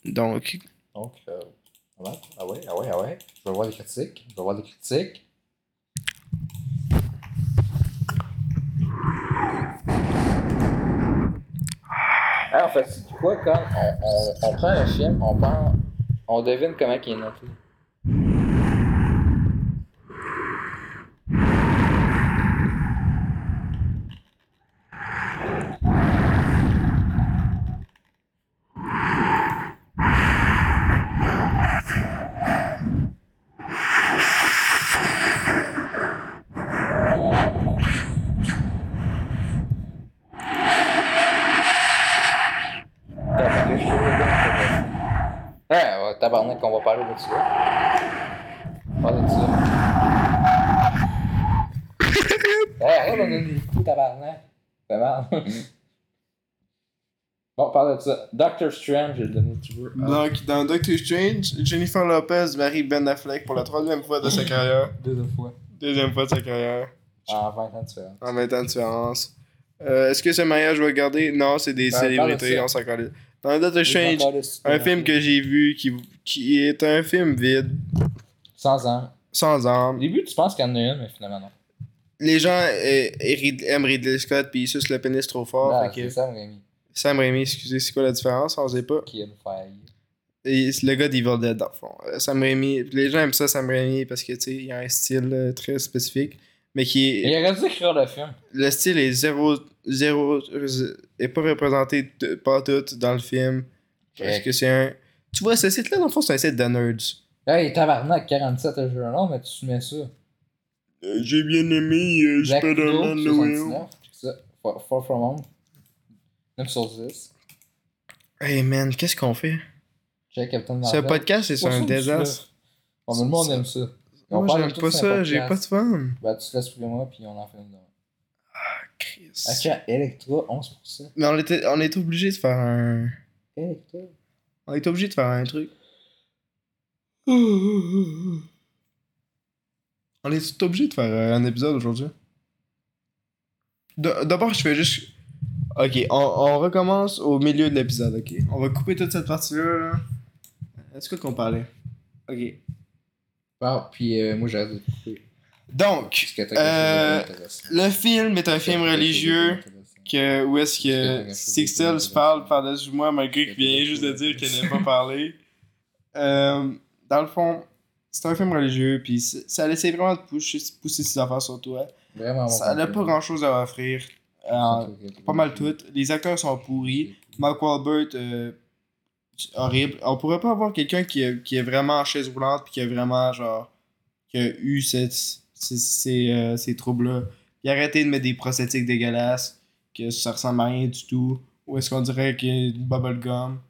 Speaker 2: Donc,
Speaker 1: Donc, euh, voilà. Ah ouais, ah ouais, ah ouais. Je vais voir des critiques. Je vais voir des critiques. Ah, en fait, c'est quoi quand on, on, on prend un film, on prend, on devine comment il est noté. Tabarnak, je trouve le bon, tabarnak. Ah, ouais, tabarnak, on va parler de ça. On va Parler de ça. Eh, arrête de donner des coups, tabarnak. C'est marrant. Bon, parle de ça. Doctor Strange, j'ai donné tu veux. Ah,
Speaker 2: donc, dans Doctor Strange, Jennifer Lopez marie Ben Affleck pour la troisième fois de sa carrière.
Speaker 1: Deux fois.
Speaker 2: Deuxième fois de sa carrière.
Speaker 1: En 20 ans différents.
Speaker 2: En 20 ans de différence. Euh, Est-ce que ce mariage va garder Non, c'est des
Speaker 1: Ben, parle de
Speaker 2: célébrités,
Speaker 1: ça.
Speaker 2: on s'en calisse. Dans Doctor Strange, un film que j'ai vu qui, qui est un film vide,
Speaker 1: Sans âme.
Speaker 2: sans
Speaker 1: Au
Speaker 2: âme.
Speaker 1: début, tu penses qu'il y en a une, mais finalement, non.
Speaker 2: Les gens euh, Rid- aiment Ridley Scott puis ils sucent le pénis trop fort.
Speaker 1: Ah, c'est
Speaker 2: fait que-
Speaker 1: Sam Raimi
Speaker 2: Sam Raimi, excusez, c'est quoi la différence On sait pas.
Speaker 1: qui a une faille.
Speaker 2: Et c'est le gars d'Evil Dead, dans le fond. Euh, Sam Raimi, les gens aiment ça, Sam Raimi, parce que, tu sais, il a un style euh, très spécifique, mais qui est-
Speaker 1: Il aurait dû écrire le film.
Speaker 2: le style est zéro, zéro, est pas représenté t- pas tout dans le film. Parce
Speaker 1: Correct.
Speaker 2: que c'est un. Tu vois, ce site-là, dans le fond, c'est un site de nerds.
Speaker 1: Hey, tabarnak, 47 à jeu non, mais tu mets ça.
Speaker 2: Euh, J'ai bien aimé euh,
Speaker 1: Black Widow, 79, check ça. Far, Far From Home, 9 sur 10.
Speaker 2: Hey man, qu'est-ce qu'on fait?
Speaker 1: Check Captain
Speaker 2: Ce
Speaker 1: Marvel.
Speaker 2: podcast, c'est
Speaker 1: Pas
Speaker 2: un
Speaker 1: sûr que tu
Speaker 2: désastre.
Speaker 1: l'as. Bon, mais le monde aime ça. Et on
Speaker 2: Moi,
Speaker 1: parle
Speaker 2: j'aime
Speaker 1: tout
Speaker 2: pas
Speaker 1: sur un
Speaker 2: ça,
Speaker 1: podcast.
Speaker 2: j'ai pas de fun.
Speaker 1: Bah, tu te laisses plus moi, puis on en fait une demain.
Speaker 2: Chris.
Speaker 1: Achat Electra, 11%.
Speaker 2: Mais on était, on était obligé de faire un.
Speaker 1: Electra.
Speaker 2: On était obligé de faire un truc. On est tout obligé de faire euh, un épisode aujourd'hui. D- D'abord, je fais juste. Ok, on, on recommence au milieu de l'épisode, ok. On va couper toute cette partie-là. là. Est-ce que qu'on parlait Ok.
Speaker 1: Bon, puis euh, moi, j'arrête de te couper.
Speaker 2: Donc,
Speaker 1: Parce que t'as
Speaker 2: Euh,
Speaker 1: quelque chose de bien intéressant.
Speaker 2: le film est
Speaker 1: Quelque
Speaker 2: un film
Speaker 1: chose de bien
Speaker 2: religieux.
Speaker 1: intéressant.
Speaker 2: que où est-ce que Sixtel se parle par-dessus moi malgré qu'il vient juste de dire qu'elle n'a pas parlé. Euh, dans le fond, c'est un film religieux, puis c- ça laissait vraiment de pousser, pousser ses affaires sur toi.
Speaker 1: Vraiment bon
Speaker 2: Ça n'a
Speaker 1: film.
Speaker 2: pas grand-chose à offrir.
Speaker 1: Ah,
Speaker 2: Euh, pas mal toutes. Les acteurs sont pourris. Mark Wahlberg, euh, horrible. On pourrait pas avoir quelqu'un qui, est- qui est vraiment en chaise roulante puis qui a vraiment, genre, qui a eu cette, ces, ces, euh, ces troubles-là. Puis arrêter de mettre des prosthétiques dégueulasses, que ça ressemble à rien du tout. Ou est-ce qu'on dirait qu'il y a du bubblegum?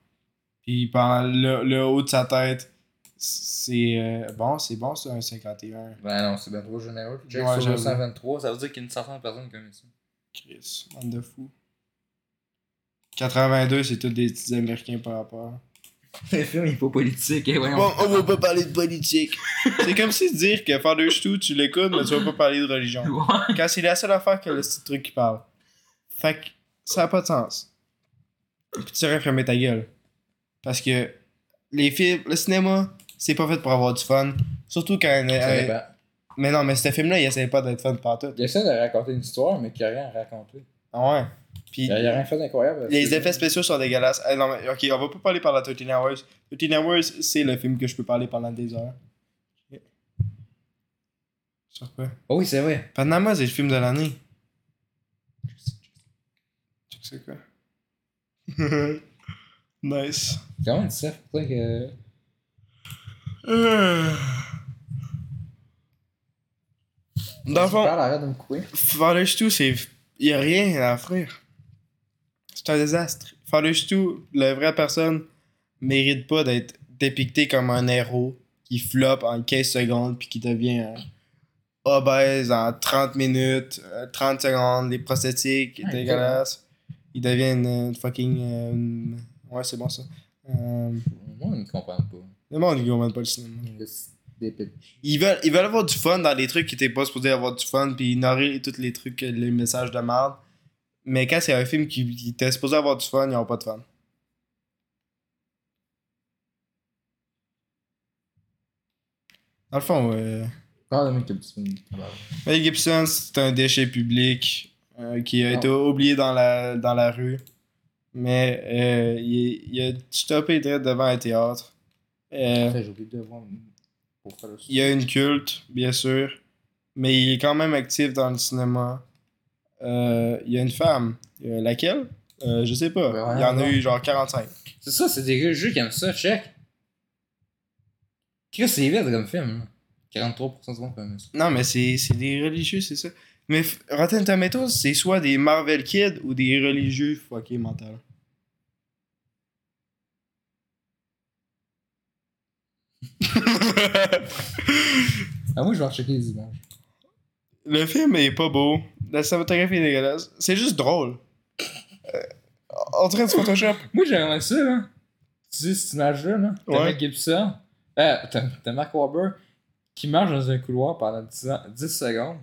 Speaker 2: Puis pendant le, le haut de sa tête, c'est euh, bon, c'est bon, c'est un 51.
Speaker 1: Ben non, c'est bien trop généreux. Check
Speaker 2: Ouais,
Speaker 1: sur
Speaker 2: j'avoue.
Speaker 1: 123, ça veut dire qu'il y a une certaine personne comme ça.
Speaker 2: Chris, bande de fou. 82, c'est tous des petits Américains par rapport.
Speaker 1: Le film est pas politique, et voyons.
Speaker 2: Bon, on va pas parler de politique. c'est comme si dire que faire deux ch'tous, tu l'écoutes, mais tu vas pas parler de religion. Quand c'est la seule affaire que le petit truc qui parle. Fait que ça a pas de sens. Puis tu devrais fermer ta gueule. Parce que les films, le cinéma, c'est pas fait pour avoir du fun. Surtout quand.
Speaker 1: Ça
Speaker 2: euh,
Speaker 1: dépend.
Speaker 2: mais non, mais ce film-là, il essayait pas d'être fun partout.
Speaker 1: Il essaie de raconter une histoire, mais qu'il n'y a rien à raconter.
Speaker 2: Ah ouais. Puis
Speaker 1: Il n'y a rien fait d'incroyable.
Speaker 2: Les effets spéciaux sont dégueulasses. Ah, non, mais, ok, on va pas parler par la 13 Hours. 13 Hours, c'est le film que je peux parler pendant des heures. Ok. Sur quoi
Speaker 1: Oh oui, c'est vrai.
Speaker 2: Panama, c'est le film de l'année. Tu sais quoi Nice.
Speaker 1: Comment même ça, pour ça que.
Speaker 2: Euh. Dans le
Speaker 1: Tu
Speaker 2: fond,
Speaker 1: parles, arrête de me couper.
Speaker 2: Father Stu, c'est. Y a rien à offrir. C'est un désastre. Father Stu, la vraie personne, mérite pas d'être dépicté comme un héros qui floppe en 15 secondes puis qui devient un, obèse en 30 minutes, euh, 30 secondes, les prosthétiques,
Speaker 1: Ouais,
Speaker 2: dégueulasses. Ils deviennent euh, une fucking. euh, une- Ouais, c'est bon ça. Euh,
Speaker 1: Moi, on ne comprend pas.
Speaker 2: Le monde, ils comprennent pas le cinéma.
Speaker 1: Le s- des pét-
Speaker 2: Ils veulent, ils veulent avoir du fun dans des trucs qui étaient pas supposés avoir du fun, puis ignorer tous les trucs, les messages de merde. Mais quand c'est un film qui, qui était supposé avoir du fun, ils ont pas de fun. Dans le fond, ouais.
Speaker 1: Ah, le mec qui a petit peu de tabac.
Speaker 2: Mel Gibson, c'est un déchet public euh, qui a
Speaker 1: Non.
Speaker 2: été oublié dans la, dans la rue. Mais euh, il, il a stoppé direct devant un théâtre. Euh,
Speaker 1: Putain, J'ai oublié de voir pour faire le
Speaker 2: il y a une culte, bien sûr, mais il est quand même actif dans le cinéma. Euh, il y a une femme. Euh, laquelle Euh, Je sais pas.
Speaker 1: Ben,
Speaker 2: il y en a
Speaker 1: non.
Speaker 2: eu genre 45.
Speaker 1: C'est ça, c'est des jeux qui aiment ça, check. Chris, c'est vide comme film. là. 43% de monde quand même.
Speaker 2: Non, mais c'est c'est des religieux, c'est ça. Mais f- Rotten Tomatoes, c'est soit des Marvel Kids ou des religieux fuckés mental.
Speaker 1: Ah, moi, je vais rechecker les images.
Speaker 2: Le film est pas beau. La cinématographie est dégueulasse. C'est juste drôle. Euh, en train de Photoshop.
Speaker 1: Moi, j'aimerais ça, là. Tu sais, cette image-là, là. T'as
Speaker 2: Ouais.
Speaker 1: Mel Gibson. Euh, t'as t'as Mark Wahlberg qui marche dans un couloir pendant 10, ans- 10 secondes.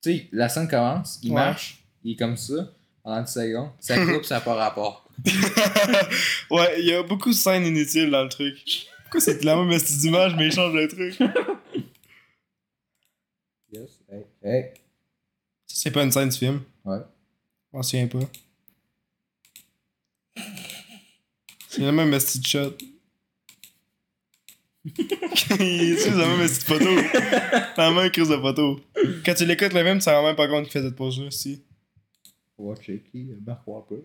Speaker 1: Tu sais, la scène commence, il
Speaker 2: Ouais.
Speaker 1: marche, il est comme ça pendant 10 secondes. Ça coupe, ça n'a pas rapport.
Speaker 2: ouais, il y a beaucoup de scènes inutiles dans le truc. Pourquoi c'est la même astuce d'image, mais ils changent le truc? Ça,
Speaker 1: Yes. Hey, hey.
Speaker 2: c'est pas une scène du film.
Speaker 1: Ouais.
Speaker 2: Je m'en souviens pas. C'est la même astuce de shot. c'est la même astuce de photo. La même crise de photo. Quand tu l'écoutes le même, tu te rends même pas compte qu'il fait cette pause-là aussi.
Speaker 1: On va checker euh, Mark Wahlberg.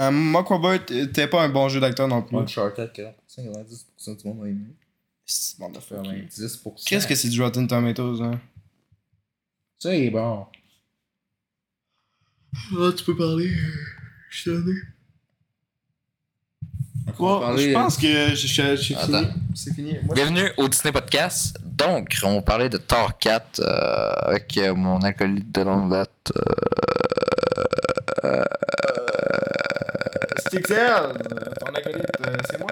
Speaker 2: Euh, Mark Wahlberg, t'es pas un bon jeu d'acteur non plus.
Speaker 1: Uncharted, 40%, 90% du monde a aimé.
Speaker 2: C'est bon de
Speaker 1: Faire
Speaker 2: faire.
Speaker 1: un 10%.
Speaker 2: Qu'est-ce que c'est du Rotten Tomatoes, hein?
Speaker 1: Ça, il est bon.
Speaker 13: Ah, tu peux parler. Je suis donné.
Speaker 2: Bon,
Speaker 1: parler- euh,
Speaker 2: je pense que je- je- je- c'est
Speaker 1: Attends.
Speaker 2: fini. C'est fini. Moi,
Speaker 1: Bienvenue au Disney Podcast. Donc, on parlait de Thor 4 euh, avec euh, mon acolyte de longue date. euh,
Speaker 2: c'est XL. Ton acolyte, euh, c'est moi.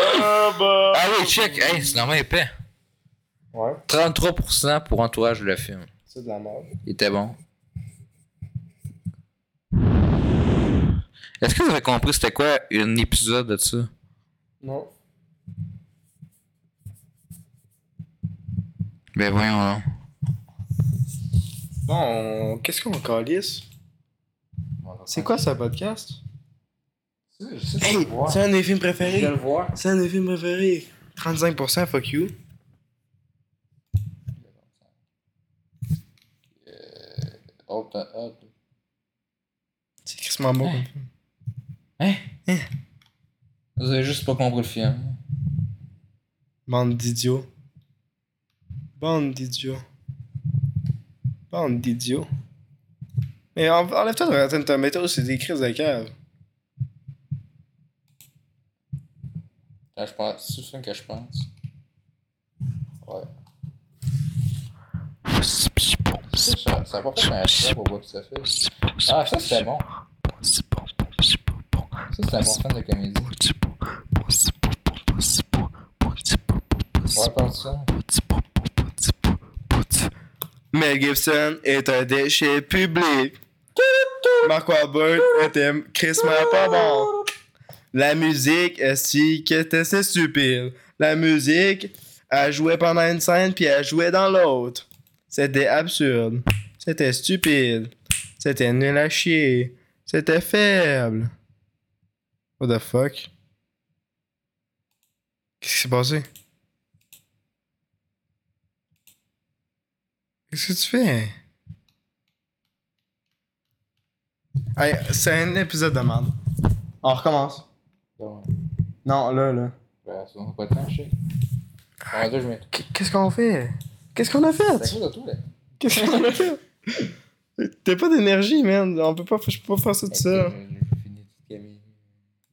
Speaker 1: Ah oui, check! Hey, c'est normal épais.
Speaker 2: Ouais,
Speaker 1: 33% pour entourage le film.
Speaker 2: c'est de la merde.
Speaker 1: Il était bon. Est-ce que vous avez compris c'était quoi un épisode de ça?
Speaker 2: Non.
Speaker 1: Ben voyons là.
Speaker 2: Bon, on- qu'est-ce qu'on calisse? C'est quoi ce podcast? Hey, c'est un de mes films préférés.
Speaker 1: le voir.
Speaker 2: C'est un de mes films préférés. 35%, fuck you.
Speaker 1: euh,
Speaker 2: C'est crissement bon.
Speaker 1: Hey. Vous avez juste pas compris le film.
Speaker 2: Bande d'idiots. Bande d'idiots. Bande d'idiots. Mais en- enlève-toi de Rotten Tomatoes, c'est des crises de cave.
Speaker 1: Là, je pense. C'est le film que je pense. Ouais. Ça, ça va pas faire un flop au bout de ça fait. Ah, ça c'était bon. Ça c'est un bon film de comédie. Ouais, parle de ça.
Speaker 2: Mel Gibson est un déchet public. Mark Wahlberg était crissement pas bon. La musique, si que c'était c'est stupide. La musique, elle jouait pendant une scène puis elle jouait dans l'autre. C'était absurde. C'était stupide. C'était nul à chier. C'était faible. What the fuck? Qu'est-ce qui s'est passé? Qu'est-ce que tu fais? Hey, c'est un épisode de merde. On recommence.
Speaker 1: Bon,
Speaker 2: Non, là, là.
Speaker 1: ben, ça va pas le temps, je sais. Bon, là, je mets.
Speaker 2: Qu'est-ce qu'on fait? Qu'est-ce qu'on a fait?
Speaker 1: C'est à cause de toi, là.
Speaker 2: Qu'est-ce qu'on a fait? T'as pas d'énergie, man. On peut pas, je peux pas faire ça tout seul.
Speaker 11: Euh,